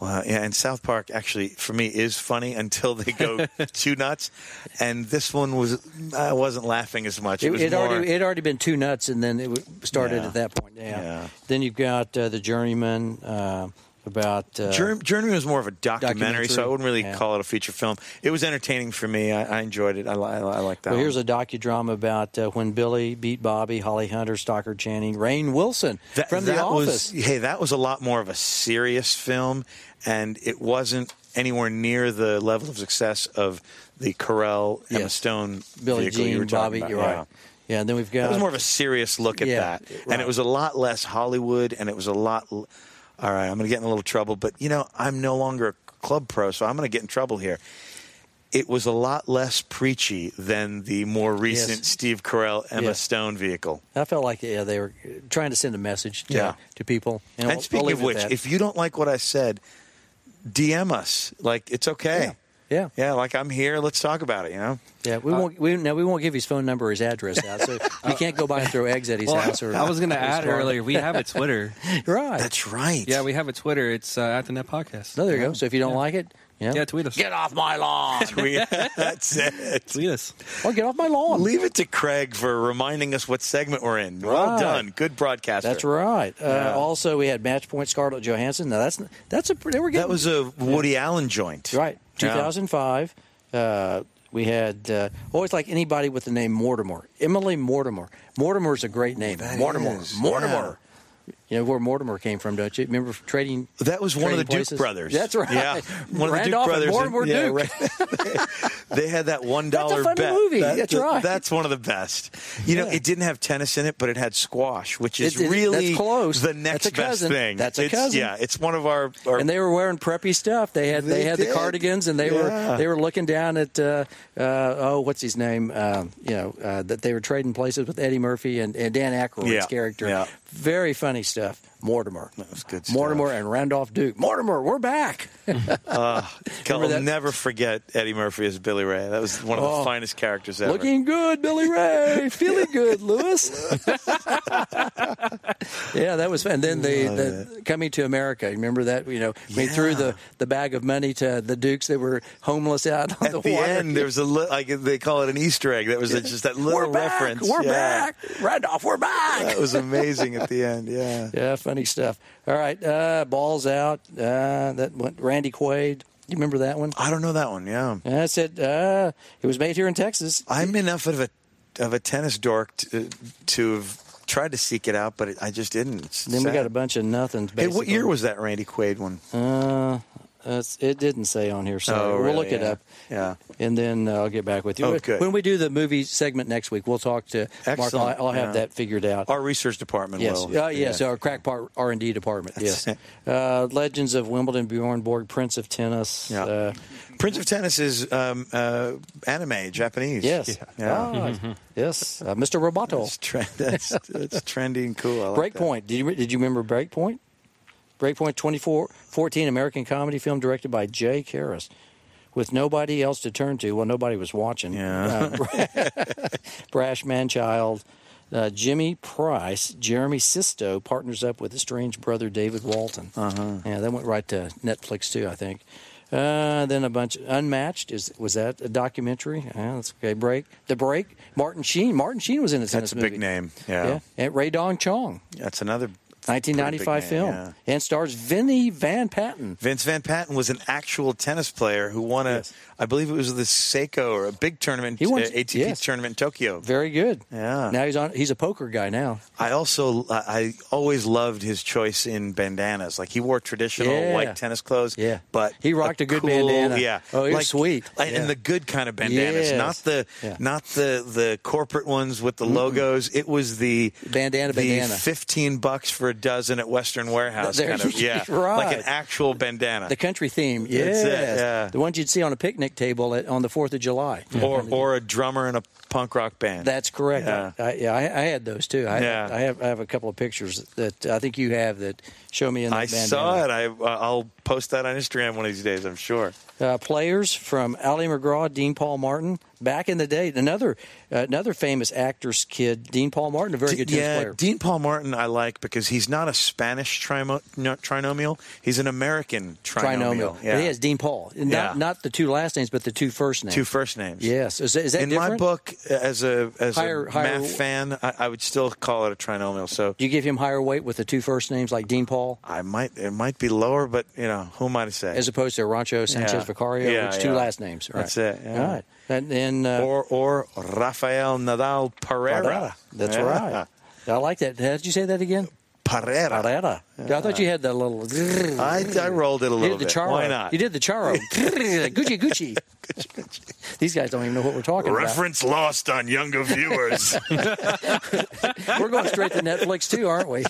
S3: Well, yeah, and South Park actually for me is funny until they go too nuts, and this one was I wasn't laughing as much. It,
S2: it
S3: was
S2: it
S3: more,
S2: already it already been two nuts, and then it w- started
S3: Yeah.
S2: at that point. Yeah.
S3: Yeah.
S2: Then you've got uh, the Journeyman. Uh, about uh,
S3: Jour- Journey was more of a documentary,
S2: Documentary,
S3: so I wouldn't really
S2: yeah.
S3: call it a feature film. It was entertaining for me. I, I enjoyed it. I, li- I, li- I like that.
S2: Well, here's
S3: one.
S2: a docudrama about uh, when Billy beat Bobby, Holly Hunter, Stockard Channing, Rain Wilson
S3: That-
S2: from The
S3: that
S2: Office.
S3: Was, hey, that was a lot more of a serious film, and it wasn't anywhere near the level of success of the Carell Emma
S2: Yes.
S3: Stone
S2: Billy
S3: vehicle you
S2: Jean,
S3: were
S2: Bobby,
S3: talking about.
S2: you're
S3: Yeah.
S2: right. Yeah, and then we've got
S3: That was more of a serious look at
S2: Uh, Yeah,
S3: that,
S2: right.
S3: and it was a lot less Hollywood, and it was a lot. l- All right, I'm going to get in a little trouble, but you know, I'm no longer a club pro, so I'm going to get in trouble here. It was a lot less preachy than the more
S2: Yes.
S3: recent Steve Carell Emma
S2: Yeah.
S3: Stone vehicle.
S2: I felt like yeah, they were trying to send a message to,
S3: Yeah.
S2: to people.
S3: And,
S2: we'll-
S3: speaking
S2: we'll leave
S3: of
S2: it
S3: which,
S2: at that.
S3: if you don't like what I said, DM us. Like it's okay.
S2: Yeah.
S3: Yeah, Uh, like I'm here. Let's talk about it. You know,
S2: yeah, we won't we, now we won't give his phone number or his address out, so you can't go by and throw eggs at his house. Or
S5: I was going to
S2: or
S5: add
S2: starve.
S5: earlier, we have a Twitter.
S2: right?
S3: that's right.
S5: yeah, we have a Twitter. It's uh, at the Net Podcast.
S2: no, there you go. So if you don't like it, yeah,
S5: Yeah, tweet us.
S2: Get off my lawn.
S3: we, that's it.
S5: Tweet us.
S2: or get off my lawn.
S3: Leave it to Craig for reminding us what segment we're in.
S2: Right.
S3: Well done, good broadcaster.
S2: That's right. Uh, Also, we had match point Scarlett Johansson. Now that's that's a they were getting
S3: That was a Woody Allen joint,
S2: right.
S3: Yeah.
S2: 2005. Uh, we had uh, always like anybody with the name Mortimer. Emily Mortimer. Mortimer's a great name. Mortimer.
S3: is,
S2: Mortimer. You know where Mortimer came from, don't you? Remember from trading?
S3: That was one of the
S2: Trading
S3: Duke
S2: Places?
S3: brothers.
S2: That's right.
S3: Yeah, one of the Duke
S2: Randolph and
S3: brothers.
S2: Mortimer
S3: yeah,
S2: Duke.
S3: right. they had that one
S2: That's a
S3: dollar
S2: funny
S3: bet.
S2: movie. That's right.
S3: That's one of the best. You know,
S2: Yeah.
S3: it didn't have tennis in it, but it had squash, which is
S2: It- it-
S3: really
S2: that's close.
S3: The
S2: That's
S3: next
S2: a cousin.
S3: best thing.
S2: That's a
S3: It's-
S2: cousin.
S3: Yeah, it's one of our. our
S2: and they were wearing preppy stuff. They had they,
S3: They
S2: had the
S3: did.
S2: cardigans, and they were
S3: Yeah.
S2: they were looking down at uh, uh, oh, what's his name? Um, you know uh, that they were trading places with Eddie Murphy and, and Dan Aykroyd's
S3: Yeah,
S2: character.
S3: yeah.
S2: Very funny stuff. Mortimer, that
S3: was good
S2: Mortimer
S3: stuff.
S2: and Randolph Duke. Mortimer, we're back.
S3: I'll
S2: that-
S3: never forget Eddie Murphy as Billy Ray. That was one of
S2: Oh.
S3: the finest characters ever.
S2: Looking good, Billy Ray. Feeling good, Lewis. yeah, that was fun. And then the, the coming to America. You Remember that? You know, we threw the, the bag of money to the Dukes that were homeless out on
S3: At the,
S2: water.
S3: end, there was a li- like they call it an Easter egg. That was just that little
S2: we're back,
S3: reference.
S2: We're
S3: Yeah.
S2: back. Randolph, we're back.
S3: That was amazing at the end. Yeah.
S2: yeah, funny stuff. All right, uh, balls out. Uh, that went Randy Quaid. You remember that one?
S3: I don't know that one. Yeah.
S2: I said uh, it was made here in Texas.
S3: I'm enough of a of a tennis dork to, to have tried to seek it out, but it, I just didn't. It's
S2: Then we
S3: sad.
S2: got a bunch of nothings.
S3: Hey, what
S2: basically.
S3: year was that Randy Quaid one?
S2: Uh, that's- it didn't say on here. Sorry,
S3: Oh,
S2: we'll
S3: really?
S2: look it
S3: Yeah.
S2: up.
S3: Yeah.
S2: and then uh, I'll get back with you.
S3: Oh,
S2: When-
S3: good.
S2: When we do the movie segment next week, we'll talk to Mark.
S3: Excellent.
S2: I'll, I'll have
S3: Yeah.
S2: that figured out.
S3: Our research department
S2: Yes.
S3: will.
S2: Uh, yes. Our crack part R and D department. Yes.
S3: it.
S2: Uh, Legends of Wimbledon, Bjorn Borg, Prince of Tennis.
S3: Yeah.
S2: Uh,
S3: Prince of Tennis is um, uh, anime, Japanese.
S2: yes.
S3: Yeah.
S2: Ah, yes. Uh, Mr. Roboto.
S3: It's tre- that's, that's trendy and cool. I like that.
S2: Breakpoint. Did you did you remember Breakpoint? Breakpoint 2014 American comedy film directed by Jay Karras. With nobody else to turn to, well, nobody was watching.
S3: Yeah.
S2: Uh, brash man child. Uh, Jimmy Price, Jeremy Sisto partners up with his strange brother David Walton. Uh-huh. Yeah, that went right to Netflix too, I think. Uh, then a bunch Unmatched is was that a documentary? Yeah, that's okay. Break the break. Martin Sheen. Martin Sheen was in it.
S3: That's a big name. Yeah.
S2: And Ray Dong Chong.
S3: That's another pretty big
S2: 1995
S3: name,
S2: film
S3: yeah.
S2: and stars Vinnie Van Patten.
S3: Vince Van Patten was an actual tennis player who won a, I
S2: Yes.
S3: believe it was the Seiko or a big tournament,
S2: He won-
S3: uh, ATP
S2: yes.
S3: tournament in Tokyo.
S2: Very good.
S3: Yeah.
S2: Now he's on. He's a poker guy now.
S3: I also I I always loved his choice in bandanas. Like he wore traditional
S2: Yeah.
S3: white tennis clothes.
S2: Yeah.
S3: but
S2: He rocked a good bandana.
S3: Yeah,
S2: Oh, he was sweet.
S3: like-
S2: Yeah.
S3: and the good kind of bandanas,
S2: Yes.
S3: not the
S2: Yeah.
S3: not the the corporate ones with the logos. It was the
S2: Bandana,
S3: the
S2: bandana.
S3: fifteen bucks for a dozen at Western Warehouse
S2: There-
S3: kind of yeah, like
S2: right.
S3: an actual bandana.
S2: The country theme.
S3: it,
S2: Yes.
S3: yeah.
S2: The ones you'd see on a picnic table at, on the Fourth of July.
S3: or, or a drummer in a punk rock band.
S2: That's correct.
S3: Yeah.
S2: I, I, yeah, I, I had those too. I,
S3: Yeah.
S2: I have. I have a couple of pictures that I think you have that show me in. That
S3: I uh,
S2: bandana.
S3: saw it. I I'll post that on Instagram one of these days. I'm sure.
S2: uh, players from Ali McGraw, Dean Paul Martin. Back in the day, another uh, another famous actor's kid, Dean Paul Martin, a very good tennis
S3: yeah,
S2: player.
S3: Dean Paul Martin I like because he's not a Spanish trimo- no, trinomial. He's an American trinomial.
S2: Trinomial.
S3: Yeah.
S2: But he has Dean Paul. Not,
S3: Yeah.
S2: not the two last names, but the two first names.
S3: two first names.
S2: Yes. Is, that- is that
S3: In
S2: different?
S3: my book, uh, as a as
S2: Higher-
S3: a
S2: higher-
S3: math fan, I, I would still call it a trinomial. So
S2: Do you give him higher weight with the two first names like Dean Paul
S3: I might it might be lower, but you know who am I to say?
S2: as opposed to Rancho Sanchez
S3: Yeah.
S2: Vicario,
S3: Yeah,
S2: which two
S3: yeah.
S2: last names? Right.
S3: That's it, yeah.
S2: All right. And then uh,
S3: or or Rafael Nadal Pereira.
S2: That's
S3: Yeah.
S2: right. I like that. How did you say that again?
S3: Pereira.
S2: Parada. I thought you had the little.
S3: I, I rolled it a
S2: You
S3: little
S2: did the
S3: bit.
S2: charo.
S3: Why not?
S2: You did the charo. Gucci, Gucci. These guys don't even know what we're talking
S3: Reference lost on younger viewers.
S2: about. We're going straight to Netflix too, aren't we?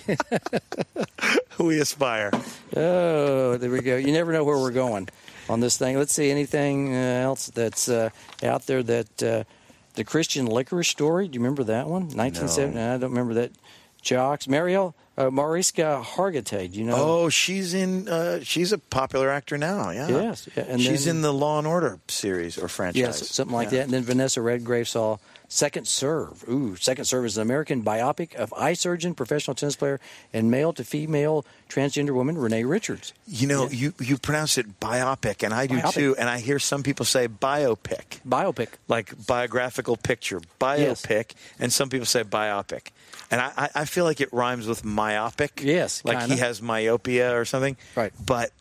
S3: we aspire.
S2: oh, there we go. You never know where we're going on this thing. Let's see anything uh, else that's uh, out there that uh, the Christian licorice story. Do you remember that one? 1970. I don't remember that. Jocks. Mariel uh, Mariska Hargitay. Do you know?
S3: Oh, she's in. Uh, she's a popular actor now. Yeah.
S2: Yes, yeah, and
S3: she's
S2: then-
S3: in the Law and Order series or franchise.
S2: Yes, something like that. And then Vanessa Redgrave saw Second Serve. Ooh, Second Serve is an American biopic of eye surgeon, professional tennis player, and male to female transgender woman Renee Richards.
S3: You know, you you pronounce it biopic, and I do
S2: Biopic.
S3: too. And I hear some people say biopic,
S2: Biopic.
S3: like biographical picture,
S2: Yes.
S3: biopic, and some people say biopic. And I, I- I feel like it rhymes with myopic.
S2: Yes,
S3: like
S2: kinda.
S3: he has myopia or something.
S2: Right.
S3: But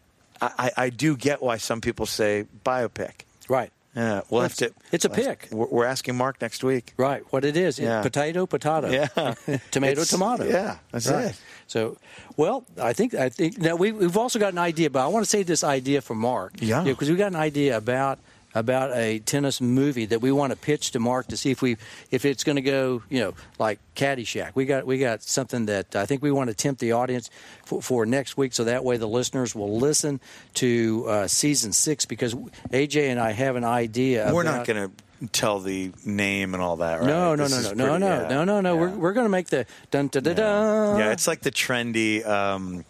S3: I, I I do get why some people say biopic.
S2: Right.
S3: Yeah, we'll have
S2: It's-
S3: to.
S2: it's a
S3: we'll have-
S2: pick.
S3: We're we're asking Mark next week.
S2: Right. What it is. It-
S3: Yeah.
S2: potato, potato.
S3: Yeah.
S2: tomato,
S3: It's-
S2: tomato.
S3: yeah, that's it.
S2: So, well, I think I think now we, we've also got an idea, but I want to save this idea for Mark.
S3: Yeah.
S2: Because we got an idea about about a tennis movie that we want to pitch to Mark to see if we if it's going to go you know like Caddyshack. We got we got something that I think we want to tempt the audience for, for next week, so that way the listeners will listen to uh, season six because AJ and I have an idea.
S3: We're not
S2: about-
S3: going to tell the name and all that, right?
S2: no, no,
S3: This
S2: no,
S3: is
S2: no, no,
S3: pretty-
S2: no,
S3: yeah,
S2: no, no, no.
S3: yeah.
S2: We're, we're going to make the dun da da da.
S3: yeah, it's like the trendy, um,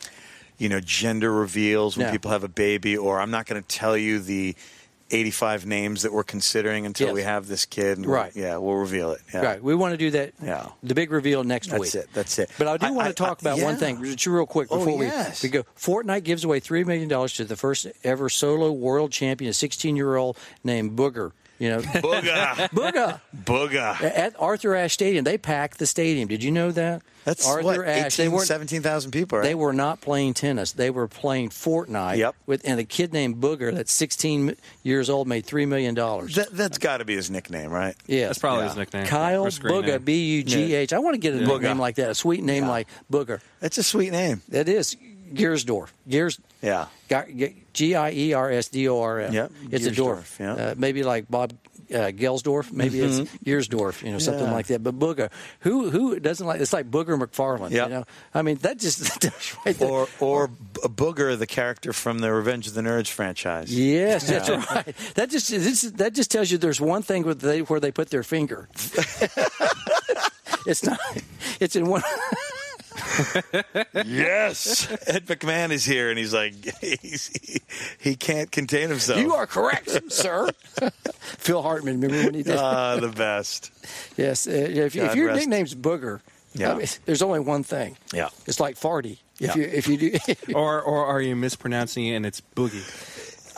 S3: you know, gender reveals when
S2: Yeah.
S3: people have a baby, or I'm not going to tell you the 85 names that we're considering until
S2: Yes.
S3: we have this kid. And
S2: Right.
S3: We'll, yeah, we'll reveal it. Yeah.
S2: Right. We want to do that.
S3: Yeah.
S2: The big reveal next
S3: That's
S2: week.
S3: it, that's it.
S2: But I do
S3: I-
S2: want
S3: I-
S2: to talk
S3: I-
S2: about one
S3: yeah.
S2: thing, just real quick,
S3: Oh,
S2: before we,
S3: yes.
S2: we go. Fortnite gives away three million dollars to the first ever solo world champion, a 16-year-old named Booger. You know,
S3: Booga.
S2: Booger
S3: Booga.
S2: at Arthur Ashe Stadium. They packed the stadium. Did you know that?
S3: That's
S2: Arthur
S3: what,
S2: Ashe.
S3: 18,
S2: they weren't.
S3: 17,000 people, right?
S2: They were not playing tennis. They were playing Fortnite.
S3: Yep.
S2: With and a kid named Booger that's 16 years old made three million dollars.
S3: that, that's got to be his nickname, right?
S2: Yeah,
S5: That's probably
S3: Yeah.
S5: his nickname.
S2: Kyle
S5: or screen name.
S2: Booger, B U G H. I want to get a
S3: Booger.
S2: name like that, a sweet name like Booger.
S3: That's a sweet name.
S2: That is Geersdorf. Gears.
S3: Yeah.
S2: G I E R S D O R F.
S3: Yep,
S2: It's a
S3: Geersdorf,
S2: dwarf.
S3: yeah.
S2: Uh, maybe like Bob uh, Gelsdorf. Maybe it's
S5: Mm-hmm.
S2: Geersdorf. You know, something
S3: Yeah.
S2: like that. But Booger, who who doesn't like? It's like Booger McFarland.
S3: Yep.
S2: You know, I mean that just that's right there.
S3: Or, or B- Booger, the character from the Revenge of the Nerds franchise.
S2: Yes, that's right. That just this, that just tells you there's one thing where they where they put their finger. it's not. It's in one.
S3: Yes, Ed McMahon is here, and he's like, he's, he, he can't contain himself.
S2: You are correct, sir. Oh. Phil Hartman, remember when he did?
S3: Ah, the best.
S2: yes. Uh, if, if
S3: God
S2: your
S3: rest-
S2: nickname's Booger,
S3: Yeah.
S2: I mean, there's only one thing.
S3: Yeah.
S2: It's like farty. If
S3: Yeah.
S2: you if you do,
S5: Or or are you mispronouncing it and it's boogie?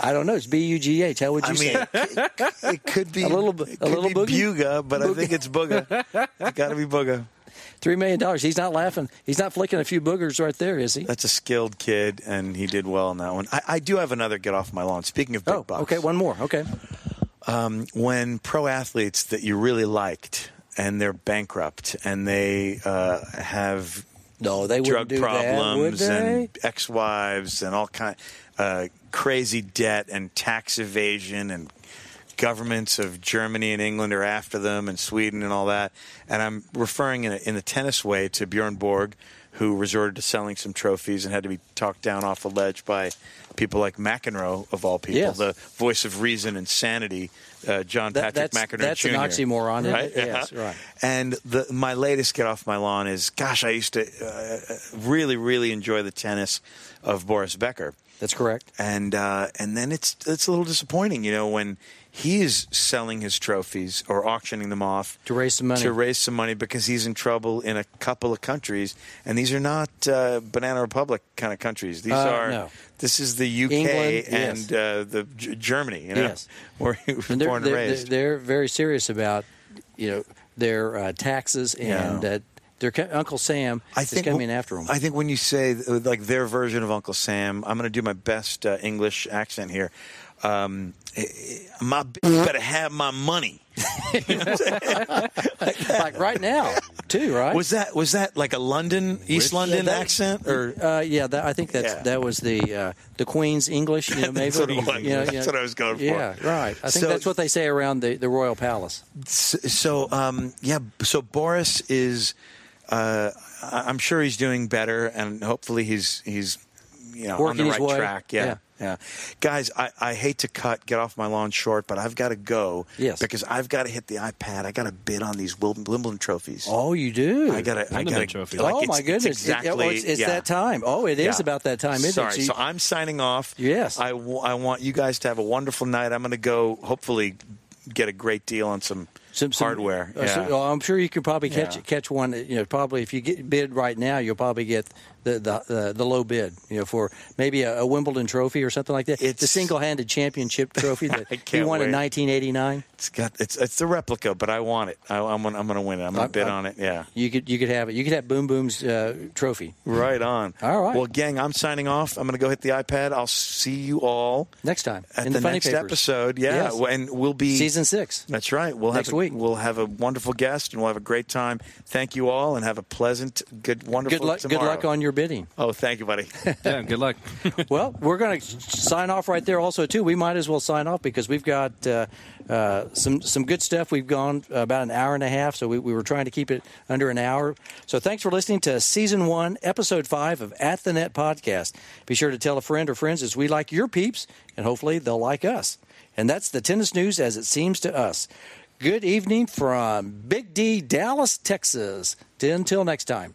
S2: I don't know. It's B U G H. How would you
S3: I
S2: say?
S3: mean,
S2: it?
S3: it, it could be
S2: A little bu-
S3: it
S2: a
S3: could
S2: little
S3: be
S2: boogie?
S3: Buga, but I think it's Booga. It's got to be Booga.
S2: Three million dollars. He's not laughing. He's not flicking a few boogers right there, is he?
S3: That's a skilled kid, and he did well in that one. I, I do have another get off my lawn. Speaking of big
S2: Oh,
S3: bucks,
S2: okay. One more. Okay.
S3: when pro athletes that you really liked and they're bankrupt and they uh, have
S2: No, they wouldn't
S3: drug
S2: do that, would
S3: problems
S2: they?
S3: and ex-wives and all kind uh, crazy debt and tax evasion and governments of Germany and England are after them and Sweden and all that. And I'm referring in, a, in the tennis way to Bjorn Borg, who resorted to selling some trophies and had to be talked down off a ledge by people like McEnroe of all people,
S2: Yes.
S3: the voice of reason and sanity, uh, John
S2: That-
S3: Patrick
S2: that's-
S3: McEnroe
S2: that's
S3: Jr.
S2: an oxymoron, isn't it? Yes,
S3: Yeah.
S2: right.
S3: And the, my latest get off my lawn is, gosh, I used to uh, really, really enjoy the tennis of Boris Becker.
S2: That's correct.
S3: and uh, and then it's it's a little disappointing, you know, when he is selling his trophies or auctioning them off
S2: To raise some money.
S3: to raise some money because he's in trouble in a couple of countries, and these are not uh, banana republic kind of countries. These
S2: Uh,
S3: are
S2: no.
S3: this is the UK
S2: England, yes.
S3: and uh, the G- Germany, you know,
S2: Yes.
S3: where he was
S2: And they're,
S3: born and
S2: they're,
S3: raised.
S2: they're very serious about you know their uh, taxes and
S3: Yeah.
S2: uh, their co- Uncle Sam is coming after them.
S3: I think when you say uh, like their version of Uncle Sam, I'm going to do my best uh, English accent here. Um, eh, eh, my bitch better have my money.
S2: like right now, too. Right?
S3: Was that was that like a London East London
S2: that-
S3: accent or
S2: uh, yeah, that, I think that's
S3: Yeah.
S2: that was the uh, the Queen's English. You know, maybe
S3: That's what it was.
S2: You know, you
S3: That's
S2: know.
S3: what I was going for.
S2: Yeah, right. I think
S3: So-
S2: that's what they say around the, the royal palace.
S3: S- so um, yeah so boris is uh, I- i'm sure he's doing better and hopefully he's he's you know
S2: Working
S3: on the
S2: his
S3: right
S2: way.
S3: track yeah
S2: Yeah.
S3: yeah, guys I, I hate to cut get off my lawn short but i've got to go
S2: Yes.
S3: because i've got to hit the ipad i got to bid on these Wil- wimbledon trophies
S2: Oh, you do.
S3: I gotta, I
S5: Wimbledon
S3: gotta,
S5: trophy.
S3: like,
S2: oh
S3: it's-
S2: my
S3: it's
S2: goodness! It-
S3: exactly,
S2: oh, it's it's
S3: yeah.
S2: that time. Oh, it is
S3: Yeah.
S2: about that time, isn't
S3: Sorry.
S2: it? So you-
S3: so I'm signing off.
S2: Yes.
S3: I, w- I want you guys to have a wonderful night. I'm going to go hopefully get a great deal on some,
S2: some, some-
S3: hardware.
S2: uh, so-
S3: Yeah.
S2: well, I'm sure you could probably catch
S3: Yeah.
S2: catch one. You know, probably if you get bid right now, you'll probably get the the, the, the low bid. You know, for maybe a, a Wimbledon trophy or something like that. It's the
S3: It's-
S2: single handed championship trophy that he
S3: I can't
S2: won in
S3: wait.
S2: 1989.
S3: It's got it's it's the replica, but I want it. I, I'm gonna I'm gonna win it. I'm gonna
S2: I-
S3: bid
S2: I-
S3: on it. Yeah,
S2: You could you could have it. You could have Boom Boom's uh, trophy
S3: right on.
S2: All right.
S3: Well, gang, I'm signing off. I'm gonna go hit the iPad. I'll see you all
S2: next time
S3: at
S2: in
S3: the,
S2: the, funny
S3: next
S2: papers.
S3: episode. Yeah,
S2: Yes.
S3: and we'll be
S2: season six.
S3: That's right. We'll
S2: Next
S3: have a,
S2: week.
S3: We'll have a wonderful guest, and we'll have a great time. Thank you all, and have a pleasant, good, wonderful.
S2: Good luck.
S3: Tomorrow.
S2: Good luck on your bidding.
S3: Oh, thank you, buddy.
S5: Yeah, good luck.
S2: Well, we're going to sign off right there. Also, too, we might as well sign off because we've got uh, uh, some some good stuff. We've gone about an hour and a half, so we, we were trying to keep it under an hour. So, thanks for listening to season one, episode five of At the Net podcast. Be sure to tell a friend or friends as we like your peeps, and hopefully they'll like us. And that's the tennis news as it seems to us. Good evening from Big D, Dallas, Texas. Until next time.